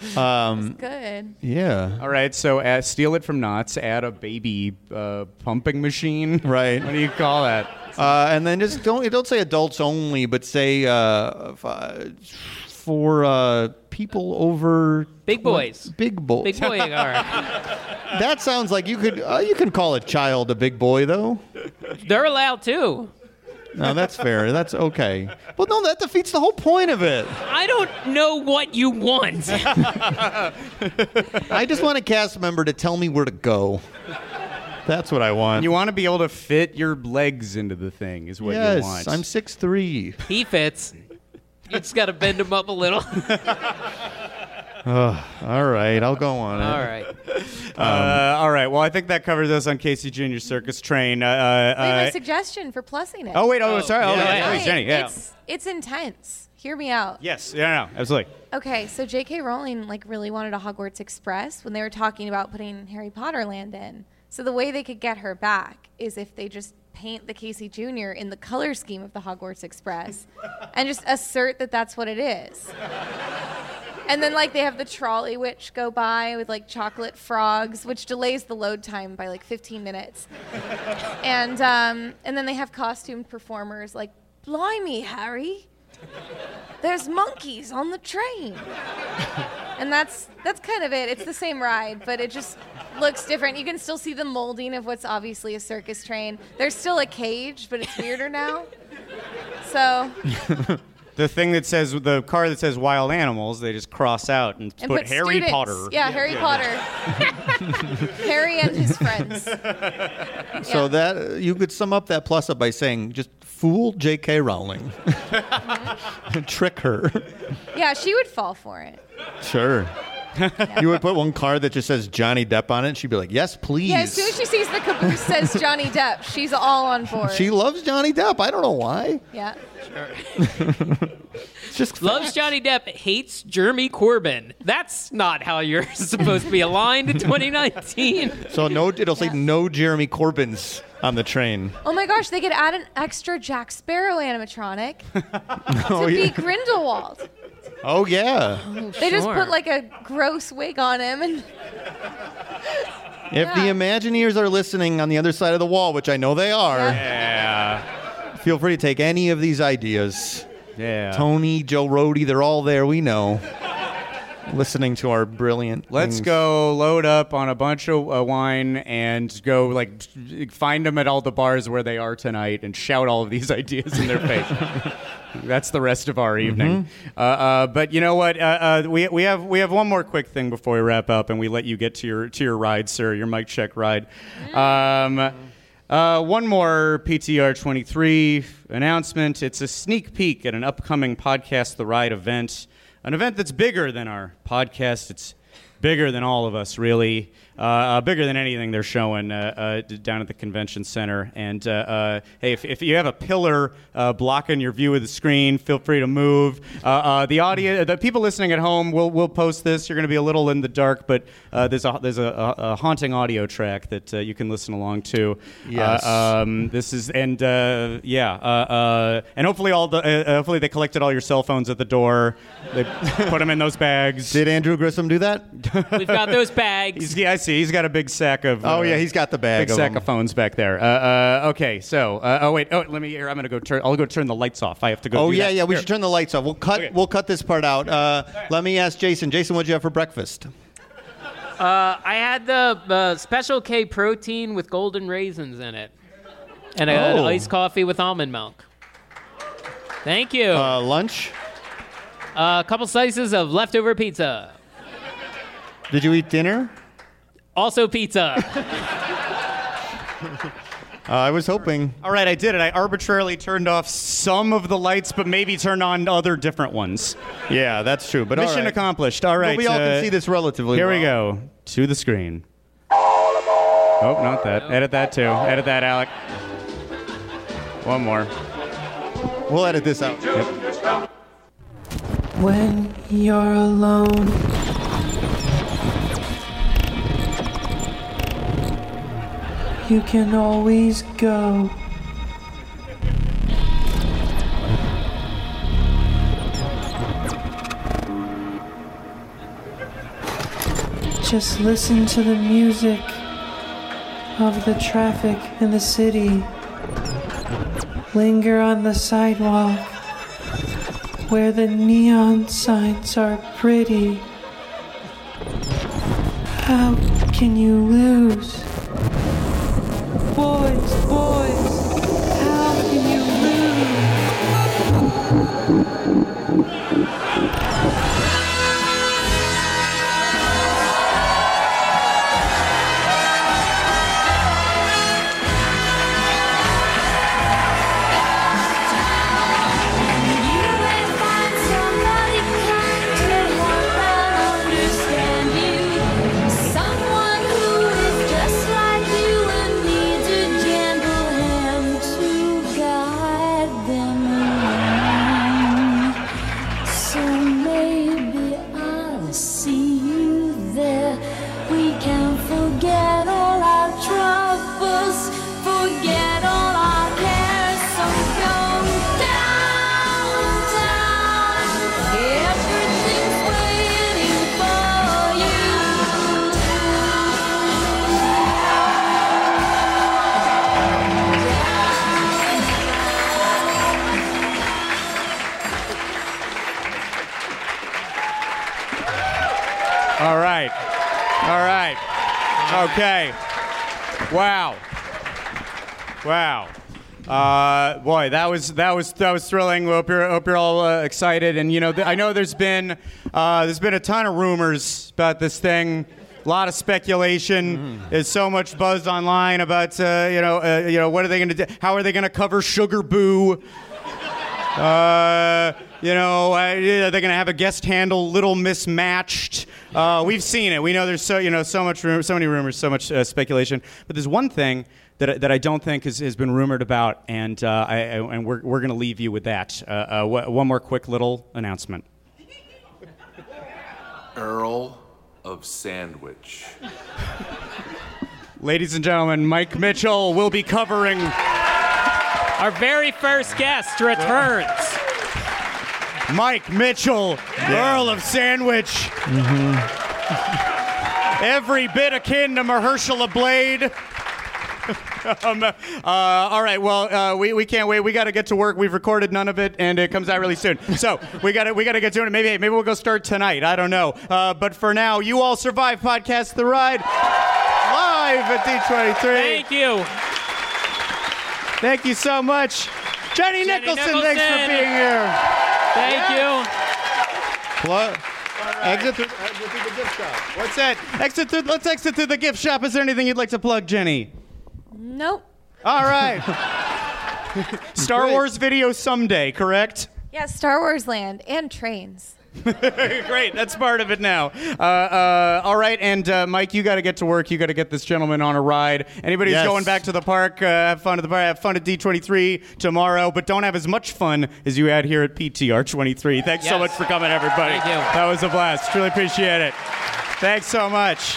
Speaker 4: Good.
Speaker 1: Yeah.
Speaker 3: All right, so uh, steal it from Knots, add a baby uh, pumping machine.
Speaker 1: Right.
Speaker 3: What do you call that?
Speaker 1: Uh, and then just don't don't say adults only, but say uh, f- uh, for uh, people over
Speaker 2: Big boys.
Speaker 1: Big
Speaker 2: big
Speaker 1: boys.
Speaker 2: boy. All right.
Speaker 1: That sounds like you could uh, you can call a child a big boy though.
Speaker 2: They're allowed too.
Speaker 1: No, that's fair. That's okay. Well, no, that defeats the whole point of it.
Speaker 2: I don't know what you want.
Speaker 1: I just want a cast member to tell me where to go. That's what I want.
Speaker 3: You want to be able to fit your legs into the thing, is what you want.
Speaker 1: yes, I'm six three.
Speaker 2: He fits. You just got to bend him up a little.
Speaker 1: All right, I'll go on it.
Speaker 2: All right.
Speaker 3: uh, all right, well, I think that covers us on Casey Jr. Circus Train. Uh, uh,
Speaker 4: Wait, my
Speaker 3: uh,
Speaker 4: suggestion for plussing it.
Speaker 3: oh, wait, oh,
Speaker 2: Oh,
Speaker 3: sorry. Oh,
Speaker 2: yeah,
Speaker 3: wait,
Speaker 2: yeah.
Speaker 3: wait,
Speaker 4: Wait,
Speaker 3: Jenny, yeah.
Speaker 4: It's, it's intense. Hear me out.
Speaker 3: Yes, yeah, no, absolutely.
Speaker 4: Okay, so J.K. Rowling like really wanted a Hogwarts Express when they were talking about putting Harry Potter land in. So the way they could get her back is if they just paint the Casey Jr. in the color scheme of the Hogwarts Express and just assert that that's what it is. And then like they have the trolley witch go by with like chocolate frogs, which delays the load time by like 15 minutes. and um, and then they have costumed performers like, "Blimey, Harry, there's monkeys on the train." and that's that's kind of it. It's the same ride, but it just looks different. You can still see the molding of what's obviously a circus train. There's still a cage, but it's weirder now. So
Speaker 3: The thing that says, the car that says wild animals, they just cross out and,
Speaker 4: and
Speaker 3: put,
Speaker 4: put,
Speaker 3: Harry
Speaker 4: students-
Speaker 3: Potter.
Speaker 4: Yeah, Harry Potter. Harry and his friends.
Speaker 1: So
Speaker 4: Yeah.
Speaker 1: that you could sum up that plus up by saying just fool J.K. Rowling, trick her.
Speaker 4: Yeah, she would fall for it.
Speaker 1: Sure. you would put one card that just says Johnny Depp on it. And she'd be like, "Yes, please."
Speaker 4: Yeah, as soon as she sees the caboose says Johnny Depp, she's all on board.
Speaker 1: she loves Johnny Depp. I don't know why.
Speaker 4: yeah.
Speaker 1: It's just
Speaker 2: Loves Johnny Depp, hates Jeremy Corbyn. That's not how you're supposed to be aligned in 2019.
Speaker 1: so no. It'll say
Speaker 4: Yeah.
Speaker 1: no Jeremy Corbyns on the train.
Speaker 4: Oh my gosh, they could add an extra Jack Sparrow animatronic
Speaker 1: Oh
Speaker 4: to be
Speaker 1: yeah.
Speaker 4: Grindelwald.
Speaker 1: Oh yeah.
Speaker 4: They just
Speaker 2: Sure.
Speaker 4: put like a gross wig on him and
Speaker 1: If the
Speaker 4: Yeah.
Speaker 1: Imagineers are listening on the other side of the wall, which I know they are,
Speaker 4: Yeah.
Speaker 3: Yeah.
Speaker 1: feel free to take any of these ideas.
Speaker 3: Yeah.
Speaker 1: Tony, Joe Rody, they're all there. We know. Listening to our brilliant.
Speaker 3: Let's
Speaker 1: things.
Speaker 3: go load up on a bunch of uh, wine and go like find them at all the bars where they are tonight and shout all of these ideas in their face. That's the rest of our evening. Uh, uh, but you know what? Uh, uh, we, we have we have one more quick thing before we wrap up and we let you get to your to your ride, sir. Your mic check ride. Um, uh, one more PTR 23 announcement. It's a sneak peek at an upcoming podcast, the ride event, an event that's bigger than our podcast. It's bigger than all of us, really. Uh, uh, bigger than anything they're showing uh, uh, d- down at the convention center. And uh, uh, hey, if, if you have a pillar uh, blocking your view of the screen, feel free to move. Uh, uh, the audio, the people listening at home, will will post this. You're going to be a little in the dark, but uh, there's a there's a, a, a haunting audio track that uh, you can listen along to.
Speaker 1: Yes.
Speaker 3: Uh, um, this is and uh, yeah, uh, uh, and hopefully all the uh, uh, hopefully they collected all your cell phones at the door. They put them in those bags.
Speaker 1: Did Andrew Grissom do that?
Speaker 2: We've got those bags.
Speaker 3: He's, yeah, I see. He's got a big sack of. uh,
Speaker 1: Oh, yeah, he's got the bag
Speaker 3: Big
Speaker 1: of
Speaker 3: sack
Speaker 1: them.
Speaker 3: of phones back there. Uh, uh, okay, so uh, oh wait, oh let me here. I'm gonna go turn. I'll go turn the lights off. I have to go.
Speaker 1: Oh
Speaker 3: do
Speaker 1: yeah,
Speaker 3: that.
Speaker 1: yeah. We
Speaker 3: Here.
Speaker 1: should turn the lights off. We'll cut.
Speaker 3: Okay.
Speaker 1: We'll cut this part out. Uh, Let me ask Jason. Jason, what'd you have for breakfast?
Speaker 2: I had the uh, Special K protein with golden raisins in it, and I had
Speaker 1: Oh.
Speaker 2: iced coffee with almond milk. Thank you.
Speaker 1: Uh, lunch?
Speaker 2: a couple slices of leftover pizza.
Speaker 1: Did you eat dinner?
Speaker 2: Also pizza.
Speaker 1: Uh, I was hoping.
Speaker 3: All right, I did it. I arbitrarily turned off some of the lights, but maybe turned on other different ones.
Speaker 1: Yeah, that's true. But all
Speaker 3: Mission
Speaker 1: right.
Speaker 3: accomplished. All right,
Speaker 1: But we all
Speaker 3: uh,
Speaker 1: can see this relatively.
Speaker 3: Here
Speaker 1: well.
Speaker 3: we go to the screen. Oh, not that. Edit that too. Edit that, Alec. One more.
Speaker 1: We'll edit this out.
Speaker 6: When you're alone. You can always go. Just listen to the music of the traffic in the city. Linger on the sidewalk where the neon signs are pretty. How can you lose? Boys, boys, how can you lose?
Speaker 7: Forget all our troubles, forget all our cares, so go downtown. Everything's waiting for you.
Speaker 3: All right. All right. Okay. Wow. Wow. Uh, boy, that was that was that was thrilling. We hope you're, hope you're all uh, excited. And you know, th- I know there's been uh, there's been a ton of rumors about this thing. A lot of speculation. There's so much buzz online about uh, you know uh, you know what are they going to do? How are they going to cover Sugar Boo? Uh, you know, uh, yeah, they're gonna have a guest handle, little mismatched. Uh, we've seen it. We know there's so you know so much rumor, so many rumors, so much uh, speculation. But there's one thing that, that I don't think has, has been rumored about, and uh, I, I- and we're, we're gonna leave you with that. Uh, uh, wh- one more quick little announcement.
Speaker 8: Earl of Sandwich.
Speaker 3: Ladies and gentlemen, Mike Mitchell will be covering.
Speaker 2: Our very first guest returns.
Speaker 3: Mike Mitchell, Earl of Sandwich.
Speaker 9: Mm-hmm.
Speaker 3: Every bit akin to Mahershala Blade. Um, uh, all right. Well, uh, we, we can't wait. We got to get to work. We've recorded none of it, and it comes out really soon. So we got to we got to get to it. Maybe hey, maybe we'll go start tonight. I don't know. Uh, but for now, you all survive. Podcast the ride live at D23.
Speaker 9: Thank you.
Speaker 3: Thank you so much, Jenny, Nicholson, Thanks for
Speaker 9: Nicholson.
Speaker 3: being here.
Speaker 9: Thank
Speaker 1: Plug. Exit through, exit through the gift shop.
Speaker 3: What's that? Exit through, let's exit through the gift shop. Is there anything you'd like to plug, Jenny?
Speaker 4: Nope.
Speaker 3: All right. Star Wars video someday, correct?
Speaker 4: Yeah, Star Wars Land and trains.
Speaker 3: Great, that's part of it now. Uh, uh, all right, and uh, Mike, you got to get to work. You got to get this gentleman on a ride. Anybody who's
Speaker 1: Yes.
Speaker 3: going back to the park, uh, have fun at the park. Have fun at D23 tomorrow, but don't have as much fun as you had here at PTR23. Thanks so
Speaker 9: Yes.
Speaker 3: much for coming, everybody.
Speaker 9: Thank you.
Speaker 3: That was a blast. Truly appreciate it. Thanks so much.